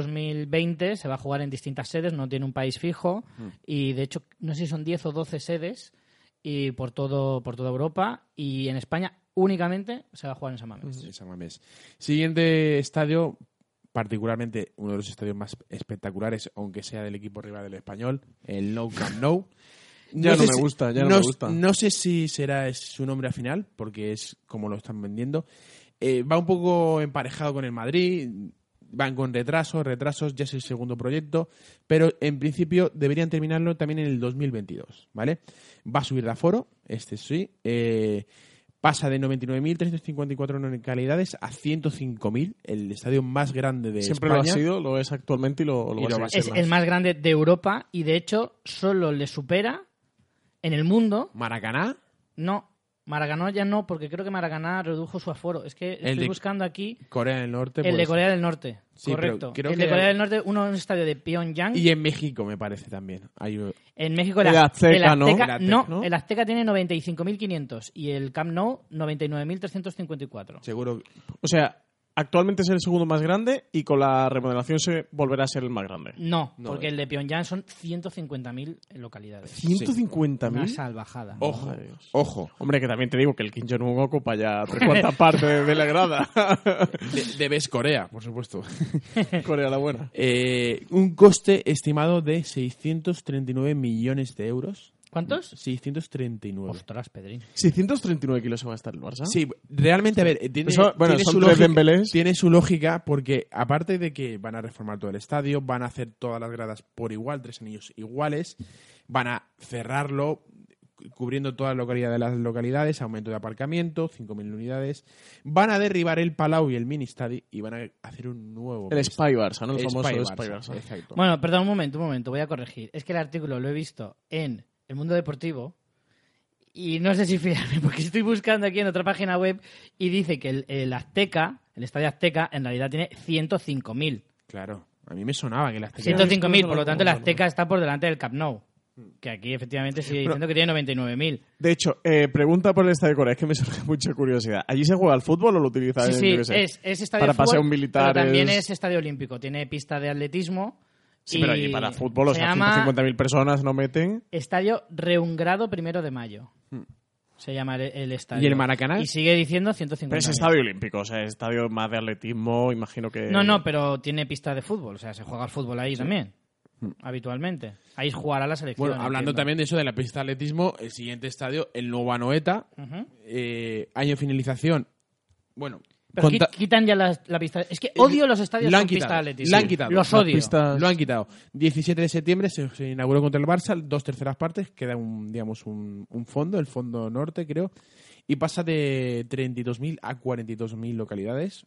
S1: 2020 se va a jugar en distintas sedes, no tiene un país fijo
S2: Mm.
S1: y de hecho no sé si son 10 o 12 sedes y por todo por toda Europa y en España únicamente se va a jugar en San Mamés.
S2: en San Mamés. Siguiente estadio, particularmente uno de los estadios más espectaculares, aunque sea del equipo rival del español, el No Camp Nou.
S3: Ya no
S2: sé
S3: me
S2: si-
S3: gusta, ya no me
S2: s-
S3: gusta.
S2: No sé si será es- su nombre al final, porque es como lo están vendiendo. Eh, va un poco emparejado con el Madrid, van con retrasos, retrasos, ya es el segundo proyecto, pero en principio deberían terminarlo también en el 2022, ¿vale? Va a subir de aforo, este sí, eh, pasa de 99.354 localidades a 105.000, el estadio más grande de
S3: Siempre
S2: España.
S3: lo ha sido, lo es actualmente y lo,
S2: Y
S3: lo va a
S2: lo
S3: seguir
S2: va a ser
S1: Es
S3: siendo.
S1: el más grande de Europa y de hecho solo le supera en el mundo,
S2: Maracaná,
S1: no, Maracaná ya no, porque creo que Maracaná redujo su aforo. Es que estoy
S2: de-
S1: buscando aquí
S2: Corea del Norte.
S1: el de
S2: pues,
S1: Corea del Norte,
S2: Sí, pero
S1: correcto.
S2: creo
S1: el de
S2: que-
S1: Corea del Norte, uno en un estadio de Pyongyang.
S2: Y en México, me parece también. Hay,
S1: En México
S3: El
S1: el,
S3: Azteca,
S1: el
S3: ¿no?
S1: Azteca-
S2: El
S1: ¿no?
S2: Azteca, ¿no?
S1: el Azteca tiene 95.500 y el Camp Nou 99.354.
S2: seguro,
S3: O sea, actualmente es el segundo más grande y con la remodelación se volverá a ser el más grande.
S1: No,
S2: No,
S1: porque
S2: eh.
S1: el de Pyongyang son 150.000 localidades. Oh.
S3: 150.000.
S1: Una salvajada.
S2: Ojo,
S3: Madre de Dios.
S2: ojo.
S3: Hombre, que también te digo que el Kim Jong-un ocupa ya tres cuartas parte de, de la grada.
S2: De- Debes Corea, por supuesto.
S3: Corea la buena.
S2: Eh, un coste estimado de 639 millones de euros.
S1: ¿Cuántos?
S2: 639.
S1: Ostras, Pedrín.
S3: 639 kilos se va a estar el Barça.
S2: Sí, realmente, a ver, eh, tiene,
S3: Eso, bueno,
S2: tiene
S3: son
S2: su
S3: tres
S2: lógica,
S3: Dembélés.
S2: tiene su lógica porque aparte de que van a reformar todo el estadio, van a hacer todas las gradas por igual, tres anillos iguales, van a cerrarlo cu- cubriendo toda la localidad de las localidades, aumento de aparcamiento, 5.000 unidades, van a derribar el Palau y el mini Stadi y van a hacer un nuevo...
S3: El
S2: mini
S3: Spy Barça, ¿no? El,
S2: Stadi. Spy
S3: famoso Spy
S2: Barça,
S3: Barça.
S2: Exacto.
S1: Bueno, perdón un momento, un momento, voy a corregir. Es que el artículo lo he visto en El Mundo Deportivo y no sé si fiarme porque estoy buscando aquí en otra página web y dice que el, el Azteca, el estadio Azteca, en realidad tiene 105.000.
S2: Claro, a mí me sonaba que las
S1: 105.000, por lo tanto el Azteca está por delante del Cap Nou. Que aquí efectivamente sigue diciendo que tiene 99.000.
S3: De hecho, eh, pregunta por el Estadio de Corea, es que me surge mucha curiosidad. ¿Allí se juega al fútbol o lo
S1: Sí,
S3: utilizan en,
S1: sí,
S3: yo qué sé?
S1: es, es estadio
S3: Para
S1: de fútbol,
S3: paseo militar
S1: Pero también
S3: es-
S1: es estadio olímpico, tiene pista de atletismo.
S3: Sí,
S1: y
S3: pero allí para fútbol, o
S1: se
S3: sea,
S1: llama
S3: 150.000 personas no meten.
S1: Estadio Reungrado Primero de Mayo.
S3: Hmm.
S1: Se llama el, el estadio.
S2: ¿Y el Maracaná?
S1: Y sigue diciendo 150.
S3: Pero es estadio olímpico, o sea, es estadio más de atletismo, imagino que...
S1: No, no, pero tiene pista de fútbol, o sea, se juega al fútbol ahí también.
S3: Hmm.
S1: Habitualmente. Ahí jugará la selección.
S2: Bueno, hablando
S1: entiendo.
S2: también de eso de la pista de atletismo, el siguiente estadio, el nuevo Anoeta,
S1: Ujú.
S2: eh, año de finalización. Bueno,
S1: Pero
S2: conta-
S1: qui- quitan ya la, la pista. Es que odio los estadios
S2: lo han
S1: con pista de
S2: quitado,
S1: atletismo.
S2: lo han quitado.
S1: Los
S2: La
S1: odio.
S3: pista- Estas-
S2: lo han quitado. 17 de septiembre se, se inauguró contra el Barça, dos terceras partes, queda un, digamos, un, un fondo, el fondo norte, creo, y pasa de 32.000 a 42.000 localidades.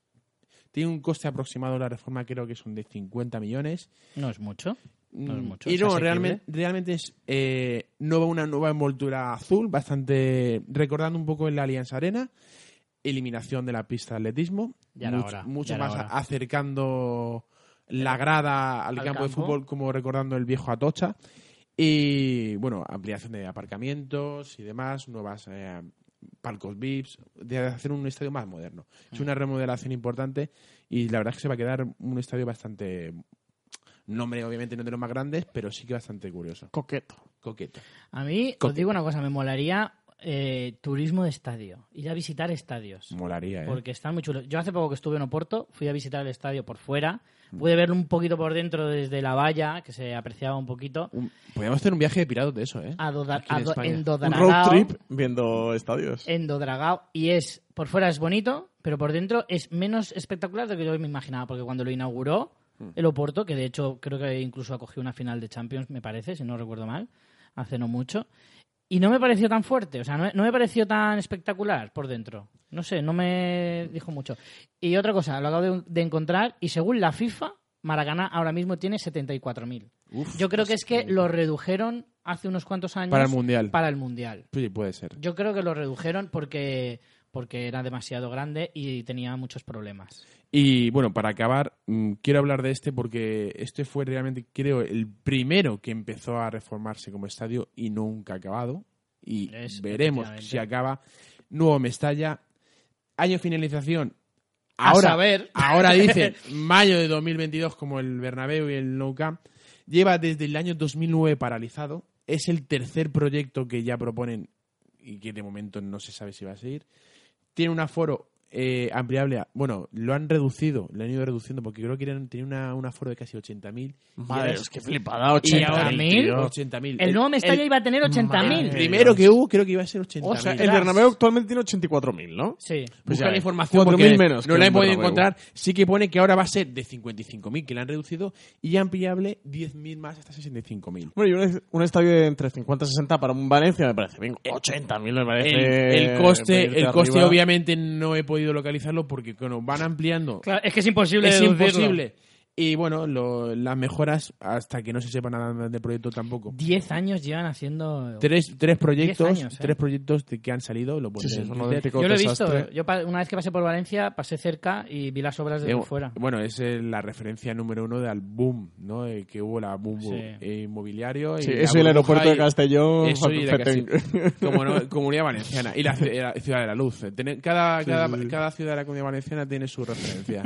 S2: Tiene un coste aproximado de la reforma, creo que son de 50 millones.
S1: No es mucho. No es
S2: Mm,
S1: mucho,
S2: Y
S1: es
S2: no,
S1: asequible.
S2: realmente, realmente es eh, nueva, una nueva envoltura azul, bastante recordando un poco en la Alianza Arena, eliminación de la pista de atletismo,
S1: Ya era
S2: much-
S1: hora,
S2: mucho
S1: ya era
S2: más
S1: hora.
S2: acercando la grada al,
S1: Al
S2: campo de
S1: campo.
S2: fútbol, como recordando el viejo Atocha. Y bueno, ampliación de aparcamientos y demás, nuevas eh, palcos VIPs, de hacer un estadio más moderno. Es
S1: Mm.
S2: una remodelación importante y la verdad es que se va a quedar un estadio bastante. Nombre, obviamente, no de los más grandes, pero sí que bastante curioso.
S3: Coqueto.
S2: Coqueto.
S1: A mí, os
S2: Coque.
S1: digo una cosa, me molaría eh, turismo de estadio, ir a visitar estadios.
S2: Molaría, ¿eh?
S1: Porque están muy chulos. Yo hace poco que estuve en Oporto, fui a visitar el estadio por fuera, pude verlo un poquito por dentro desde la valla, que se apreciaba un poquito,
S2: Un- podríamos hacer un viaje de pirados de eso, ¿eh?
S1: a Dodar-
S2: Aquí en
S1: a Do-
S2: España.
S1: en
S3: Un road
S1: Dodragao,
S3: trip viendo estadios.
S1: en Dodragao, y es, por fuera es bonito, pero por dentro es menos espectacular de lo que yo me imaginaba, porque cuando lo inauguró
S2: Hmm.
S1: el Oporto, que de hecho creo que incluso acogió una final de Champions, me parece, si no recuerdo mal, hace no mucho, y no me pareció tan fuerte, o sea, no, no me pareció tan espectacular por dentro. No sé, no me dijo mucho. Y otra cosa, lo acabo de, de encontrar, y según la FIFA, Maracaná ahora mismo tiene 74.000.
S2: Uf,
S1: Yo creo que es que lo redujeron hace unos cuantos años
S2: Para el Mundial.
S1: para el Mundial.
S2: Sí, puede ser.
S1: Yo creo que lo redujeron porque, porque era demasiado grande y tenía muchos problemas.
S2: Y bueno, para acabar, mm, quiero hablar de este porque este fue realmente, creo, el primero que empezó a reformarse como estadio y nunca ha acabado. Y
S1: Es,
S2: veremos
S1: efectivamente.
S2: si acaba. Nuevo Mestalla, año de finalización.
S1: A
S2: Ahora,
S1: saber.
S2: ahora dice mayo de 2022 como el Bernabéu y el Nou Camp. Lleva desde el año 2009 paralizado. Es el tercer proyecto que ya proponen y que de momento no se sabe si va a seguir. Tiene un aforo eh, ampliable. a- bueno, lo han reducido, lo han ido reduciendo porque creo que eran- tenía una, un aforo de casi 80.000.
S3: Madre,
S2: Y
S3: es que flipada,
S2: y
S3: 80.
S2: ahora
S1: 80.000.
S3: tío.
S2: 80.000.
S1: El nuevo Mestalla iba a tener
S2: el
S1: 80.000.
S3: Madre.
S2: primero que hubo creo que iba a ser 80.000.
S1: O
S3: O sea, el
S1: Ostras.
S3: Bernabéu actualmente tiene 84.000, ¿no?
S1: Sí.
S3: Pues
S2: Busca
S3: ya
S2: la
S3: ves,
S2: información
S3: 4.000
S2: porque
S3: menos
S2: no
S3: que
S2: la he
S3: un
S2: podido
S3: Bernabéu.
S2: encontrar. Sí que pone que ahora va a ser de 55.000 que la han reducido y ampliable 10.000 más hasta 65.000.
S3: Bueno, y un, un estadio de entre 50 y 60 para un Valencia me parece bien. 80.000 me parece.
S2: El, el coste,
S3: Pues, eh, venirte
S2: el coste
S3: arriba.
S2: obviamente no he podido localizarlo porque bueno, van ampliando.
S1: es que es imposible.
S2: es imposible. Y bueno, lo- las mejoras hasta que no se sepa nada más del proyecto tampoco.
S1: Diez años llevan haciendo.
S2: Tres, tres proyectos,
S1: años, ¿eh?
S2: tres proyectos de- que han salido, lo
S3: Sí,
S2: pondré
S3: sí,
S2: en
S3: es un
S2: Twitter.
S3: auténtico
S1: Yo lo he
S3: desastre.
S1: visto. Yo pa- una vez que pasé por Valencia, pasé cerca y vi las obras
S2: Eh,
S1: desde fuera.
S2: Bueno, es eh, la referencia número uno del boom, ¿no? Eh, que hubo la boom
S1: Sí.
S2: eh, inmobiliario.
S3: Sí,
S2: y la
S3: eso y el
S2: burbuja
S3: aeropuerto de
S2: y-
S3: Castellón.
S2: Eso y la
S3: Fatufetén.
S2: Castilla. Como no- Comunidad Valenciana y la, ci- la Ciudad de la Luz. Eh, tener- Cada,
S3: Sí,
S2: cada,
S3: sí, sí.
S2: cada ciudad de la Comunidad Valenciana tiene su referencia.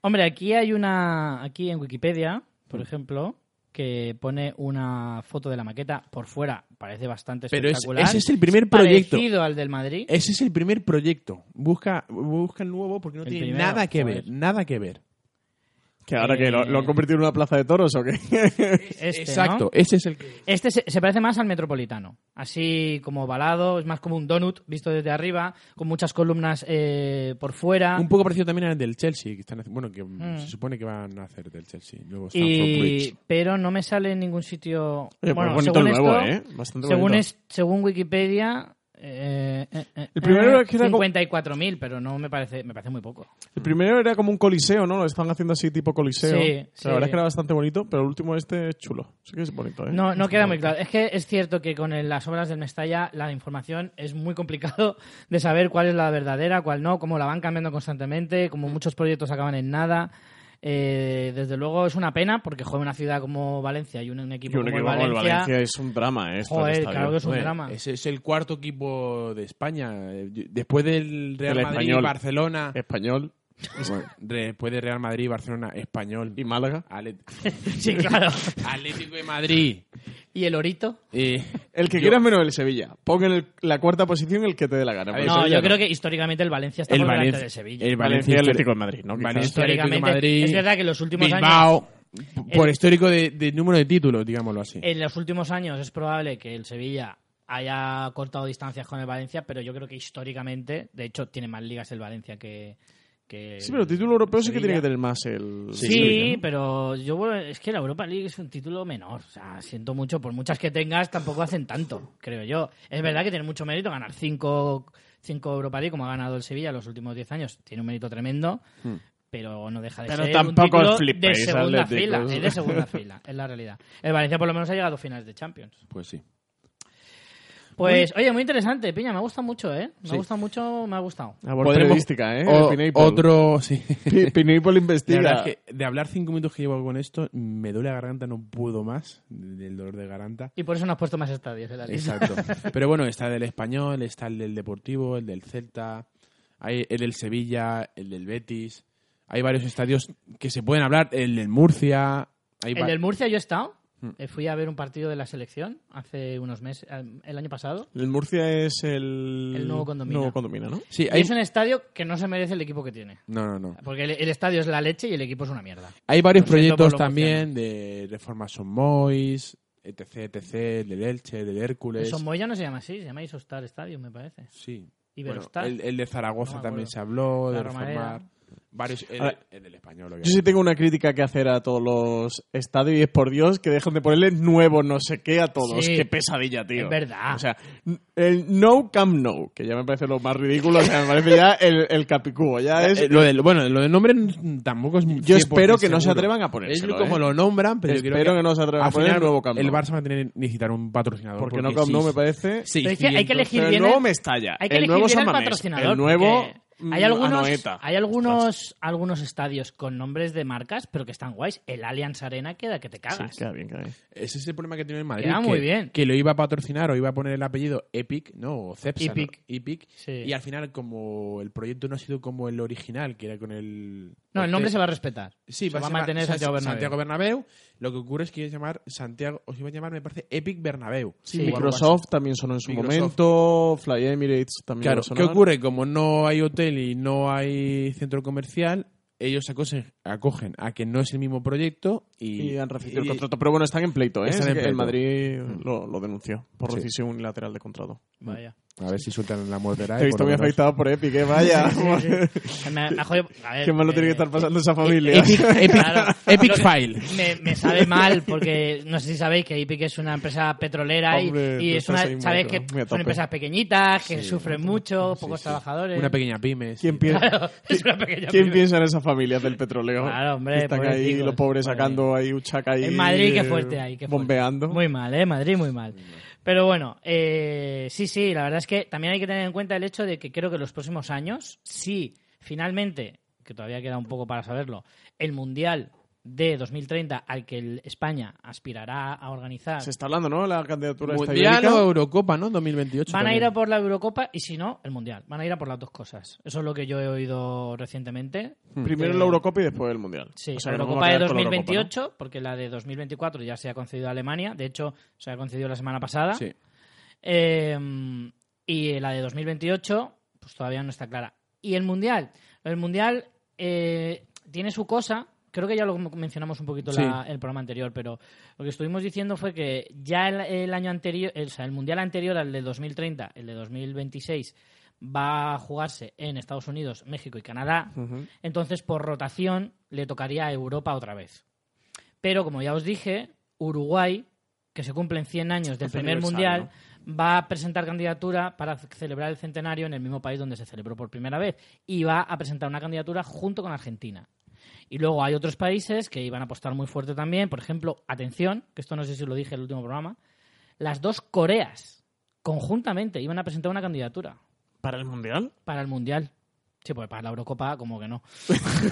S1: Hombre, aquí hay una. Aquí en Wikipedia, por ejemplo, que pone una foto de la maqueta por fuera. Parece bastante
S2: Pero es-
S1: espectacular.
S2: ese es el primer proyecto.
S1: Parecido al del Madrid.
S2: Ese es el primer proyecto. Busca, busca el nuevo porque no
S1: El
S2: tiene
S1: primero,
S2: nada que
S1: joder.
S2: ver. Nada que ver.
S3: Que ahora que lo, lo han convertido en una plaza de toros o qué.
S1: Este, ¿no?
S2: Exacto. Ese es el que-
S1: Este se, se parece más al metropolitano. Así como ovalado, es más como un donut visto desde arriba, con muchas columnas eh, por fuera.
S2: Un poco parecido también al del Chelsea. Que están, haci- bueno, que mm,
S1: Mm.
S2: se supone que van a hacer del Chelsea. Luego Stamford
S1: Y,
S2: Bridge.
S1: pero no me sale en ningún sitio.
S3: Oye, pues
S1: bueno,
S3: bonito
S1: según
S3: el nuevo,
S1: esto,
S3: ¿eh? Bastante
S1: según,
S3: bonito.
S1: es- según Wikipedia. eh, eh, eh,
S3: El primero
S1: eh,
S3: es que era como-
S1: 54.000, pero no me parece, me parece muy poco.
S3: El primero era como un coliseo, ¿no? Lo estaban haciendo así tipo coliseo.
S1: Sí,
S3: Que
S1: sí.
S3: La verdad es que era bastante bonito, pero el último este es chulo. Sí que es bonito, ¿eh?
S1: No, no queda muy claro. Es que es cierto que con el- las obras del Mestalla la información es muy complicado de saber cuál es la verdadera, cuál no, cómo la van cambiando constantemente, como muchos proyectos acaban en nada. Eh, desde luego es una pena porque joder, una ciudad como Valencia y un, un equipo
S3: Yo
S1: como
S3: creo que
S1: el
S3: vamos, el
S1: Valencia,
S3: Valencia es un drama, ¿eh? Esto del
S1: joder,
S3: estadio.
S1: claro que es un
S2: Joder,
S1: drama.
S2: Ese es el cuarto equipo de España. Eh, yo- Después del Real
S3: El
S2: Madrid,
S3: español. Eh,
S2: Barcelona.
S3: Español
S2: Bueno, después de Real Madrid, Barcelona, Español.
S3: y Málaga.
S2: Ale-
S1: Sí, claro.
S2: Atlético de Madrid.
S1: ¿Y el Orito?
S2: Eh,
S3: El que
S2: yo-
S3: quieras menos el Sevilla. Pon en el- la cuarta posición el que te dé la gana.
S2: A
S3: porque
S2: ver,
S1: No,
S3: Sevilla
S1: yo creo que históricamente el Valencia está
S2: el
S1: por delante
S2: Valencia,
S1: de Sevilla.
S2: el
S3: Valencia y
S2: Valencia
S3: Atlético de Madrid, ¿no? Quizás.
S2: Valencia Atlético de
S1: Históricamente,
S2: Madrid.
S1: es verdad que en los últimos años-
S2: Bilbao, por
S1: El- Eh,
S2: histórico de, de número de títulos, digámoslo así.
S1: En los últimos años es probable que el Sevilla haya cortado distancias con el Valencia, pero yo creo que históricamente, de hecho, tiene más ligas el Valencia que. que
S3: Sí, pero
S1: el
S3: título europeo sí que
S1: Sevilla.
S3: tiene que tener más el.
S1: Sí,
S3: Sevilla, ¿no?
S1: pero yo bueno, es que la Europa League es un título menor. O sea, siento mucho, por muchas que tengas, tampoco hacen tanto, creo yo. Es verdad que tiene mucho mérito ganar cinco, cinco Europa League como ha ganado el Sevilla en los últimos 10 años. Tiene un mérito tremendo,
S3: Hmm.
S1: pero no deja de
S3: Pero
S1: ser
S3: tampoco
S1: un título
S3: os flipéis,
S1: de segunda
S3: atléticos.
S1: fila. Es de segunda fila, es la realidad. El Valencia por lo menos ha llegado a finales de Champions.
S2: Pues sí.
S1: Pues, Pues, oye, muy interesante, Piña, me gusta mucho, ¿eh? Me
S2: Sí.
S1: gusta mucho, me ha gustado.
S3: Labor
S2: Podremos-
S3: periodística, ¿eh?
S2: o-
S3: Pineapple.
S2: otro, sí.
S3: Pi- Pineapple
S2: La
S3: investiga.
S2: verdad es que de hablar cinco minutos que llevo con esto, me duele la garganta, no puedo más del dolor de garganta.
S1: Y por eso no has puesto más estadios en la lista.
S2: Exacto. Pero bueno, está el del español, está el del deportivo, el del Celta, hay el del Sevilla, el del Betis. Hay varios estadios que se pueden hablar, el del Murcia. Hay
S1: El
S2: va-
S1: del Murcia yo he estado.
S3: Mm.
S2: Hmm.
S1: Eh, Fui a ver un partido de la selección hace unos meses, eh, el año pasado.
S3: El Murcia es el...
S1: El nuevo condominio.
S3: nuevo condominio, ¿no?
S2: Sí,
S1: Y
S2: hay...
S1: es un estadio que no se merece el equipo que tiene.
S2: No, no, no.
S1: Porque el, el estadio es la leche y el equipo es una mierda.
S2: Hay varios
S1: Lo siento por
S2: proyectos
S1: lo
S2: también de Reforma Son Mois, etc, etc, el del Elche, el del Hércules.
S1: Eso Moya no se llama así, se llama Isostar Stadium, me parece.
S2: Sí. Bueno,
S1: Iberostar.
S2: el, el de Zaragoza
S1: No me
S2: también
S1: acuerdo.
S2: se habló,
S1: La
S2: de
S1: Romareda.
S2: reformar. Varios, el,
S3: A ver.
S2: el del español,
S3: Yo
S2: obviamente.
S3: sí tengo una crítica que hacer a todos los estadios y es por Dios que dejen de ponerle nuevo no sé qué a todos.
S1: Sí.
S3: Qué pesadilla, tío.
S1: Es verdad.
S3: O sea, n- el no Camp No, que ya me parece lo más ridículo, o sea, me parece ya el, el capicúo. Ya es...
S2: Eh, lo del, bueno, lo del nombre mm, tampoco es
S3: Yo espero
S2: 100%
S3: que no se
S2: seguro.
S3: atrevan a
S2: Es
S3: ponérselo,
S2: como
S3: ¿eh?
S2: lo nombran, pero yo creo
S3: Espero que no se atrevan a
S2: al
S3: poner
S2: final
S3: el nuevo Camp
S2: el
S3: Nou.
S2: Barça va a tener que necesitar un patrocinador.
S3: Porque, no Camp
S2: sí,
S3: Nou me parece...
S2: sí,
S1: Pero es que hay que
S2: 600.
S1: elegir
S3: Pero
S1: bien
S3: el nuevo
S1: el-
S3: Mestalla.
S1: Hay que
S3: el
S1: elegir
S3: nuevo
S1: bien
S3: San
S1: el
S3: Mamés,
S1: patrocinador.
S3: El nuevo
S1: porque
S3: mm,
S1: Hay algunos,
S3: Anoeta.
S1: hay algunos, algunos estadios con nombres de marcas, pero que están guays. El Allianz Arena queda que te
S3: Sí,
S1: cagas.
S3: queda bien, queda bien.
S2: Ese es el problema que tiene el Madrid.
S1: Queda
S2: que,
S1: muy bien.
S2: que lo iba a patrocinar o iba a poner el apellido Epic, ¿no? O Cepsa, ¿no?
S1: Epic.
S2: Epic.
S1: Sí.
S2: Y al final, como el proyecto no ha sido como el original, que era con el...
S1: no, el nombre
S2: Ortega-
S1: se va a respetar.
S2: Sí,
S1: se
S2: va a llamar-
S1: mantener
S2: o sea,
S1: Santiago Bernabéu.
S2: Santiago Bernabéu. Lo que ocurre es que iba a llamar Santiago, os iba a llamar, me parece, Epic Bernabéu.
S1: Sí.
S2: O algo así.
S3: Microsoft también sonó en su
S2: Microsoft.
S3: momento. Fly Emirates también
S2: Claro,
S3: va a sonar.
S2: ¿qué ocurre? Como no hay hotel y no hay centro comercial, ellos se acosen- acogen a que no es el mismo proyecto y,
S3: Y han recibido el
S2: y-
S3: contrato. Pero bueno, están en pleito, ¿eh?
S2: Están
S3: Así
S2: en
S3: que
S2: pleito.
S3: El
S2: Mm.
S3: Madrid lo, lo denunció por
S2: Sí.
S3: decisión unilateral de contrato.
S1: Vaya.
S2: A ver si sueltan la mordera.
S3: Te he
S2: y
S3: visto
S2: por
S3: muy
S2: lo menos-
S3: afectado por Epic, ¿eh? Vaya.
S1: Me, me ha jodido- a ver,
S3: Qué mal lo tiene que
S1: eh,
S3: estar pasando esa familia.
S1: Claro.
S2: Epic
S1: Lo que-
S2: File.
S1: Me, me sabe mal porque no sé si sabéis que Epic es una empresa petrolera y-
S3: Hombre,
S1: y,
S3: tú
S1: es una,
S3: estás ahí muy
S1: sabes
S3: a-
S1: que
S3: muy a
S1: son
S3: tope.
S1: empresas pequeñitas que
S2: Sí,
S1: sufren
S2: una-
S1: mucho,
S2: sí,
S1: pocos
S2: sí.
S1: trabajadores.
S2: Una pequeña pyme. sí.
S3: ¿Quién, pi-
S1: Claro, es una pequeña
S3: quién
S1: pyme.
S3: piensa en esas familias del petróleo?
S1: Claro, hombre,
S3: Que Están ahí
S1: pobrecicos,
S3: los pobres
S1: pobre.
S3: sacando ahí Uchaca ahí.
S1: En Madrid, qué
S3: eh,
S1: fuerte ahí. Qué fuerte.
S3: Bombeando.
S1: Muy mal, ¿eh? Madrid, muy mal. Pero bueno, eh, sí, sí, la verdad es que también hay que tener en cuenta el hecho de que creo que los próximos años, si finalmente, que todavía queda un poco para saberlo, el Mundial de 2030 al que el España aspirará a organizar,
S3: Se está hablando, ¿no? La candidatura está
S2: Mundial o Eurocopa, ¿no? 2028.
S1: van a
S2: también.
S1: ir a por la Eurocopa y si no, el Mundial. Van a ir a por las dos cosas. Eso es lo que yo he oído recientemente.
S3: Primero
S1: Eh,
S3: la Eurocopa y después el Mundial.
S1: Sí,
S3: O sea,
S1: la
S3: que nos
S1: Eurocopa
S3: vamos a
S1: de
S3: quedar con la Eurocopa,
S1: 2028, porque la de 2024 ya se ha concedido a Alemania. De hecho, se ha concedido la semana pasada.
S2: Sí.
S1: Eh, y la de 2028, pues todavía no está clara. Y el Mundial. El Mundial eh, tiene su cosa. Creo que ya lo mencionamos un poquito la- el programa anterior, pero lo que estuvimos diciendo fue que ya el, el año anterior, el, o sea, el Mundial anterior al de 2030, el de 2026, va a jugarse en Estados Unidos, México y Canadá.
S3: ¿no? Ujú.
S1: Entonces, por rotación, le tocaría a Europa otra vez. Pero, como ya os dije, Uruguay, que se cumplen 100 años del
S3: Hace
S1: primer
S3: aniversario,
S1: mundial, va a presentar candidatura para celebrar el centenario en el mismo país donde se celebró por primera vez. Y va a presentar una candidatura junto con Argentina. Y luego hay otros países que iban a apostar muy fuerte también. Por ejemplo, atención, que esto no sé si lo dije en el último programa, las dos Coreas conjuntamente iban a presentar una candidatura
S3: ¿Para el Mundial?
S1: para el mundial. Sí, pues para la Eurocopa como que no.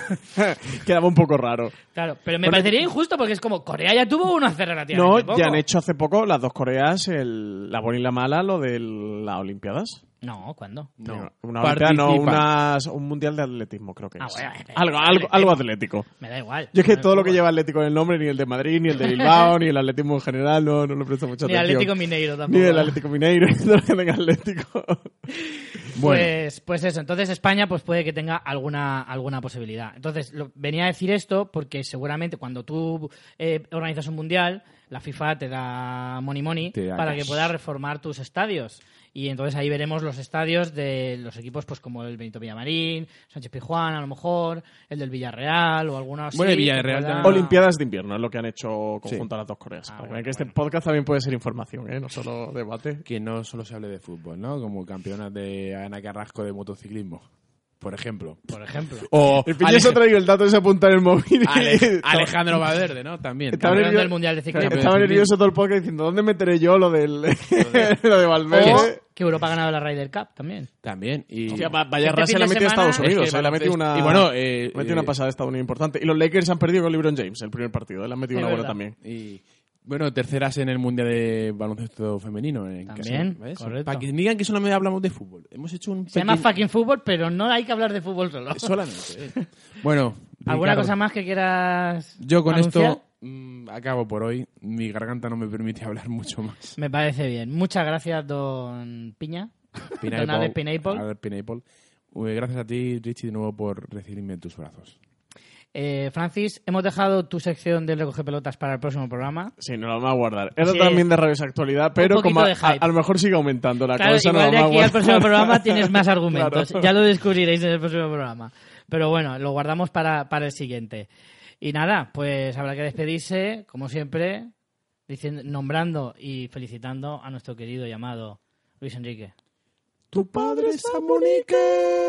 S3: Quedaba un poco raro.
S1: Claro, pero me
S3: Bueno,
S1: parecería injusto porque es como Corea ya tuvo uno hace
S3: No,
S1: relativamente poco.
S3: ya han hecho hace poco las dos Coreas, el, la buena y la mala, lo de las Olimpiadas.
S1: No, ¿cuándo?
S2: No.
S3: Una Olimpiada, no,
S2: Participan.
S3: unas- un mundial de atletismo, creo que
S1: Ah,
S3: es.
S1: bueno, eh,
S3: algo,
S1: eh,
S3: algo,
S1: eh,
S3: algo atlético.
S1: Me da igual.
S3: Yo es que
S1: No,
S3: todo lo que
S1: no.
S3: lleva atlético en el nombre, ni el de Madrid, ni el de Bilbao, ni el atletismo en general, no, no le presto mucha
S1: Ni el
S3: atención.
S1: Atlético Mineiro
S3: Ni
S1: tampoco.
S3: el Atlético Mineiro, ni todo lo que tenga atlético.
S2: Bueno.
S1: Pues, pues eso, entonces España pues puede que tenga alguna, alguna posibilidad. Entonces, lo- venía a decir esto porque seguramente cuando tú eh, organizas un mundial, la FIFA te da money money
S2: Te da
S1: para
S2: cash.
S1: que puedas reformar tus estadios. Y entonces ahí veremos los estadios de los equipos pues como el Benito Villamarín, Sánchez Pijuán a lo mejor, el del Villarreal o alguno así.
S2: Bueno, el
S1: que
S2: Villarreal
S1: pueda-
S2: Ah. también.
S3: Olimpiadas de invierno es lo que han hecho conjunto a las dos Coreas.
S1: Ah,
S3: Para que
S1: bueno,
S3: vean que este
S1: bueno.
S3: podcast también puede ser información, ¿eh? no solo debate.
S2: Que no solo se hable de fútbol, ¿no? Como campeonas de Ana Carrasco de motociclismo. por ejemplo.
S1: por ejemplo.
S2: O
S3: El pillo se ha
S2: Alej-
S3: traído el dato ese apuntar en el móvil. y-
S2: Ale- Alejandro Valverde, ¿no? También.
S3: Está
S1: Campeón
S3: nervioso-
S1: del Mundial de Ciclismo.
S3: Estaba nervioso todo el podcast diciendo, ¿dónde meteré yo lo del lo de
S1: O
S3: Valverde?
S1: que Europa ha ganado la Ryder Cup también.
S2: También. Y...
S3: Hostia, va-
S1: Este
S3: vaya
S1: fin
S3: racha
S1: de
S3: la metió a
S1: semana-
S3: Estados Unidos.
S2: Es que
S3: eh, le ha metido
S2: baloncesto-
S3: una,
S2: y bueno, eh,
S3: le ha metido una
S2: eh,
S3: pasada a Estados Unidos importante. Y los Lakers han perdido con LeBron James el primer partido. Él ha metido
S1: Es
S3: una buena
S1: verdad.
S3: también.
S2: Y bueno, terceras en el Mundial de Baloncesto Femenino. En
S1: También,
S2: casa, ¿ves?
S1: correcto.
S2: Para que digan que solo me hablamos de fútbol. Hemos hecho un...
S1: Se llama
S2: pequeño-
S1: fucking fútbol, pero no hay que hablar de fútbol solo.
S2: Solamente. eh. Bueno.
S1: ¿Alguna
S2: Ricardo,
S1: cosa más que quieras
S2: Yo con
S1: anunciar?
S2: esto mm, acabo por hoy. Mi garganta no me permite hablar mucho más.
S1: Me parece bien. Muchas gracias, don Piña. don Alex Pineapple.
S2: Alex Pineapple. Eh, Gracias a ti, Richie, de nuevo por recibirme en tus brazos.
S1: Eh, Francis, hemos dejado tu sección del recoge pelotas para el próximo programa.
S3: Sí, nos lo vamos a guardar. Era
S1: Sí.
S3: también de rabiosa actualidad, pero
S1: poquito
S3: como a,
S1: de hype.
S3: a- a lo mejor sigue aumentando la
S1: Claro,
S3: cosa. nos
S1: igual de
S3: la vamos
S1: aquí
S3: a
S1: al próximo
S3: guardar.
S1: programa tienes más argumentos.
S3: Claro.
S1: Ya lo descubriréis en el próximo programa. Pero bueno, lo guardamos para, para el siguiente. Y nada, pues habrá que despedirse, como siempre, diciendo, nombrando y felicitando a nuestro querido llamado Luis Enrique.
S2: Tu padre es Monique.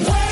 S6: Wait!